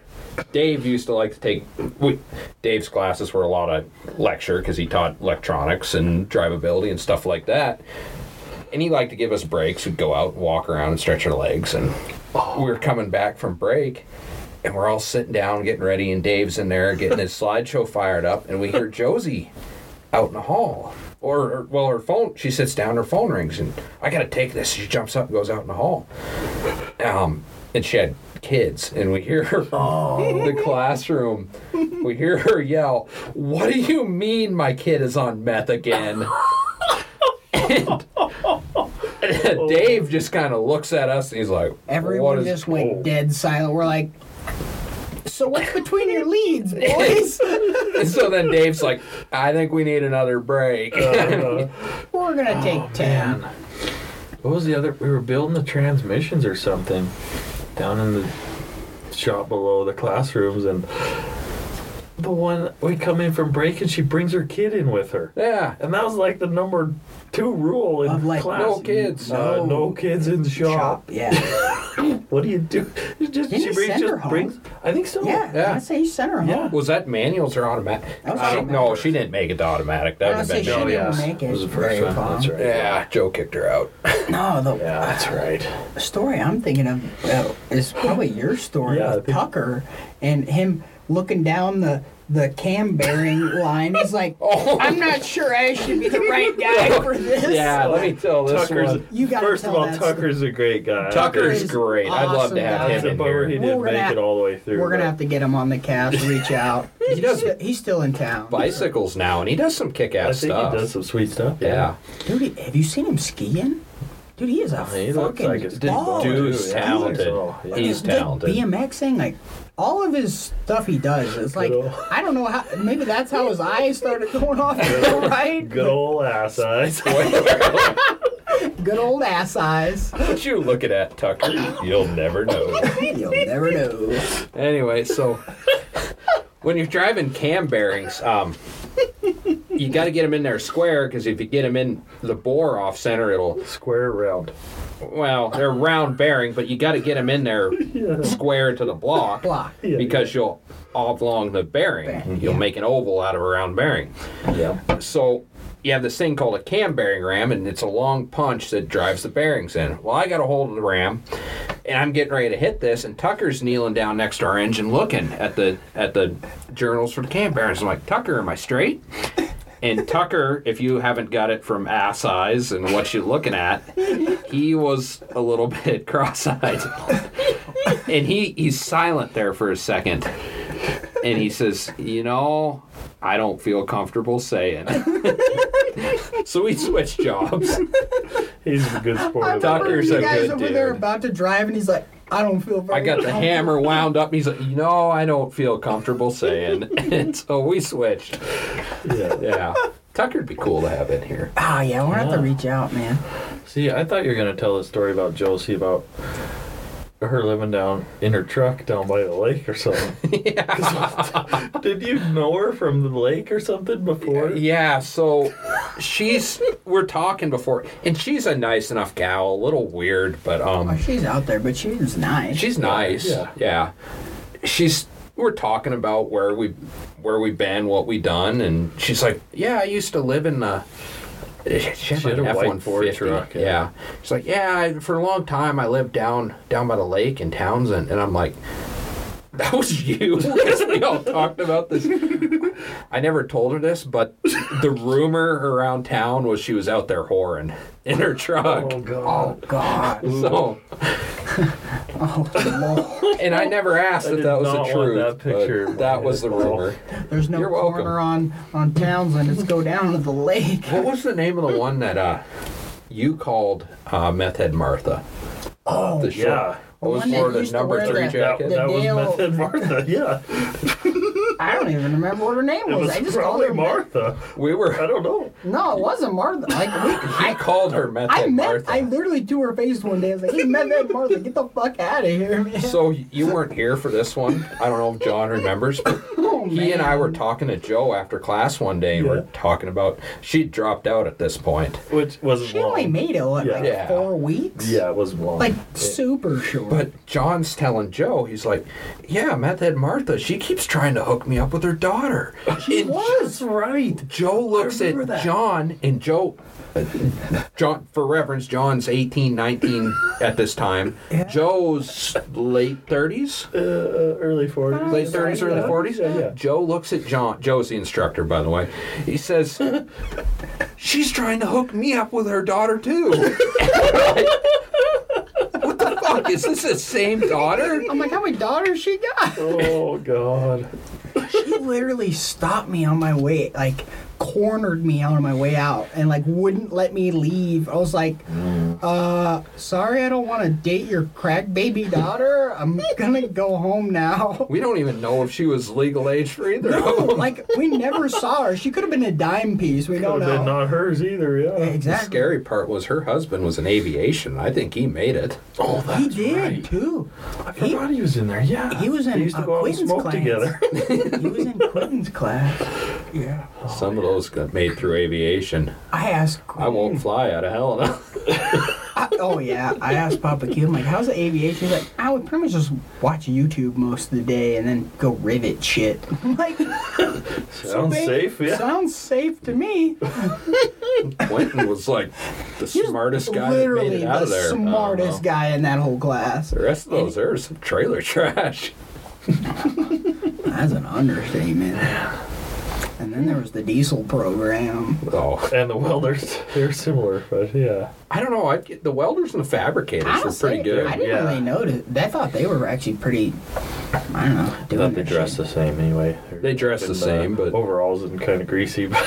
Speaker 2: Dave used to like to take we, Dave's classes were a lot of lecture because he taught electronics and drivability and stuff like that. And he liked to give us breaks. We'd go out and walk around and stretch our legs. And we were coming back from break, and we're all sitting down, getting ready. And Dave's in there getting his slideshow fired up. And we hear Josie out in the hall. Or, or well, her phone. She sits down. Her phone rings, and I gotta take this. She jumps up and goes out in the hall um, and she had kids, and we
Speaker 1: *laughs*
Speaker 2: hear her in the classroom. We hear her yell, "What do you mean my kid is on
Speaker 1: *laughs*
Speaker 2: meth again?" and, and Dave just kind of looks at us, and he's like,
Speaker 1: Everyone
Speaker 2: "What is-"
Speaker 1: just went
Speaker 3: oh.
Speaker 1: dead silent. We're like, so what's between your
Speaker 3: *laughs*
Speaker 1: leads, boys?
Speaker 2: And so then Dave's like, "I think we need another break." Uh-huh.
Speaker 3: Uh,
Speaker 1: We're gonna take ten.
Speaker 3: Oh, Man. What was the other? We were building the transmissions or something down in the shop below the classrooms, and the one we come in from break, and she brings her kid in with her,
Speaker 2: yeah.
Speaker 3: and that was like the number two rule in
Speaker 1: Of, like,
Speaker 3: class.
Speaker 2: no kids.
Speaker 3: uh,
Speaker 1: No.
Speaker 3: no kids in the shop.
Speaker 1: Chop, yeah,
Speaker 3: What do you do? You Just
Speaker 1: Didn't
Speaker 3: she
Speaker 1: he
Speaker 3: brings,
Speaker 1: send
Speaker 3: just
Speaker 1: her home?
Speaker 3: brings. I think so.
Speaker 1: yeah.
Speaker 2: Yeah.
Speaker 1: I say you sent her home.
Speaker 3: Yeah.
Speaker 2: Was that manuals or automatic?
Speaker 1: That was
Speaker 2: I don't know.
Speaker 1: automatic.
Speaker 2: She didn't make it to automatic. That
Speaker 1: I
Speaker 2: would have
Speaker 1: would
Speaker 2: been
Speaker 1: say
Speaker 2: Joe.
Speaker 1: she-
Speaker 3: yeah.
Speaker 1: didn't make it
Speaker 3: Oh, was the first
Speaker 1: very
Speaker 3: one.
Speaker 1: far.
Speaker 3: That's right.
Speaker 2: Yeah, Joe kicked her out.
Speaker 1: No, the
Speaker 3: Yeah, that's right.
Speaker 1: story I'm thinking of uh, is probably your story
Speaker 3: Yeah, I
Speaker 1: with
Speaker 3: think-
Speaker 1: Tucker and him looking down the the cam
Speaker 3: *laughs*
Speaker 1: bearing line. He's like,
Speaker 2: Oh.
Speaker 1: I'm not sure I should be the right
Speaker 3: *laughs*
Speaker 1: guy for *laughs* this.
Speaker 2: Yeah, let me tell this
Speaker 3: Tucker's.
Speaker 2: one.
Speaker 1: You gotta
Speaker 3: first of
Speaker 1: tell
Speaker 3: all,
Speaker 1: that story.
Speaker 3: Tucker's a great guy.
Speaker 2: Tucker's
Speaker 1: Tucker's
Speaker 2: great. I'd love
Speaker 1: awesome
Speaker 2: to have
Speaker 1: guy.
Speaker 2: him
Speaker 3: It's a
Speaker 2: in
Speaker 3: bummer he
Speaker 2: here.
Speaker 3: didn't
Speaker 1: We're gonna
Speaker 3: make
Speaker 1: have-
Speaker 3: it all the way through.
Speaker 1: We're gonna
Speaker 3: but-
Speaker 1: have to get him on the cast. Reach
Speaker 3: *laughs*
Speaker 1: out.
Speaker 2: He does-
Speaker 1: He's- He's still in town.
Speaker 2: Bicycles now, and he does some
Speaker 3: I
Speaker 2: kick-ass
Speaker 3: think
Speaker 2: stuff.
Speaker 3: he does some sweet stuff.
Speaker 2: Yeah, *laughs*
Speaker 1: Dude, he- have you seen him skiing? Dude, he is a
Speaker 3: He looks
Speaker 1: fucking
Speaker 3: like a
Speaker 2: Dude,
Speaker 1: baller.
Speaker 2: dude's
Speaker 3: dude, yeah.
Speaker 2: talented.
Speaker 3: Oh, yeah.
Speaker 2: He's
Speaker 1: Like,
Speaker 2: talented.
Speaker 1: BMXing, like all of his stuff he does, it's like
Speaker 3: Good ol'-
Speaker 1: I don't know how. Maybe that's how his eyes started going off, *laughs*
Speaker 3: *laughs*
Speaker 1: right?
Speaker 3: Good old ass eyes.
Speaker 1: Good old ass eyes.
Speaker 2: what you looking at, Tucker? You'll never know.
Speaker 1: *laughs* You'll never know.
Speaker 2: anyway, so
Speaker 1: *laughs*
Speaker 2: when you're driving cam bearings, um, you got to get them in there square because if you get them in the bore off center, it'll
Speaker 3: Square round.
Speaker 2: well, they're round bearing, but you got to get them in there square to the block.
Speaker 1: Block.
Speaker 3: Yeah,
Speaker 2: because you'll oblong the bearing.
Speaker 1: Bearing,
Speaker 2: You'll
Speaker 1: yeah.
Speaker 2: make an oval out of a round bearing.
Speaker 3: Yeah.
Speaker 2: So you have this thing called a cam bearing ram, and it's a long punch that drives the bearings in. Well, I got a hold of the ram, and I'm getting ready to hit this, and Tucker's kneeling down next to our engine, looking at the at the journals for the cam bearings. I'm like, Tucker, am I straight? And Tucker, if you haven't got it from ass eyes and what you're looking at, he was a little *laughs* bit cross-eyed, and he he's silent there for a second, and he says, you know. I don't feel comfortable saying. *laughs* so we switched jobs.
Speaker 3: He's a
Speaker 1: *laughs*
Speaker 3: good
Speaker 2: Tucker-
Speaker 3: sport.
Speaker 2: Tucker's
Speaker 1: you
Speaker 2: a
Speaker 1: guys
Speaker 2: good
Speaker 1: over there
Speaker 2: dude.
Speaker 1: about to drive, and he's like, I don't feel very.
Speaker 2: I got the
Speaker 1: comfortable."
Speaker 2: hammer wound up. and He's like, you know, I don't feel comfortable saying. *laughs* and so we switched.
Speaker 3: Yeah.
Speaker 2: Yeah. Tucker'd be cool to have in here.
Speaker 1: Ah, yeah, we're gonna have to
Speaker 3: Yeah.
Speaker 1: reach out, man.
Speaker 3: See, I thought you were gonna tell the story about Josie about her living down in her truck down by the lake or something. *laughs* Did you know her from the lake or something before?
Speaker 2: Yeah, so she's we're talking before and she's a nice enough gal, a little weird, but
Speaker 1: Oh,
Speaker 2: um
Speaker 1: she's out there, but she's nice.
Speaker 2: She's nice.
Speaker 3: Yeah.
Speaker 2: Yeah. She's we're talking about where we where we been, what we done, and she's like, "Yeah, I used to live in a." She
Speaker 3: She had
Speaker 2: had
Speaker 3: a
Speaker 2: an
Speaker 3: white
Speaker 2: F-150.
Speaker 3: Ford truck, yeah.
Speaker 2: Yeah. She's like, "Yeah, I, for a long time I lived down down by the lake in Townsend," and I'm like. That was you. *laughs* 'Cause we all talked about this. I never told her this, but the rumor around town Oh, was she was out there whoring in her truck. *laughs*
Speaker 3: Oh god.
Speaker 1: Oh God.
Speaker 2: So
Speaker 1: Oh, no.
Speaker 2: And I never asked
Speaker 3: I
Speaker 2: if
Speaker 3: did
Speaker 2: that was the
Speaker 3: not want
Speaker 2: truth.
Speaker 3: that picture
Speaker 2: but
Speaker 3: in my
Speaker 2: that was the
Speaker 3: head at all.
Speaker 2: rumor.
Speaker 1: there's no
Speaker 2: You're welcome.
Speaker 1: corner on on Townsend. It's go down to the lake. *laughs*
Speaker 2: What was the name of the one that uh, you called uh, Meth Head Martha?
Speaker 1: Oh,
Speaker 2: The short-
Speaker 3: yeah.
Speaker 2: What was
Speaker 1: one that
Speaker 2: for the
Speaker 1: used to
Speaker 2: number
Speaker 1: wear
Speaker 2: three
Speaker 1: the-
Speaker 2: jacket?
Speaker 1: the-
Speaker 3: that was
Speaker 1: Dale-
Speaker 3: Meth Head Martha. *laughs* Yeah,
Speaker 1: I don't even remember what her name
Speaker 3: it
Speaker 1: was.
Speaker 3: was
Speaker 1: Oh, I just called
Speaker 3: probably
Speaker 1: her Mar-
Speaker 3: Martha.
Speaker 2: we
Speaker 3: I
Speaker 2: were. *laughs*
Speaker 3: don't know.
Speaker 1: No, it wasn't Martha. Like we,
Speaker 2: I
Speaker 1: I,
Speaker 2: called her Meth
Speaker 1: I
Speaker 2: Head
Speaker 1: met.
Speaker 2: Martha.
Speaker 1: I literally to her face one day. I was like, "Hey, met that Martha. Get the fuck out of here,
Speaker 2: *laughs*
Speaker 1: man."
Speaker 2: so you weren't here for this one. I don't know if John remembers, but
Speaker 1: Oh,
Speaker 2: he and
Speaker 1: man.
Speaker 2: I were talking to Joe after class one day. and We're
Speaker 3: Yeah.
Speaker 2: talking about she dropped out at this point.
Speaker 3: Which wasn't
Speaker 1: She
Speaker 3: long.
Speaker 1: only made it what, like
Speaker 2: Yeah.
Speaker 1: four weeks.
Speaker 3: Yeah, it wasn't long.
Speaker 1: like super short.
Speaker 2: But John's telling Joe, he's like, "Yeah, Meth Head Martha. She keeps trying to hook me up with her
Speaker 3: *laughs*
Speaker 2: daughter."
Speaker 3: it was right.
Speaker 2: Joe looks at
Speaker 3: remember that.
Speaker 2: John, and Joe, uh, John, for reference, John's 18, 19 at this time.
Speaker 1: Yeah.
Speaker 2: Joe's late 30s,
Speaker 3: Uh, early 40s.
Speaker 2: late 30s, early
Speaker 3: Yeah,
Speaker 2: 40s.
Speaker 3: yeah, yeah.
Speaker 2: Joe looks at John. Joe's the instructor, by the way. He
Speaker 3: *laughs*
Speaker 2: says, She's trying to hook me up with her daughter, too.
Speaker 3: *laughs*
Speaker 2: what the fuck? Is this the same daughter?
Speaker 1: I'm like, how many daughters she got?
Speaker 3: Oh God.
Speaker 1: *laughs* She literally stopped me on my way, like cornered me on my way out, and like wouldn't let me leave. I was like, uh, sorry, I don't want to date your crack baby daughter. I'm gonna go home now.
Speaker 2: We don't even know if she was legal age for either of
Speaker 1: *laughs*
Speaker 2: them.
Speaker 1: like *laughs* we never saw her. She could have been a dime piece. We
Speaker 3: Could
Speaker 1: don't
Speaker 3: have been
Speaker 1: know.
Speaker 3: not hers either. Yeah.
Speaker 2: The
Speaker 1: Exactly.
Speaker 2: scary part was her husband was in aviation. I think he made it. Oh,
Speaker 1: He did too.
Speaker 3: I forgot he, was in there. Yeah.
Speaker 1: He was in
Speaker 3: They used to
Speaker 1: uh,
Speaker 3: go out and
Speaker 1: Quentin's
Speaker 3: smoke
Speaker 1: class.
Speaker 3: together.
Speaker 1: *laughs*
Speaker 3: *laughs*
Speaker 1: he was in Quentin's class.
Speaker 3: yeah.
Speaker 2: Some of those got made through aviation.
Speaker 1: I asked.
Speaker 2: I won't fly out of Helena.
Speaker 1: I, oh yeah, I asked Papa Q. I'm like, "How's the aviation?" He's like, "I would pretty much just watch YouTube most of the day and then go rivet shit." *laughs* I'm like,
Speaker 3: Sounds
Speaker 1: babe,
Speaker 3: safe. Yeah.
Speaker 1: Sounds safe to me.
Speaker 2: *laughs* Quentin was like the
Speaker 1: He's
Speaker 2: smartest guy that
Speaker 1: literally
Speaker 2: made it out
Speaker 1: the
Speaker 2: of there.
Speaker 1: smartest guy in that whole class.
Speaker 2: The rest of those are some trailer trash. *laughs*
Speaker 1: That's an understatement. And then there was the diesel program.
Speaker 2: Oh,
Speaker 3: and the welders, they're similar, but yeah.
Speaker 2: I don't know. I get the welders and the fabricators were
Speaker 1: Honestly,
Speaker 2: pretty good.
Speaker 1: I didn't
Speaker 3: yeah.
Speaker 1: really notice. I thought they were actually pretty. I don't know. Doing their shit.
Speaker 3: the same anyway.
Speaker 2: They dress the same, but-
Speaker 3: uh, overalls and kind of greasy. *laughs*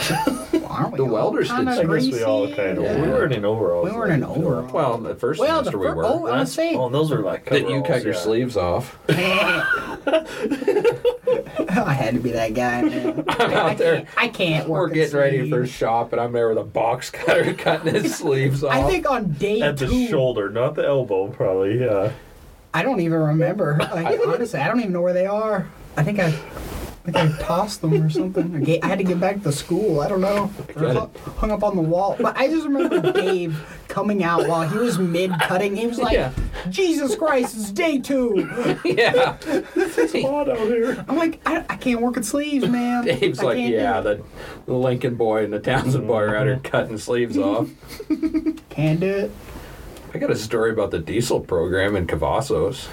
Speaker 3: But
Speaker 1: Well, aren't we
Speaker 2: the
Speaker 1: all
Speaker 2: welders did
Speaker 1: kinda
Speaker 2: I
Speaker 3: I guess we all
Speaker 1: greasy?
Speaker 3: kind of
Speaker 2: Yeah.
Speaker 3: we weren't in overalls.
Speaker 1: We weren't in
Speaker 3: though.
Speaker 1: overalls.
Speaker 2: well, the first
Speaker 1: Well,
Speaker 2: semester
Speaker 1: the
Speaker 2: we
Speaker 1: fir-
Speaker 2: were.
Speaker 1: oh, I
Speaker 3: That's-
Speaker 1: was saying-
Speaker 3: Oh, those were like
Speaker 2: that you
Speaker 3: overalls,
Speaker 2: cut your
Speaker 3: yeah.
Speaker 1: *laughs*
Speaker 2: sleeves off. *laughs*
Speaker 1: I had to be that guy, man. I'm
Speaker 2: out
Speaker 1: I
Speaker 2: there.
Speaker 1: Can't, I can't work.
Speaker 2: We're
Speaker 1: in
Speaker 2: getting ready for
Speaker 1: sleeves.
Speaker 2: shop, and I'm there with a box *laughs* cutter
Speaker 1: *laughs*
Speaker 2: cutting his sleeves off.
Speaker 1: I think on day
Speaker 3: At the
Speaker 1: two,
Speaker 3: shoulder, not the elbow, probably. Yeah.
Speaker 1: I don't even
Speaker 2: *laughs*
Speaker 1: remember. Like honestly, I don't even know where they are. I think I, I think I tossed them or something. I, ga- I had to get back to school. I don't know. They're
Speaker 2: got
Speaker 1: hung, hung up on the wall. But I just remember Dave coming out while he was mid cutting. He was like,
Speaker 2: Yeah.
Speaker 1: "Jesus Christ, it's day two.
Speaker 2: *laughs*
Speaker 1: *laughs*
Speaker 2: yeah.
Speaker 3: Hot out here.
Speaker 1: I'm like, I, I can't work in sleeves, man.
Speaker 2: *laughs* Dave's
Speaker 1: I
Speaker 2: like,
Speaker 1: can't do
Speaker 2: yeah,
Speaker 1: it. Mm-hmm.
Speaker 2: the, the Lincoln boy and the Townsend boy are out here cutting
Speaker 1: *laughs*
Speaker 2: sleeves off.
Speaker 1: can't do it.
Speaker 2: I got a story about the diesel program in Cavazos.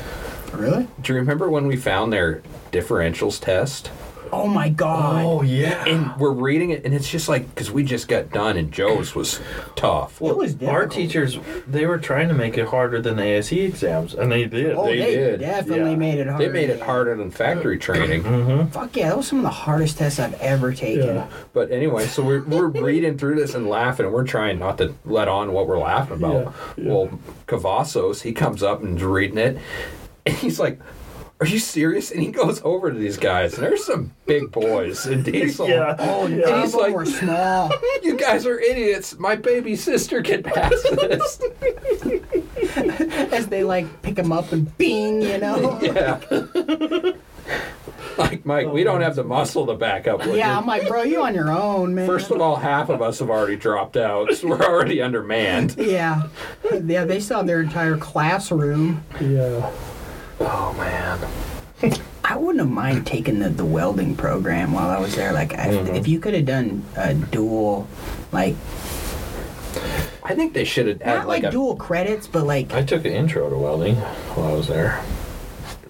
Speaker 1: Really?
Speaker 2: Do you remember when we found their differentials test?
Speaker 1: Oh my God.
Speaker 3: yeah.
Speaker 2: And we're reading it, and it's just like, because we just got done, and Joe's was tough.
Speaker 1: It was
Speaker 3: Our
Speaker 1: difficult.
Speaker 3: teachers, they were trying to make it harder than the ASE exams, and they did.
Speaker 1: Oh,
Speaker 2: They
Speaker 1: they,
Speaker 2: did.
Speaker 1: definitely
Speaker 3: Yeah.
Speaker 1: made it harder.
Speaker 2: They made it
Speaker 1: than-
Speaker 2: harder than factory
Speaker 1: Mm-hmm.
Speaker 2: training.
Speaker 1: Fuck yeah, that was some of the hardest tests I've ever taken.
Speaker 3: Yeah.
Speaker 2: But anyway, so we're, *laughs* we're reading through this and laughing, and we're trying not to let on what we're laughing about.
Speaker 3: Yeah, yeah.
Speaker 2: Well, Cavazos, he comes up and's reading it, and he's like, are you serious? And he goes over to these guys, and there's some big boys in diesel.
Speaker 3: Yeah.
Speaker 1: Oh,
Speaker 3: Yeah.
Speaker 1: none of
Speaker 2: He's
Speaker 1: them
Speaker 2: like-
Speaker 1: were
Speaker 2: *laughs*
Speaker 1: small.
Speaker 2: You guys are idiots. My baby sister can pass *laughs* this.
Speaker 1: As they like pick them up and bing, you know. Yeah,
Speaker 2: *laughs* yeah. Like Mike, we
Speaker 3: Oh,
Speaker 2: don't have the muscle to back up with.
Speaker 1: I'm like, bro, you on your own, man.
Speaker 2: First of all, half of us have already dropped out, so we're already undermanned.
Speaker 1: yeah, yeah, they saw their entire classroom.
Speaker 3: Yeah.
Speaker 2: Oh man.
Speaker 1: I wouldn't have mind taking the, the welding program while I was there. Like, I, if you could have done a dual, like
Speaker 2: I think they should have had
Speaker 1: not like,
Speaker 2: like, a.
Speaker 1: dual credits, but like
Speaker 3: I took an intro to welding while I was there.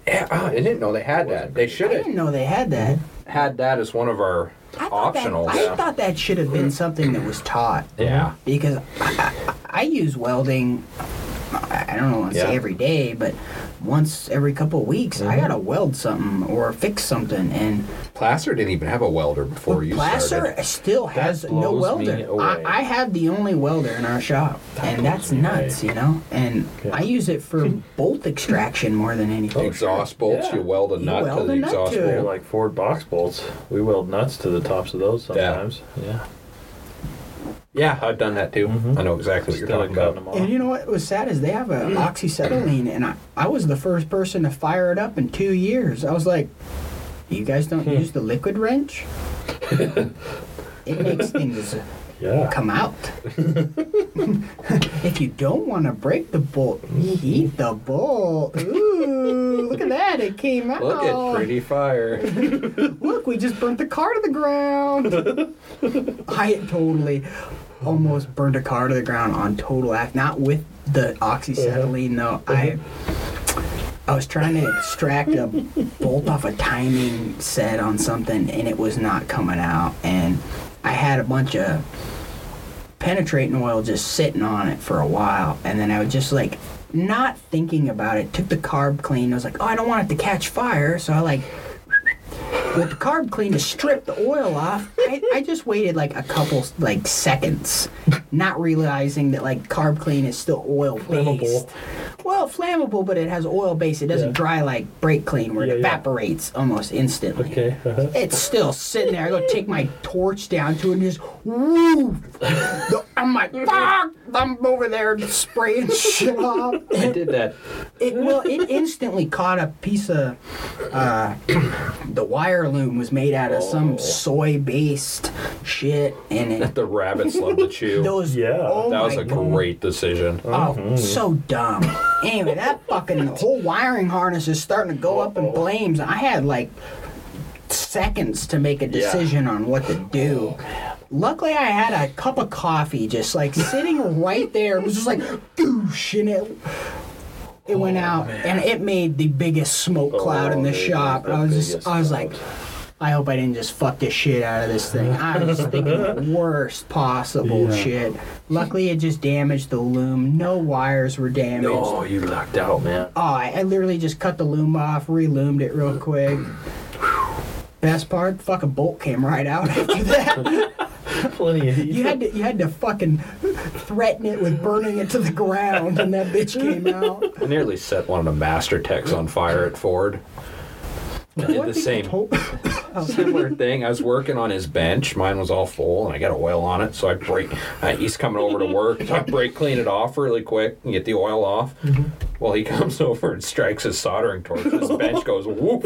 Speaker 2: Yeah, oh, I didn't know they had that. They should
Speaker 1: I
Speaker 2: have
Speaker 1: didn't know they had that.
Speaker 2: had that as one of our
Speaker 1: I thought that-
Speaker 2: optionals.
Speaker 1: I thought that should have been something that was taught.
Speaker 2: yeah.
Speaker 1: because I, I, I use welding. I, I don't want to
Speaker 2: Yeah.
Speaker 1: say every day, but once every couple of weeks, I
Speaker 3: Mm-hmm.
Speaker 1: gotta weld something or fix something. And
Speaker 2: Placer didn't even have a welder before you
Speaker 1: Placer
Speaker 2: started.
Speaker 1: still has no
Speaker 3: blows me
Speaker 1: welder.
Speaker 3: away.
Speaker 1: I, I had the only welder in our shop, and that's
Speaker 3: me away.
Speaker 1: nuts, you know. And
Speaker 3: Yeah.
Speaker 1: I use it
Speaker 3: *laughs*
Speaker 1: for bolt extraction more than anything.
Speaker 2: Exhaust bolts,
Speaker 3: Yeah.
Speaker 2: you weld a
Speaker 1: You
Speaker 2: nut to
Speaker 1: weld
Speaker 2: the
Speaker 1: a nut
Speaker 2: exhaust
Speaker 1: to it.
Speaker 3: They're
Speaker 2: bolt.
Speaker 3: like Ford box bolts. We weld nuts to the tops of those
Speaker 2: Yeah.
Speaker 3: sometimes. Yeah.
Speaker 2: Yeah, I've done that too. I know exactly what you're
Speaker 3: Instead of
Speaker 2: talking
Speaker 3: cutting
Speaker 2: about.
Speaker 3: them
Speaker 1: And
Speaker 3: off.
Speaker 1: you know what was sad is they have
Speaker 2: Mm.
Speaker 1: a oxyacetylene, and I, I was the first person to fire it up in two years. I was like, you guys don't
Speaker 2: Hmm.
Speaker 1: use the liquid wrench? it makes things
Speaker 3: Yeah.
Speaker 1: come out. if you don't want to break the bolt, heat the bolt. Ooh, look at that! It came out.
Speaker 2: Look at
Speaker 1: *laughs*
Speaker 2: pretty fire.
Speaker 1: Look, we just burnt the car to the ground. I totally almost burnt a car to the ground on total act, not with the oxyacetylene though. I I was trying to extract a bolt off a timing set on something and it was not coming out and I had a bunch of penetrating oil just sitting on it for a while and then I was just like not thinking about it, took the carb clean, I was like, Oh I don't want it to catch fire so I like with the carb clean to strip the oil off. I, I just waited like a couple like seconds, not realizing that like carb clean is still oil
Speaker 3: Flammable.
Speaker 1: based. Well, flammable, but it has oil base. It doesn't
Speaker 3: Yeah.
Speaker 1: dry like brake clean where
Speaker 3: Yeah,
Speaker 1: it
Speaker 3: yeah.
Speaker 1: evaporates almost instantly. *laughs*
Speaker 3: Okay. uh-huh.
Speaker 1: It's still sitting there. I go take my torch down to it and just woo. The- I'm like, fuck! I'm over there spraying *laughs* shit off.
Speaker 2: I did that.
Speaker 1: It well, it instantly caught a piece of. Uh, the wire loom was made out of
Speaker 3: Oh.
Speaker 1: some soy-based shit, and it
Speaker 2: The rabbits love to chew.
Speaker 1: those.
Speaker 3: Yeah.
Speaker 1: oh
Speaker 2: that
Speaker 1: my
Speaker 2: was a
Speaker 1: God.
Speaker 2: great decision.
Speaker 1: Oh,
Speaker 3: Mm-hmm.
Speaker 1: so dumb. anyway, that fucking whole wiring harness is starting to go up in flames. I had like seconds to make a decision on what to do. Luckily, I had a cup of coffee just like sitting right there. It was just like douche, and it it went out, and it made the biggest smoke cloud in
Speaker 3: Oh,
Speaker 1: the
Speaker 3: it is
Speaker 1: shop.
Speaker 3: the
Speaker 1: I was just,
Speaker 3: biggest
Speaker 1: I was
Speaker 3: cloud.
Speaker 1: like. I hope I didn't just fuck the shit out of this thing. I was thinking the worst possible
Speaker 3: Yeah.
Speaker 1: shit. Luckily, it just damaged the loom. No wires were damaged.
Speaker 2: Oh,
Speaker 3: No, you lucked out, *laughs* man.
Speaker 1: Oh, I, I literally just cut the loom off, reloomed it real quick. Best part, fucking bolt came right out after that.
Speaker 3: Plenty of
Speaker 1: You had to, you had to fucking threaten it with burning it to the ground, and that bitch came out.
Speaker 2: I nearly set one of the Master Techs on fire at Ford. I did the same similar thing. I was working on his bench. Mine was all full, and I got oil on it. So I break. Uh, he's coming over to work. So I break clean it off really quick and get the oil off. Well, he comes *laughs* over and strikes his soldering torch. His bench goes whoop.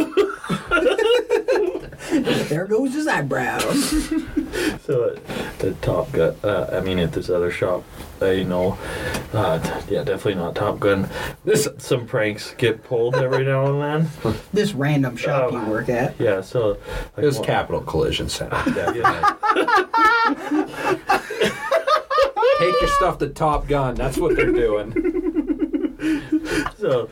Speaker 1: There goes his eyebrows.
Speaker 3: So at the Top Gun, uh, I mean at this other shop, I know, uh, t- yeah, definitely not Top Gun.
Speaker 2: This
Speaker 3: Some pranks get pulled every now and
Speaker 2: *laughs*
Speaker 3: then.
Speaker 1: This random shop
Speaker 2: Oh,
Speaker 1: you work at.
Speaker 3: Yeah, so like,
Speaker 2: it was
Speaker 3: one-
Speaker 2: Capital Collision Center.
Speaker 3: Yeah.
Speaker 2: *laughs* Take your stuff to Top Gun. That's what they're doing.
Speaker 3: So *laughs*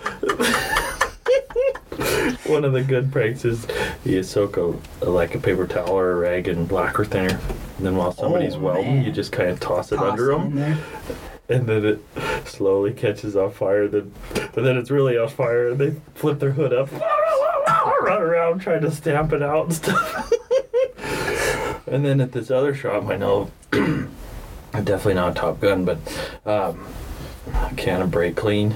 Speaker 3: one of the good pranks is you soak a like a paper towel or a rag in lacquer thinner. And then while somebody's
Speaker 1: Oh,
Speaker 3: welding,
Speaker 1: man.
Speaker 3: you just kind of toss it
Speaker 1: Tossed
Speaker 3: under
Speaker 1: in there.
Speaker 3: them, *laughs* and then it slowly catches on fire. Then, but then it's really on fire, and they flip their hood up, *laughs* run around trying to stamp it out and stuff. *laughs* and then at this other shop, I know, *clears throat* definitely not Top Gun, but um, a can of brake clean.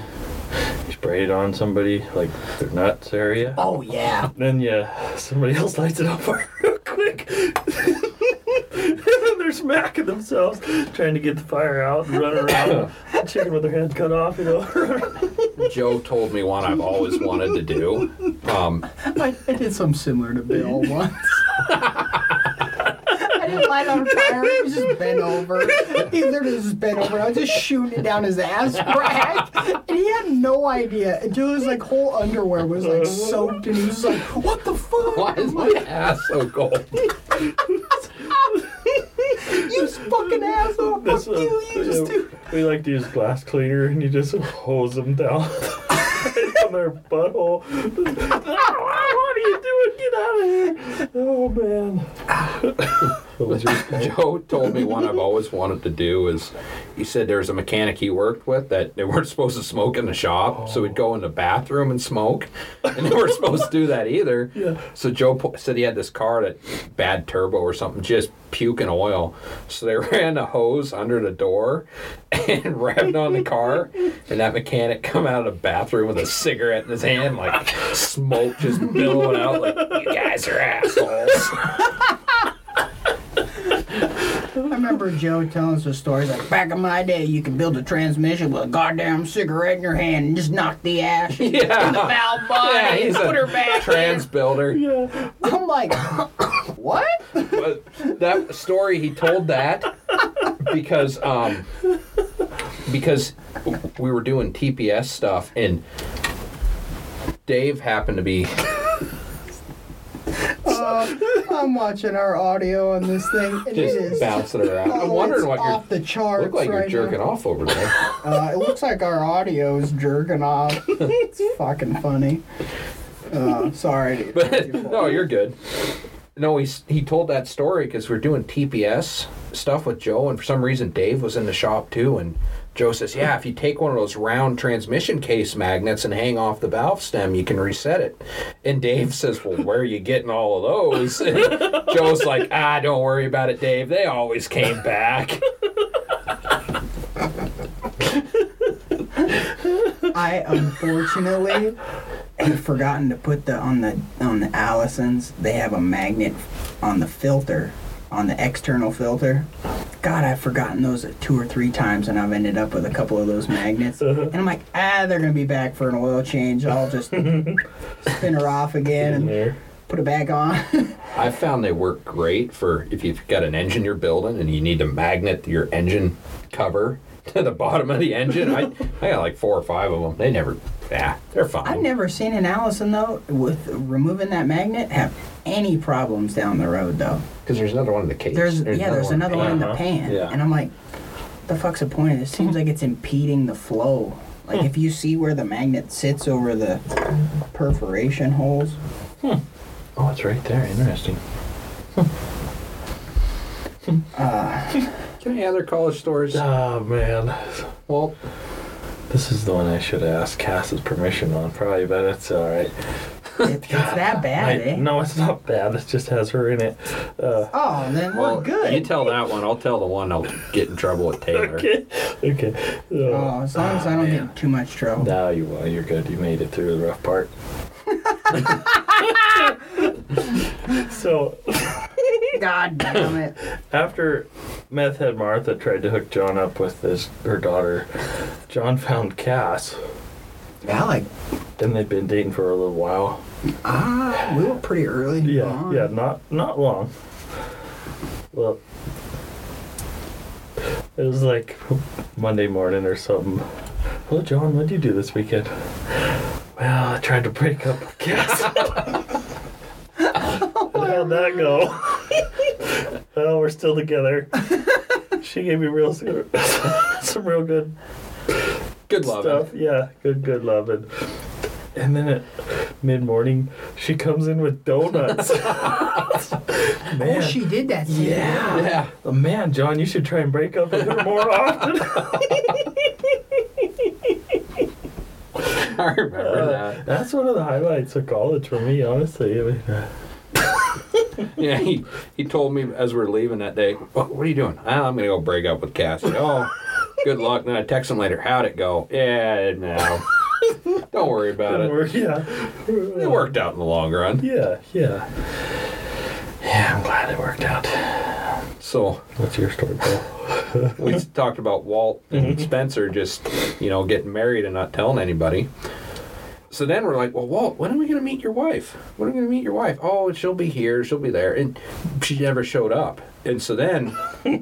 Speaker 3: You spray it on somebody, like their nuts area.
Speaker 1: Oh yeah.
Speaker 3: Then yeah, *laughs* somebody else lights it on fire *laughs* real quick. and then they're smacking themselves, trying to get the fire out and running *coughs* around. chicken with their head cut off, you know.
Speaker 2: Joe told me one I've always wanted to do. Um,
Speaker 1: I, I did something similar to *laughs* Bill once. I didn't light on fire. *laughs* He was just bent over. He literally was just bent over. I was just shooting it down his ass crack, and he had no idea until his like whole underwear was like soaked, and he was just like, "What the fuck?
Speaker 2: why is my ass so cold?
Speaker 1: *laughs* you fucking
Speaker 3: *laughs*
Speaker 1: asshole! Fuck
Speaker 3: That's
Speaker 1: you!
Speaker 3: *laughs* what-
Speaker 1: You just do."
Speaker 3: uh, We like to use glass cleaner, and you just hose them down *laughs* on their butthole. *laughs* *coughs* what are you doing? Get out of here! Oh man.
Speaker 2: *laughs* Joe told me one I've always wanted to do is he said there was a mechanic he worked with that they weren't *laughs* supposed to smoke in the shop, so we'd go in the bathroom and smoke, *laughs* and they weren't supposed to do that either.
Speaker 3: Yeah.
Speaker 2: So Joe po- said he had this car that bad turbo or something, just puking oil. So they *laughs* ran a hose under the door *laughs* and wrapped on the car, and that mechanic come out of the bathroom with a cigarette in his hand, like smoke just billowing out, like you guys are assholes. *laughs*
Speaker 1: I remember Joe telling us a story like, back in my day, you could build a transmission with a goddamn cigarette in your hand and just knock the *laughs* ash in
Speaker 2: Yeah.
Speaker 1: the valve body
Speaker 2: Yeah,
Speaker 1: and
Speaker 2: he's
Speaker 1: put her
Speaker 2: a
Speaker 1: back.
Speaker 2: trans builder.
Speaker 3: *laughs* Yeah.
Speaker 1: I'm like, what?
Speaker 2: But that story he told that because um because we were doing TPS stuff and Dave happened to be
Speaker 1: Uh, I'm watching our audio on this thing. And it
Speaker 2: just
Speaker 1: is.
Speaker 2: bouncing around. I'm
Speaker 1: oh,
Speaker 2: wondering
Speaker 1: it's
Speaker 2: what you're
Speaker 1: off the charts
Speaker 2: look like
Speaker 1: right
Speaker 2: you're jerking
Speaker 1: now.
Speaker 2: off over there.
Speaker 1: Uh, it looks like our audio is jerking
Speaker 2: *laughs*
Speaker 1: off. it's fucking funny. Uh, sorry.
Speaker 2: *laughs* But no, you're good. No, he he told that story because we're doing TPS stuff with Joe, and for some reason Dave was in the shop too. And Joe says, "Yeah, if you take one of those round transmission case magnets and hang off the valve stem, you can reset it." And Dave says, "Well, where are you getting all of those?" And Joe's like, "Ah, don't worry about it, Dave. They always came back."
Speaker 1: I unfortunately have forgotten to put the on the on the Allisons. They have a magnet on the filter, on the external filter. God, I've forgotten those two or three times, and I've ended up with a couple of those magnets. And I'm like, ah, they're gonna be back for an oil change. I'll just spin her off again
Speaker 3: In
Speaker 1: and
Speaker 3: there.
Speaker 1: put it back on.
Speaker 2: I found they work great for if you've got an engine you're building and you need to magnet your engine cover *laughs* to the bottom of the engine. I, I got like four or five of them. They never, yeah, they're fine.
Speaker 1: I've never seen an Allison though with removing that magnet have any problems down the road though.
Speaker 2: Because there's another one in the case.
Speaker 1: There's, yeah, there's another one in the
Speaker 3: Uh-huh.
Speaker 1: pan,
Speaker 2: Yeah.
Speaker 1: and I'm like, the fuck's the point of this? Seems like it's impeding the flow.
Speaker 3: Hmm.
Speaker 1: Like if you see where the magnet sits over the perforation
Speaker 3: *laughs*
Speaker 1: holes,
Speaker 3: Oh, it's right there. Interesting.
Speaker 2: Any other college stores?
Speaker 3: Oh, man.
Speaker 2: Well,
Speaker 3: This is the one I should ask Cass's permission on, probably, but it's all right.
Speaker 1: it, it's that bad,
Speaker 3: I-
Speaker 1: eh?
Speaker 3: No, it's not bad. It just has her in it.
Speaker 1: *laughs*
Speaker 3: Uh,
Speaker 1: Oh, then
Speaker 2: well,
Speaker 1: we're good.
Speaker 2: You tell that one. I'll tell the one. I'll get in trouble with Taylor.
Speaker 3: *laughs* okay. Okay. Uh,
Speaker 1: oh, as long as I don't get too much trouble.
Speaker 3: now you well, you're good. You made it through the rough part. so
Speaker 1: *laughs* God damn it!
Speaker 3: after meth head Martha tried to hook John up with his her daughter, John found Cass,
Speaker 1: Alec,
Speaker 3: and they'd been dating for a little while.
Speaker 1: ah, we were pretty early.
Speaker 3: Yeah,
Speaker 1: on.
Speaker 3: yeah, not not long. Well, it was like Monday morning or something. Well, John, what'd you do this weekend? Well, I tried to break up with Cass. And How'd that go? well, we're still together. She gave me real some *laughs* real good
Speaker 2: Good love.
Speaker 3: stuff. Yeah, good, good love. And, and then at mid morning, she comes in
Speaker 2: *laughs*
Speaker 3: with donuts.
Speaker 1: Oh,
Speaker 2: Oh,
Speaker 3: man,
Speaker 1: she did that. same
Speaker 3: yeah.
Speaker 1: day.
Speaker 2: Yeah. *laughs*
Speaker 3: Oh, man, John, you should try and break up with her more often.
Speaker 2: I remember
Speaker 3: Uh,
Speaker 2: that.
Speaker 3: that's one of the highlights of college for me, honestly. I mean, uh,
Speaker 2: *laughs* Yeah, he, he told me as we are leaving that day, what, what are you doing? "Ah, I'm going to go break up with Cassie. Oh, good luck. Then I text him later, how'd it go? Yeah, *laughs* no. Don't worry about
Speaker 3: and
Speaker 2: it.
Speaker 3: we're- yeah,
Speaker 2: It worked out in the long run.
Speaker 3: yeah, yeah. Yeah, I'm glad it worked out.
Speaker 2: So
Speaker 3: What's your story, Bill?
Speaker 2: we talked about Walt and Spencer just, you know, getting married and not telling anybody. So then we're like, well, Walt, when are we going to meet your wife? When are we going to meet your wife? Oh, she'll be here. She'll be there. And she never showed up. And so then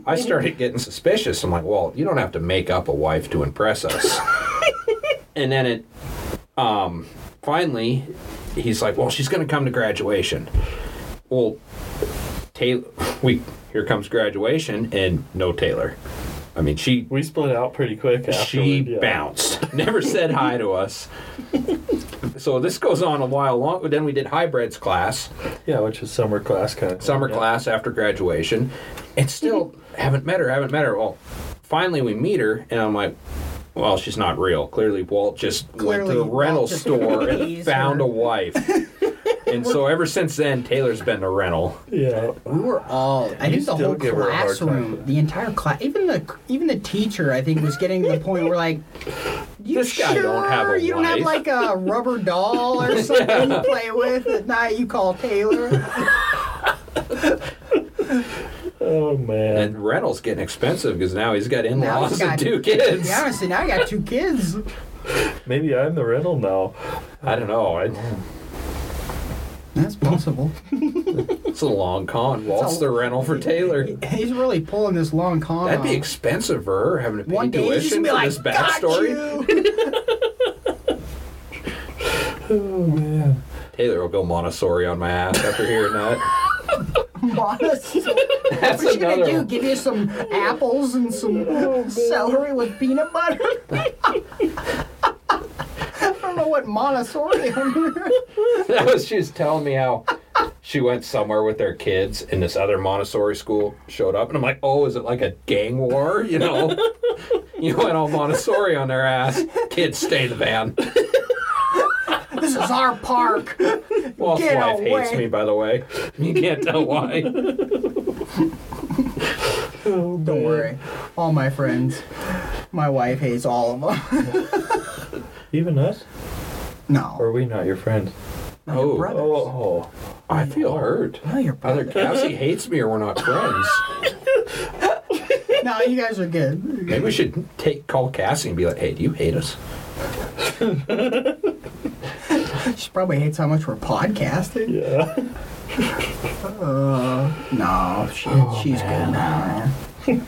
Speaker 2: I started getting suspicious. I'm like, Walt, you don't have to make up a wife to impress us. and then it, um, finally, he's like, well, she's going to come to graduation. Well, Taylor, we here comes graduation and no Taylor. I mean, she
Speaker 3: We split out pretty quick.
Speaker 2: she
Speaker 3: afterward, yeah.
Speaker 2: bounced. Never said hi to us. so this goes on a while long. Then we did hybrids class,
Speaker 3: Yeah, which was summer class kind of.
Speaker 2: summer
Speaker 3: yeah.
Speaker 2: class after graduation, and still haven't met her. Haven't met her. Well, finally we meet her, and I'm like. Well, she's not real. Clearly, Walt just went
Speaker 1: Clearly,
Speaker 2: to the
Speaker 1: Walt
Speaker 2: rental
Speaker 1: just *laughs*
Speaker 2: store and
Speaker 1: teased
Speaker 2: found
Speaker 1: her.
Speaker 2: a wife. and so, ever since then, Taylor's been to rental.
Speaker 3: Yeah.
Speaker 1: We were all. I
Speaker 3: You
Speaker 1: think the
Speaker 3: still
Speaker 1: whole
Speaker 3: give her a hard time for
Speaker 1: classroom,
Speaker 3: that.
Speaker 1: the entire class, even the even the teacher, I think, was getting to the point where like, you
Speaker 2: This guy
Speaker 1: sure
Speaker 2: don't have a
Speaker 1: you don't have
Speaker 2: wife?
Speaker 1: like a rubber doll or something to play with at night? You call Taylor.
Speaker 3: Oh man.
Speaker 2: And rental's getting expensive because now he's got in
Speaker 1: Now
Speaker 2: laws
Speaker 1: he's
Speaker 2: and
Speaker 1: got- *laughs*
Speaker 2: two kids.
Speaker 1: Yeah, honestly, now I got two kids.
Speaker 3: Maybe I'm the rental now.
Speaker 2: I don't know.
Speaker 1: Mm.
Speaker 2: I,
Speaker 1: That's possible.
Speaker 2: it's a long con. Walt's
Speaker 1: a-
Speaker 2: the rental for Taylor.
Speaker 1: He's really pulling this long con.
Speaker 2: That'd be
Speaker 1: on.
Speaker 2: expensive for her having to pay
Speaker 1: One day he's
Speaker 2: tuition
Speaker 1: gonna be
Speaker 2: for
Speaker 1: like,
Speaker 2: this backstory.
Speaker 1: Got you. *laughs*
Speaker 3: Oh man.
Speaker 2: Taylor will go Montessori on my ass after
Speaker 1: *laughs*
Speaker 2: hearing that.
Speaker 1: Montessori.
Speaker 2: That's
Speaker 1: What's she
Speaker 2: another
Speaker 1: gonna do?
Speaker 2: one. Oh,
Speaker 1: Give you some apples and some celery with peanut butter? I don't know what Montessori.
Speaker 2: That was she was telling me how she went somewhere with their kids and this other Montessori school showed up and I'm like, Oh, is it like a gang war?
Speaker 1: *laughs*
Speaker 2: You know? you went all Montessori on their ass. Kids stay in the van.
Speaker 1: *laughs* this is our park.
Speaker 2: Walt's
Speaker 1: Get
Speaker 2: wife hates
Speaker 1: away.
Speaker 2: me, by the way. *laughs* You can't tell why.
Speaker 3: Oh,
Speaker 1: Don't worry, all my friends. My wife hates all of them.
Speaker 3: Even us? Or are
Speaker 1: *laughs* No,
Speaker 3: we not your friends?
Speaker 2: Oh.
Speaker 1: brother.
Speaker 3: Oh.
Speaker 2: I feel hurt.
Speaker 1: no, you're brother.
Speaker 2: Either Cassie hates me or we're not friends.
Speaker 1: No, you guys are good.
Speaker 2: Maybe we should take call Cassie and be like, "Hey, do you hate us?"
Speaker 1: She probably hates how much we're podcasting.
Speaker 3: Yeah.
Speaker 1: Uh, no, she, she's good now. *laughs* man.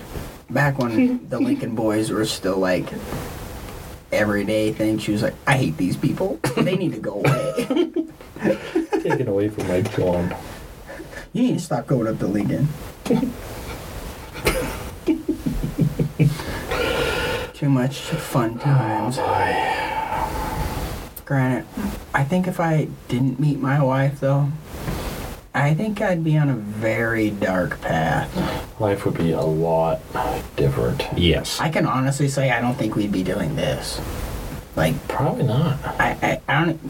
Speaker 1: Back when the Lincoln Boys were still like everyday thing, she was like, "I hate these people. They need to go away.
Speaker 3: *laughs*
Speaker 1: *laughs*
Speaker 3: Taken away from my gone.
Speaker 1: you need to stop going up to Lincoln." *laughs* Too much fun times. Granted, I think if I didn't meet my wife though, I think I'd be on a very dark path.
Speaker 3: Life would be a lot different.
Speaker 2: Yes.
Speaker 1: I can honestly say I don't think we'd be doing this. Like
Speaker 3: Probably not.
Speaker 1: I, I, I don't.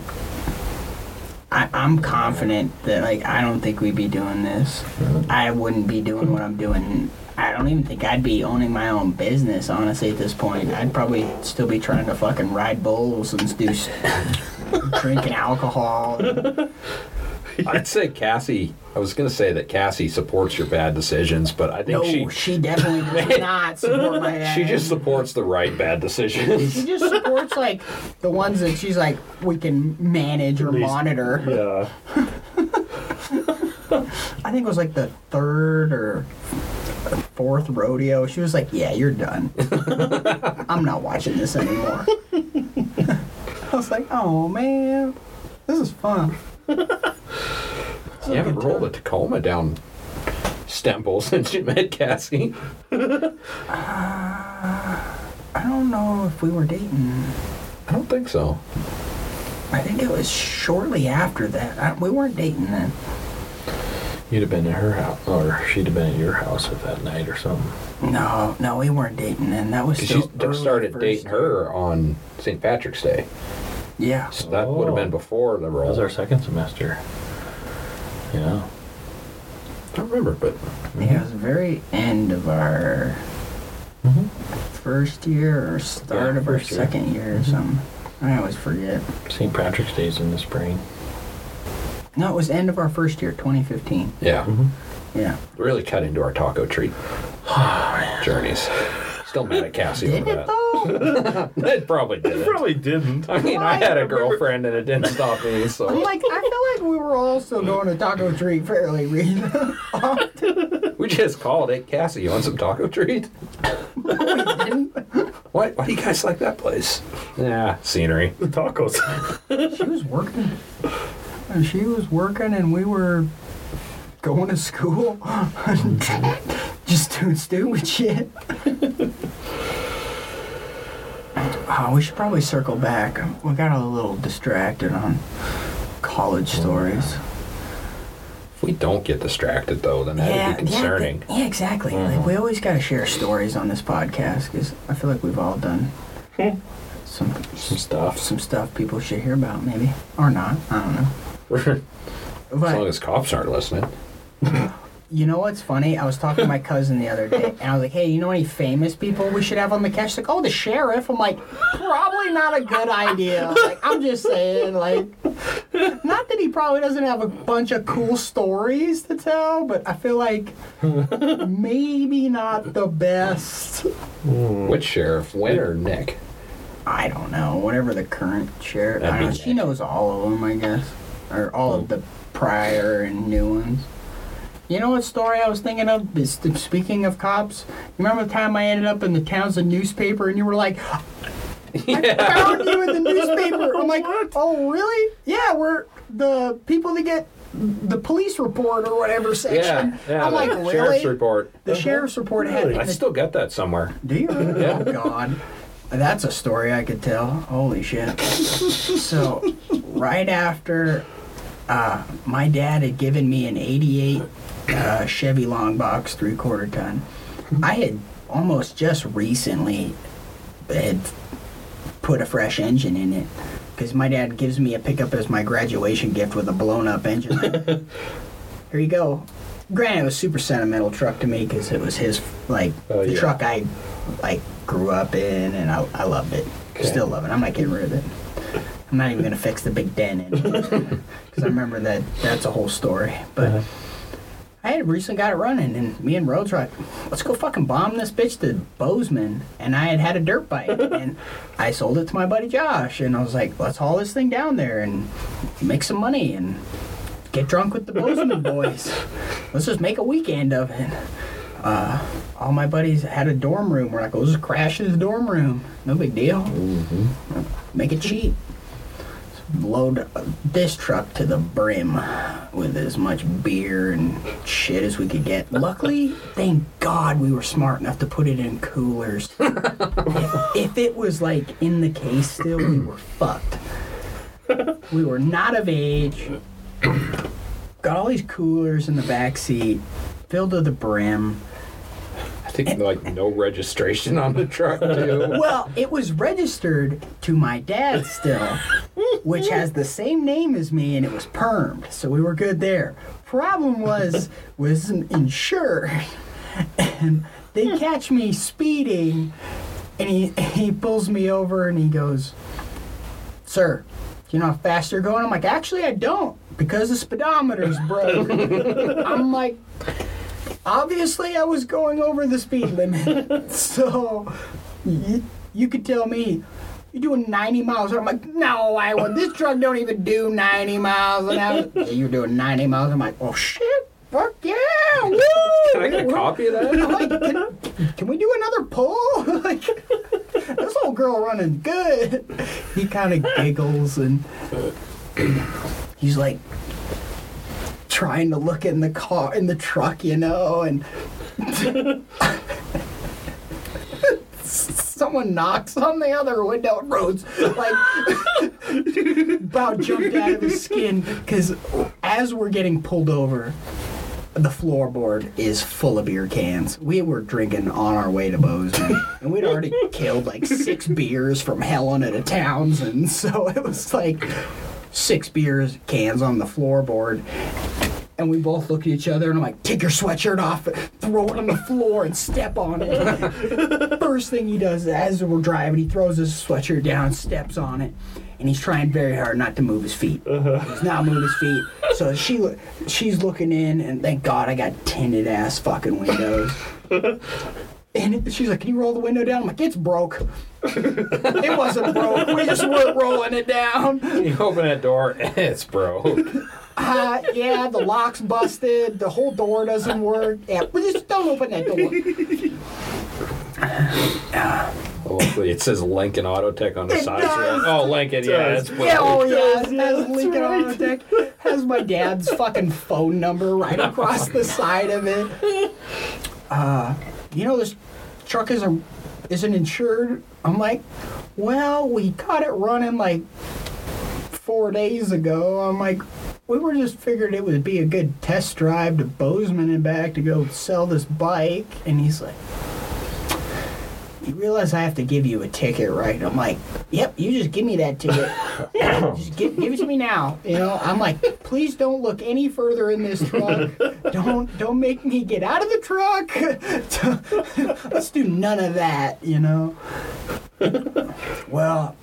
Speaker 1: I, I'm confident that like I don't think we'd be doing this. I wouldn't be doing what I'm doing. I don't even think I'd be owning my own business honestly at this point. I'd probably still be trying to fucking ride bulls and do s- *laughs* drinking
Speaker 2: *laughs*
Speaker 1: alcohol.
Speaker 2: I'd say Cassie. I was gonna say that Cassie supports your bad decisions, but I think
Speaker 1: No,
Speaker 2: she
Speaker 1: she, definitely
Speaker 2: *laughs*
Speaker 1: does not support my.
Speaker 2: she just supports the right bad decisions. *laughs*
Speaker 1: She just supports like the ones that she's like we can manage or
Speaker 3: least-
Speaker 1: monitor.
Speaker 3: Yeah.
Speaker 1: I think it was like the third or fourth rodeo. She was like, "Yeah, you're
Speaker 2: *laughs*
Speaker 1: done. I'm not watching this anymore." *laughs* I was like, "Oh man, this is fun."
Speaker 2: you haven't rolled a Tacoma down Stemple *laughs* since you met Cassie.
Speaker 1: I don't know if we were dating.
Speaker 2: I don't think so.
Speaker 1: I think it was shortly after that. I, we weren't dating then.
Speaker 3: You'd have been at her house, or she'd have been at your house if that night or something.
Speaker 1: No, no, we weren't dating then. That was
Speaker 2: 'Cause
Speaker 1: still
Speaker 2: you
Speaker 1: early
Speaker 2: started
Speaker 1: first-
Speaker 2: dating her on St. Patrick's Day,
Speaker 1: Yeah,
Speaker 2: so that would have been before the
Speaker 3: That
Speaker 2: roll.
Speaker 3: was our second semester. Yeah. Mm-hmm.
Speaker 2: I don't remember, but
Speaker 1: yeah, it was the very end of our
Speaker 3: Mm-hmm.
Speaker 1: first year or start
Speaker 3: Yeah,
Speaker 1: of our
Speaker 3: first year.
Speaker 1: second year
Speaker 2: Mm-hmm.
Speaker 1: or something. I always forget.
Speaker 3: St. Patrick's Day's in the spring.
Speaker 1: No, it was the end of our first year, 2015.
Speaker 2: yeah,
Speaker 1: Yeah.
Speaker 2: really cut into our taco *sighs* treat Oh, journeys. Still mad at Cassie
Speaker 1: Did
Speaker 2: over
Speaker 1: it
Speaker 2: that.
Speaker 1: though?
Speaker 2: It probably did.
Speaker 3: didn't.
Speaker 2: I mean, I had a girlfriend and it didn't *laughs* stop me,
Speaker 1: I'm
Speaker 2: so
Speaker 1: like, I feel like we were all still going to Taco Tree fairly recently.
Speaker 2: we just called it. Cassie, you want some taco treat? Why, why do you guys like that place? Yeah, scenery.
Speaker 3: The tacos.
Speaker 1: *laughs*
Speaker 3: *laughs*
Speaker 1: she was working. And she was working, and we were *laughs* going to school, just doing stupid shit. *laughs* Oh, we should probably circle back. We got a little distracted on college stories.
Speaker 2: If we don't get distracted though, then that'd be concerning. Mm-hmm.
Speaker 1: Yeah, exactly. Like
Speaker 3: Mhm.
Speaker 1: we always got to share stories on this podcast because I feel like we've all done
Speaker 3: Hmm.
Speaker 1: some
Speaker 3: Some stuff.
Speaker 1: some stuff people should hear about, maybe or not. I
Speaker 2: *laughs*
Speaker 1: don't know.
Speaker 2: as
Speaker 1: But
Speaker 2: long as cops aren't listening.
Speaker 1: you know what's funny? I was talking to my cousin the other day, and I was like, "Hey, you know any famous people we should have on the cast?" She's like, "Oh, the sheriff." I'm like, "Probably not a good idea." Like, I'm just saying, like, not that he probably doesn't have a bunch of cool stories to tell, but I feel like maybe not the best.
Speaker 2: Which sheriff, Win or Nick?
Speaker 1: I don't know. Whatever the current sheriff, I
Speaker 2: That'd
Speaker 1: don't know,
Speaker 2: be Oh.
Speaker 1: she
Speaker 2: Nick.
Speaker 1: knows all of them, I guess, or all of the prior and new ones. You know what story I was thinking of? Is speaking of cops, remember the time I ended up in the Townsend newspaper, and you were
Speaker 2: *laughs*
Speaker 1: like, "I found you in the newspaper." I'm
Speaker 2: *laughs*
Speaker 1: like, "Oh, really? Yeah, we're the people that get." The police report or whatever section.
Speaker 2: *laughs* Yeah, yeah.
Speaker 1: I'm like,
Speaker 2: the
Speaker 1: really?
Speaker 2: sheriff's report.
Speaker 1: The sheriff's report had
Speaker 3: Really?
Speaker 1: it
Speaker 2: I
Speaker 1: in the
Speaker 2: still got that somewhere.
Speaker 1: do
Speaker 3: *laughs*
Speaker 1: you? really?
Speaker 2: Yeah.
Speaker 1: Oh God, that's a story I could tell. Holy shit! so, right after uh, my dad had given me an '88 uh, Chevy long box three quarter ton, I had almost just recently had put a fresh engine in it because my dad gives me a pickup as my graduation gift with a blown up
Speaker 3: *laughs*
Speaker 1: engine. Here you go. Granted, it was a super sentimental truck to me because it was his like
Speaker 3: Oh,
Speaker 1: the
Speaker 3: yeah.
Speaker 1: truck I like grew up in, and I, I loved it.
Speaker 3: Okay.
Speaker 1: Still love it. I'm not getting rid of it. I'm not even gonna fix the big dent in it because I remember that that's a whole story. But I had recently got it running, and me and Rhodes were like, "Let's go fucking bomb this bitch to Bozeman." And I had had a dirt bike, and I sold it to my buddy Josh, and I was like, "Let's haul this thing down there and make some money and get drunk with the Bozeman boys. Let's just make a weekend of it." Uh, all my buddies had a dorm room. We're like, "Let's just crash in the dorm room. No big deal. Make it cheap." load this truck to the brim with as much beer and shit as we could get. Luckily, thank God we were smart enough to put it in coolers. if it was like in the case still, we were fucked. We were not of age. Got all these coolers in the back seat, filled to the brim.
Speaker 2: I think like no registration on the *laughs* truck too.
Speaker 1: Well, it was registered to my dad still, which has the same name as me, and it was permed, so we were good there. Problem was, wasn't insured, and they catch me speeding, and he he pulls me over and he goes, "Sir, do you know how fast you're going?" I'm like, "Actually, I don't, because the speedometer's
Speaker 2: *laughs*
Speaker 1: broke." I'm like. Obviously, I was going over the speed limit, *laughs* so you, you could tell me you're doing 90 miles an hour. I'm like, no, I would. This truck don't even do 90 miles an hour. "Yeah, *laughs* you're doing 90 miles. I'm like, oh shit, fuck yeah, woo!
Speaker 2: *laughs* Can I get a copy of
Speaker 1: *laughs*
Speaker 2: that?
Speaker 1: I'm like, can, can we do another pull? *laughs* like, this old girl running good. He kind of giggles and *clears throat* he's like trying to look in the car, in the truck, you know, and *laughs* someone knocks on the other window and Rhodes like *laughs* about jumped out of his skin because as we're getting pulled over the floorboard is full of beer cans. We were drinking on our way to Bozeman, and we'd already killed like six beers from Helena to Townsend, so it was like six beers cans on the floorboard. And we both look at each other, and I'm like, "Take your sweatshirt off, throw it on the floor, and step on it." First thing he does as we're driving, he throws his sweatshirt down, steps on it, and he's trying very hard not to move his feet. He's not moving his feet. So she lo- she's looking in, and thank God I got tinted ass fucking windows. And she's like, "Can you roll the window down?" I'm like, "It's broke. it wasn't broke. We just weren't rolling it down.
Speaker 2: *laughs* You open that door, *laughs* it's bro.
Speaker 1: Uh, yeah, the lock's busted. The whole door doesn't work. Yeah, we just don't open that door."
Speaker 2: Hopefully, it says Lincoln Auto Tech on the
Speaker 1: It
Speaker 2: side.
Speaker 1: does.
Speaker 2: Oh, Lincoln, yeah,
Speaker 3: does.
Speaker 2: that's
Speaker 1: Yeah,
Speaker 2: what.
Speaker 1: oh yeah,
Speaker 3: does,
Speaker 1: it
Speaker 3: yeah,
Speaker 1: has
Speaker 3: that's
Speaker 1: Lincoln
Speaker 3: right.
Speaker 1: on the deck. Has my dad's fucking phone number right across the side of it. Uh, you know this truck isn't isn't insured. I'm like, well, we got it running like four days ago. I'm like, we were just figured it would be a good test drive to Bozeman and back to go sell this bike. And he's like, you realize I have to give you a ticket, right? I'm like, yep, you just give me that ticket. just give, give it to me now. You know, I'm like, please don't look any further in this truck. Don't don't make me get out of the truck. *laughs* Let's do none of that, you know. well,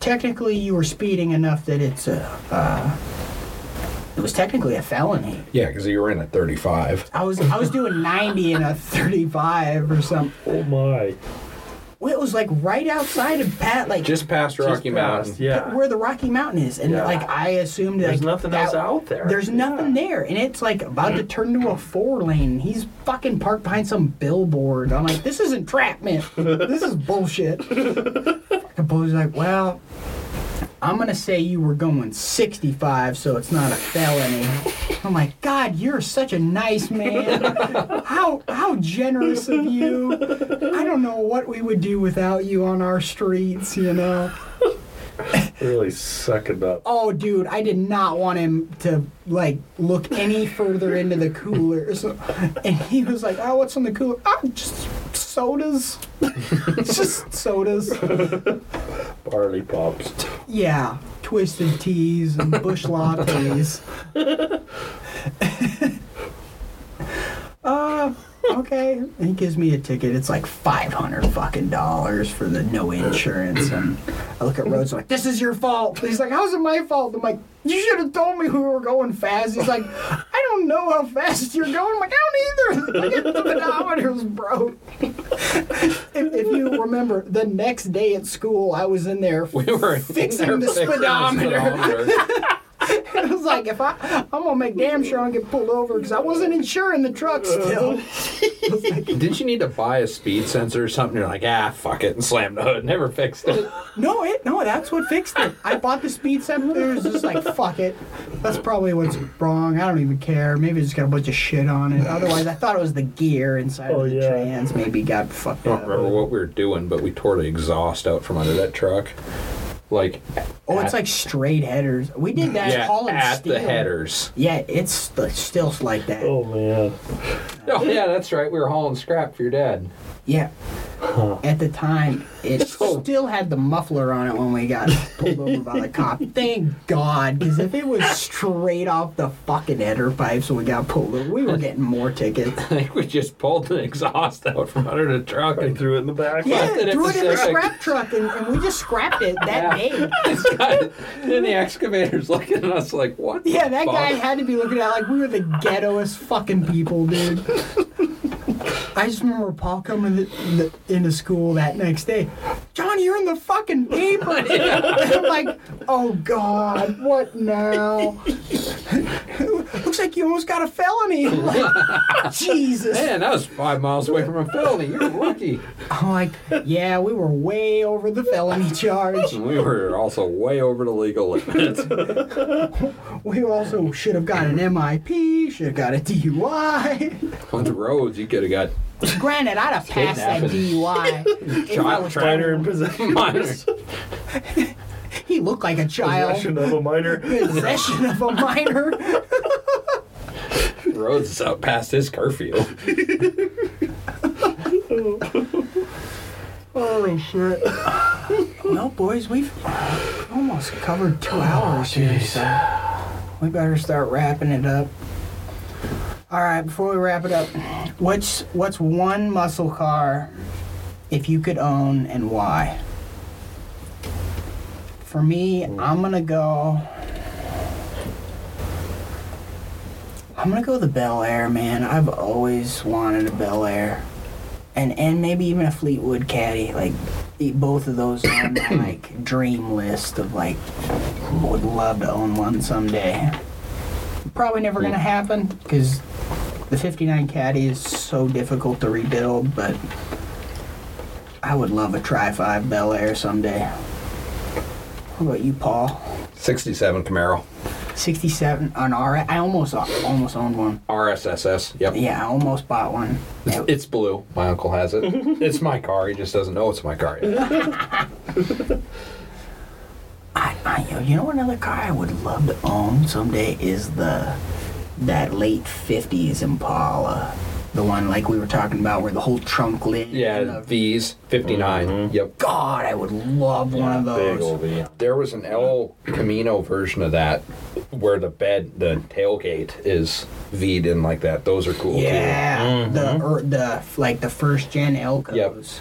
Speaker 1: technically you were speeding enough that it's a uh, it was technically a felony.
Speaker 2: Yeah, because you were in at 35.
Speaker 1: I was I was doing 90 and a 35 or something.
Speaker 3: Oh my.
Speaker 1: Well, It was like right outside of Pat, like
Speaker 2: Just past Rocky
Speaker 3: Just
Speaker 2: Mountain.
Speaker 3: passed, Yeah.
Speaker 1: where the Rocky Mountain is, and
Speaker 3: Yeah.
Speaker 1: like I assumed
Speaker 3: There's
Speaker 1: like,
Speaker 3: nothing
Speaker 1: that-
Speaker 3: else out there.
Speaker 1: There's nothing there, and it's like about to turn into a four lane. He's fucking parked behind some billboard. I'm like, this is entrapment. this is bullshit. Fucking Bo's like, well, I'm gonna say you were going 65, so it's not a felony. I'm like, God, you're such a nice man. How how generous of you. I don't know what we would do without you on our streets, you know.
Speaker 3: Really sucking up.
Speaker 1: Oh, dude, I did not want him to like look any further into the cooler. So, and he was like, "Oh, what's in the cooler? Oh, just sodas. *laughs* It's just sodas.
Speaker 3: Barley pops.
Speaker 1: Yeah, twisted teas and bush lattes." uh, okay. And he gives me a ticket. It's like five hundred fucking dollars for the no insurance. And I look at Rhodes I'm like, "This is your fault." He's like, "How's it my fault?" I'm like, "You should have told me we were going fast." He's like, "I don't know how fast you're going." I'm like, "I don't either." *laughs* Like, the pedometer's broke. *laughs* if, if you remember, the next day at school, I was in there
Speaker 2: *laughs* We were in
Speaker 1: fixing
Speaker 2: there
Speaker 1: the
Speaker 2: fixing
Speaker 1: speedometer.
Speaker 2: speedometer.
Speaker 1: *laughs* I was like, if I, I'm gonna make damn sure I don't get pulled over because I wasn't insuring the truck still.
Speaker 2: Didn't you need to buy a speed sensor or something? You're like, ah, fuck it, and slammed the hood. Never fixed *laughs* it.
Speaker 1: No, it no, that's what fixed it. I bought the speed sensor. It was just like fuck it. That's probably what's wrong. I don't even care. Maybe it's got a bunch of shit on it. Otherwise, I thought it was the gear inside
Speaker 3: Oh,
Speaker 1: of the
Speaker 3: yeah.
Speaker 1: trans. Maybe got fucked
Speaker 2: I don't
Speaker 1: up.
Speaker 2: remember what we were doing, but we tore the exhaust out from under that truck. Like,
Speaker 1: Oh,
Speaker 2: at-
Speaker 1: it's like straight headers. We did that
Speaker 2: yeah,
Speaker 1: all in
Speaker 2: at
Speaker 1: steel.
Speaker 2: the headers.
Speaker 1: Yeah, it's like, still like that.
Speaker 3: Oh man.
Speaker 2: Oh yeah, that's right. We were hauling scrap for your dad.
Speaker 1: Yeah. At the time, it
Speaker 2: So-
Speaker 1: still had the muffler on it when we got pulled over by the cop. Thank God, because if it was straight off the fucking header pipes when we got pulled over, we were getting more tickets.
Speaker 2: I think we just pulled the exhaust out from under the truck
Speaker 3: I
Speaker 2: and
Speaker 3: threw it in the back.
Speaker 1: Yeah,
Speaker 2: Fucking
Speaker 1: threw it in the
Speaker 2: Pacific.
Speaker 1: scrap truck, and, and we just scrapped it that day.
Speaker 2: this guy. Then the excavator's looking at us like, what? the
Speaker 1: Yeah, that
Speaker 2: fuck?
Speaker 1: guy had to be looking at it like we were the ghettoest fucking people, dude. I just remember Paul coming to the, the, into school that next day. Johnny, you're in the fucking paper.
Speaker 2: *laughs*
Speaker 1: I'm like, oh god, what now? Looks like you almost got a felony. I'm like, Jesus.
Speaker 2: Man, that was five miles away from a felony. You're lucky.
Speaker 1: I'm like, yeah, we were way over the felony charge.
Speaker 2: And we were also way over the legal limits.
Speaker 1: We also should have got an MIP, should have got a DUI.
Speaker 2: On the roads, you could have got
Speaker 1: Granted, I'd have passed that DUI.
Speaker 2: Kidnapping.
Speaker 1: if I
Speaker 2: Child
Speaker 1: was-
Speaker 3: Minor in
Speaker 1: *laughs*
Speaker 2: *laughs*
Speaker 3: possession.
Speaker 2: minors.
Speaker 1: He looked like a child.
Speaker 3: Possession of a minor.
Speaker 1: Possession of a minor.
Speaker 2: Roads is out past his curfew.
Speaker 1: *laughs* Holy shit. well, boys, we've almost covered two hours here, so we better start wrapping it up. All right, before we wrap it up, what's what's one muscle car if you could own and why? For me, I'm gonna go. I'm gonna go the Bel Air, man. I've always wanted a Bel Air, and and maybe even a Fleetwood Caddy. Like e- both of those are on my like dream list of like would love to own one someday. Probably never gonna happen because the '59 Caddy is so difficult to rebuild, but. I would love a Tri Five Bel Air someday. What about you, Paul?
Speaker 2: 67 Camaro.
Speaker 1: 67 an RS. I almost uh, almost owned one.
Speaker 2: RSSS. Yep.
Speaker 1: Yeah, I almost bought one.
Speaker 2: It's, it's blue. My uncle has
Speaker 1: *laughs*
Speaker 2: it. it's my car. He just doesn't know it's my car yet.
Speaker 1: I, I you know another car I would love to own someday is the that late 50s Impala. The one like we were talking about where the whole trunk lid and
Speaker 2: Yeah,
Speaker 1: the-
Speaker 2: V's 59. Yep.
Speaker 1: God, I would love one of
Speaker 3: Big
Speaker 1: those.
Speaker 3: old V.
Speaker 2: There was an El Camino version of that where the bed, the tailgate is V'd in like that. Those are cool
Speaker 1: Yeah,
Speaker 3: Mm-hmm.
Speaker 1: the er, the like the first gen Elcos.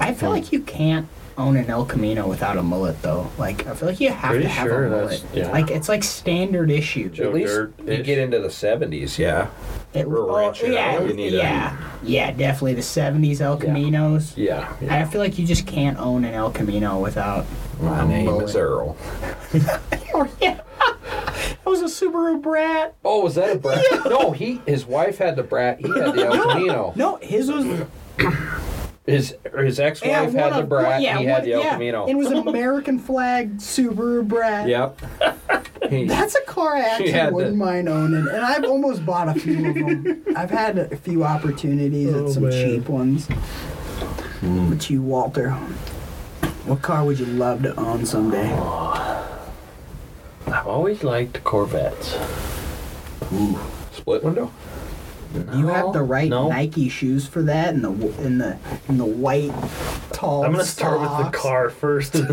Speaker 1: I
Speaker 3: Mm.
Speaker 1: feel like you can't own an El Camino without a mullet though. Like I feel like you have
Speaker 3: Pretty
Speaker 1: to have
Speaker 3: sure
Speaker 1: a
Speaker 3: that's-
Speaker 1: mullet.
Speaker 3: yeah.
Speaker 1: Like it's like standard issue.
Speaker 2: too.
Speaker 3: Joe
Speaker 2: At least you
Speaker 3: Dirt-ish.
Speaker 2: get into the 70s, yeah.
Speaker 1: It-
Speaker 2: we're
Speaker 1: oh,
Speaker 2: ranching
Speaker 1: yeah,
Speaker 2: out, we
Speaker 1: it-
Speaker 2: need a-
Speaker 1: yeah, yeah, definitely the '70s El Caminos.
Speaker 2: Yeah.
Speaker 1: I feel like you just can't own an El Camino without.
Speaker 2: My
Speaker 1: a
Speaker 2: name
Speaker 1: mullet.
Speaker 2: is Earl.
Speaker 1: Oh *laughs* yeah, I was a Subaru brat.
Speaker 2: Oh, was that a brat? No, he his wife had the brat. He had the El
Speaker 1: *laughs*
Speaker 2: Camino.
Speaker 1: No, his was
Speaker 2: His his ex wife
Speaker 1: yeah, one
Speaker 2: had the
Speaker 1: of-
Speaker 2: brat.
Speaker 1: yeah,
Speaker 2: he had
Speaker 1: one-
Speaker 2: the El
Speaker 1: yeah,
Speaker 2: Camino.
Speaker 1: It was
Speaker 2: *laughs*
Speaker 1: an American flag Subaru brat. *laughs*
Speaker 2: yep. He-
Speaker 1: That's a car I actually
Speaker 2: Yeah, the-
Speaker 1: wouldn't mind owning, and I've almost bought a few of
Speaker 3: *laughs*
Speaker 1: them. I've had a few opportunities
Speaker 3: Oh,
Speaker 1: at some
Speaker 3: man. Hmm.
Speaker 1: cheap ones. But you, Walter, what car would you love to own someday?
Speaker 3: I've always liked Corvettes.
Speaker 2: split window.
Speaker 1: you have the
Speaker 3: No,
Speaker 1: right
Speaker 3: no.
Speaker 1: Nike shoes for that, and the w- and the and the white tall.
Speaker 3: I'm gonna start with the
Speaker 1: socks. *laughs*
Speaker 3: car first.
Speaker 1: you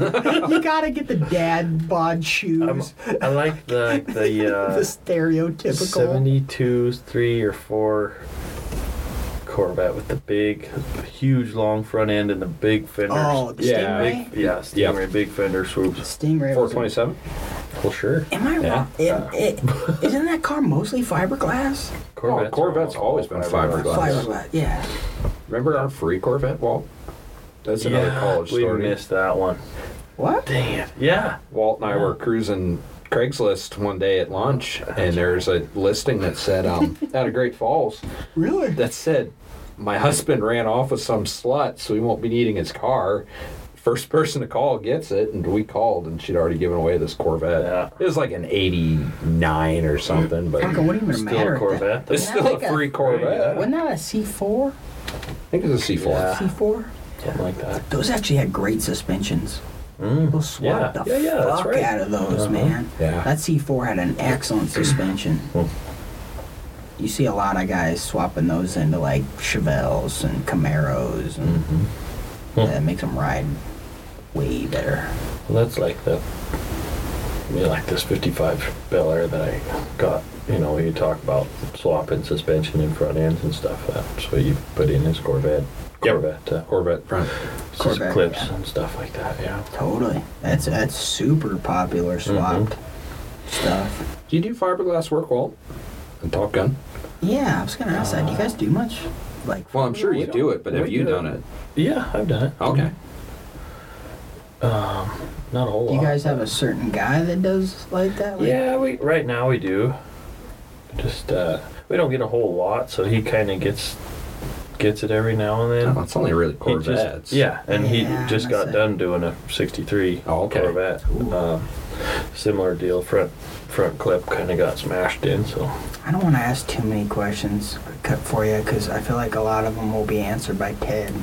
Speaker 1: gotta get the dad bod
Speaker 3: I'm,
Speaker 1: shoes,
Speaker 3: I like the
Speaker 1: *laughs*
Speaker 3: the
Speaker 1: the
Speaker 3: uh,
Speaker 1: stereotypical.
Speaker 3: 72, three or four Corvette with the big, huge long front end and the big fenders.
Speaker 1: Oh, the
Speaker 2: Yeah,
Speaker 1: Stingray.
Speaker 3: big, yeah, Stingray, big fender swoops.
Speaker 1: Stingray.
Speaker 2: Four
Speaker 1: was a-
Speaker 2: twenty seven. Well, sure.
Speaker 1: Am I
Speaker 2: Yeah.
Speaker 1: wrong? It, it, isn't that car mostly fiberglass?
Speaker 2: Oh, Corvettes
Speaker 3: are
Speaker 2: Corvette's always
Speaker 3: almost
Speaker 2: been
Speaker 3: all
Speaker 2: fiberglass.
Speaker 1: Fiberglass, yeah.
Speaker 2: Remember our free Corvette? Walt? that's another
Speaker 3: yeah,
Speaker 2: college
Speaker 3: we
Speaker 2: story.
Speaker 3: missed that one.
Speaker 1: What?
Speaker 3: Dang it. Yeah.
Speaker 2: Walt and I were cruising Craigslist one day at lunch, and there's a listing that said
Speaker 3: *laughs*
Speaker 2: um, out of Great Falls
Speaker 1: Really?
Speaker 2: that said my husband ran off with some slut, so he won't be needing his car. First person to call gets it, and we called, and she'd already given away this Corvette.
Speaker 3: Yeah.
Speaker 2: It was like an '89 or something, but
Speaker 1: Fucking wouldn't even
Speaker 3: Still
Speaker 1: matter.
Speaker 3: a
Speaker 1: at that-
Speaker 3: Corvette.
Speaker 2: it's
Speaker 1: Yeah,
Speaker 2: still
Speaker 1: like
Speaker 2: a
Speaker 1: a-
Speaker 2: free Corvette.
Speaker 1: Wasn't that a C4?
Speaker 2: I think it's a C4.
Speaker 3: Yeah.
Speaker 1: C4?
Speaker 3: Something like that.
Speaker 1: Those actually had great suspensions. People swapped
Speaker 3: Mm, yeah.
Speaker 1: the
Speaker 3: Yeah, yeah, that's
Speaker 1: fuck
Speaker 3: right. Uh-huh.
Speaker 1: out of those, man.
Speaker 2: Yeah.
Speaker 1: That C4 had an excellent suspension.
Speaker 3: Hmm.
Speaker 1: You see a lot of guys swapping those into like Chevelles and Camaros, and
Speaker 3: Mm-hmm. Hmm.
Speaker 1: yeah, it makes them ride way better.
Speaker 3: Well, that's like the, I mean, like this 55 Bel Air that I got. You know, you talk about swapping suspension and front ends and stuff. That's what you put in his Corvette.
Speaker 2: Yep.
Speaker 3: Corvette. Uh,
Speaker 2: Corvette front.
Speaker 3: just
Speaker 1: Corvette,
Speaker 3: clips
Speaker 1: yeah.
Speaker 3: and stuff like that. Yeah.
Speaker 1: Totally. That's that's super popular
Speaker 3: Mm-hmm.
Speaker 1: swapped stuff.
Speaker 2: Do you do fiberglass work, Walt? And Top Gun?
Speaker 1: Yeah, I was gonna ask that. Do you guys do much? Like,
Speaker 2: Well, I'm sure you
Speaker 3: We
Speaker 2: do it, but
Speaker 3: we
Speaker 2: have you
Speaker 3: do
Speaker 2: done it?
Speaker 3: Yeah, I've done it.
Speaker 2: Okay.
Speaker 3: Not a whole
Speaker 1: do you
Speaker 3: lot.
Speaker 1: guys have a certain guy that does like that? Like,
Speaker 3: Yeah, we right now we do. Just uh we don't get a whole lot, so he kind of gets gets it every now and then.
Speaker 2: Oh, it's only really
Speaker 3: He just-
Speaker 2: Corvettes.
Speaker 3: yeah, and
Speaker 1: Yeah,
Speaker 3: he just got
Speaker 1: that's it.
Speaker 3: done doing a '63
Speaker 2: Oh, okay.
Speaker 3: Corvette. Um, similar deal, front front clip kind of got smashed in. So
Speaker 1: I don't want to ask too many questions cut for you because I feel like a lot of them will be answered by Ted.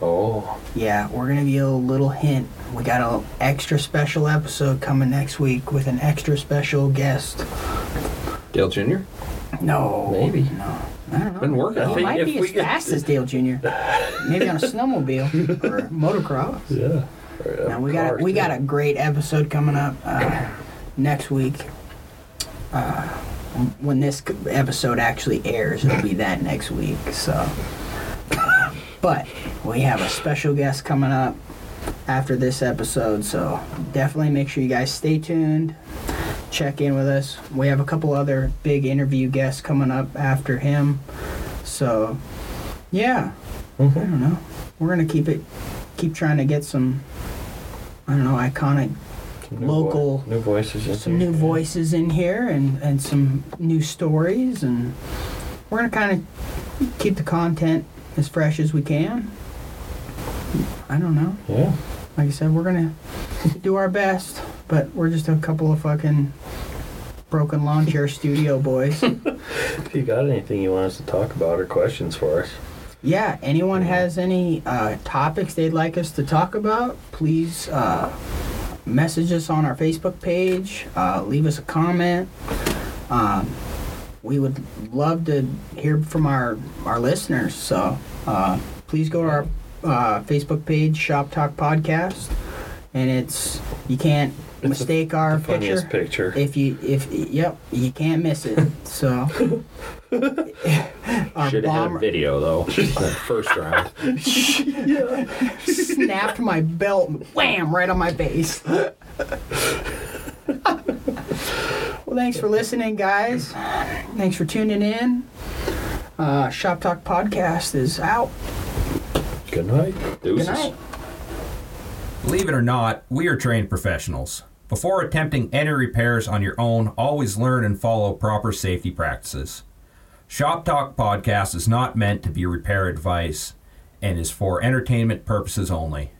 Speaker 3: oh,
Speaker 1: Yeah, we're gonna give you a little hint. We got a extra special episode coming next week with an extra special guest.
Speaker 2: Dale Jr.
Speaker 1: No,
Speaker 3: Maybe.
Speaker 1: no. I don't know.
Speaker 2: Been working
Speaker 3: I
Speaker 2: on
Speaker 1: He
Speaker 2: it.
Speaker 3: think
Speaker 1: might
Speaker 3: if
Speaker 1: be
Speaker 3: we
Speaker 1: as
Speaker 3: could-
Speaker 1: fast as Dale Jr. Maybe on a snowmobile or motocross.
Speaker 3: yeah.
Speaker 1: Now we got a, we got a great episode coming up uh, next week. Uh, when this c- episode actually airs, it'll be that next week. So, but we have a special guest coming up after this episode. So definitely make sure you guys stay tuned. Check in with us. We have a couple other big interview guests coming up after him. So, yeah, I
Speaker 3: Mm-hmm.
Speaker 1: don't know. We're gonna keep it, keep trying to get some I don't know, iconic,
Speaker 3: Some new
Speaker 1: local-
Speaker 3: vo- new voices, in
Speaker 1: some
Speaker 3: here.
Speaker 1: new voices in here and, and some new stories. And we're going to kind of keep the content as fresh as we can. I don't know.
Speaker 3: Yeah,
Speaker 1: Like I said, we're going to do our best, but we're just a couple of fucking broken lawn chair studio boys.
Speaker 3: If you got anything you want us to talk about or questions for us,
Speaker 1: Yeah, anyone has any uh, topics they'd like us to talk about, please uh, message us on our Facebook page, uh, leave us a comment. Um, we would love to hear from our, our listeners, so uh, please go to our uh, Facebook page, Shop Talk Podcast, and it's you can't
Speaker 3: the-
Speaker 1: mistake our picture.
Speaker 3: funniest picture.
Speaker 1: If you if yep, you can't miss it. So *laughs* our
Speaker 4: Should have had a
Speaker 1: bomber
Speaker 4: video
Speaker 2: *laughs*
Speaker 4: though. First round.
Speaker 1: snapped my belt, and wham, right on my face. well, thanks for listening, guys. Thanks for tuning in. Uh, Shop Talk podcast is out.
Speaker 3: Good night.
Speaker 1: Good
Speaker 4: Deuces.
Speaker 1: night.
Speaker 2: Believe it or not, we are trained professionals. Before attempting any repairs on your own, always learn and follow proper safety practices. Shop Talk Podcast is not meant to be repair advice and is for entertainment purposes only.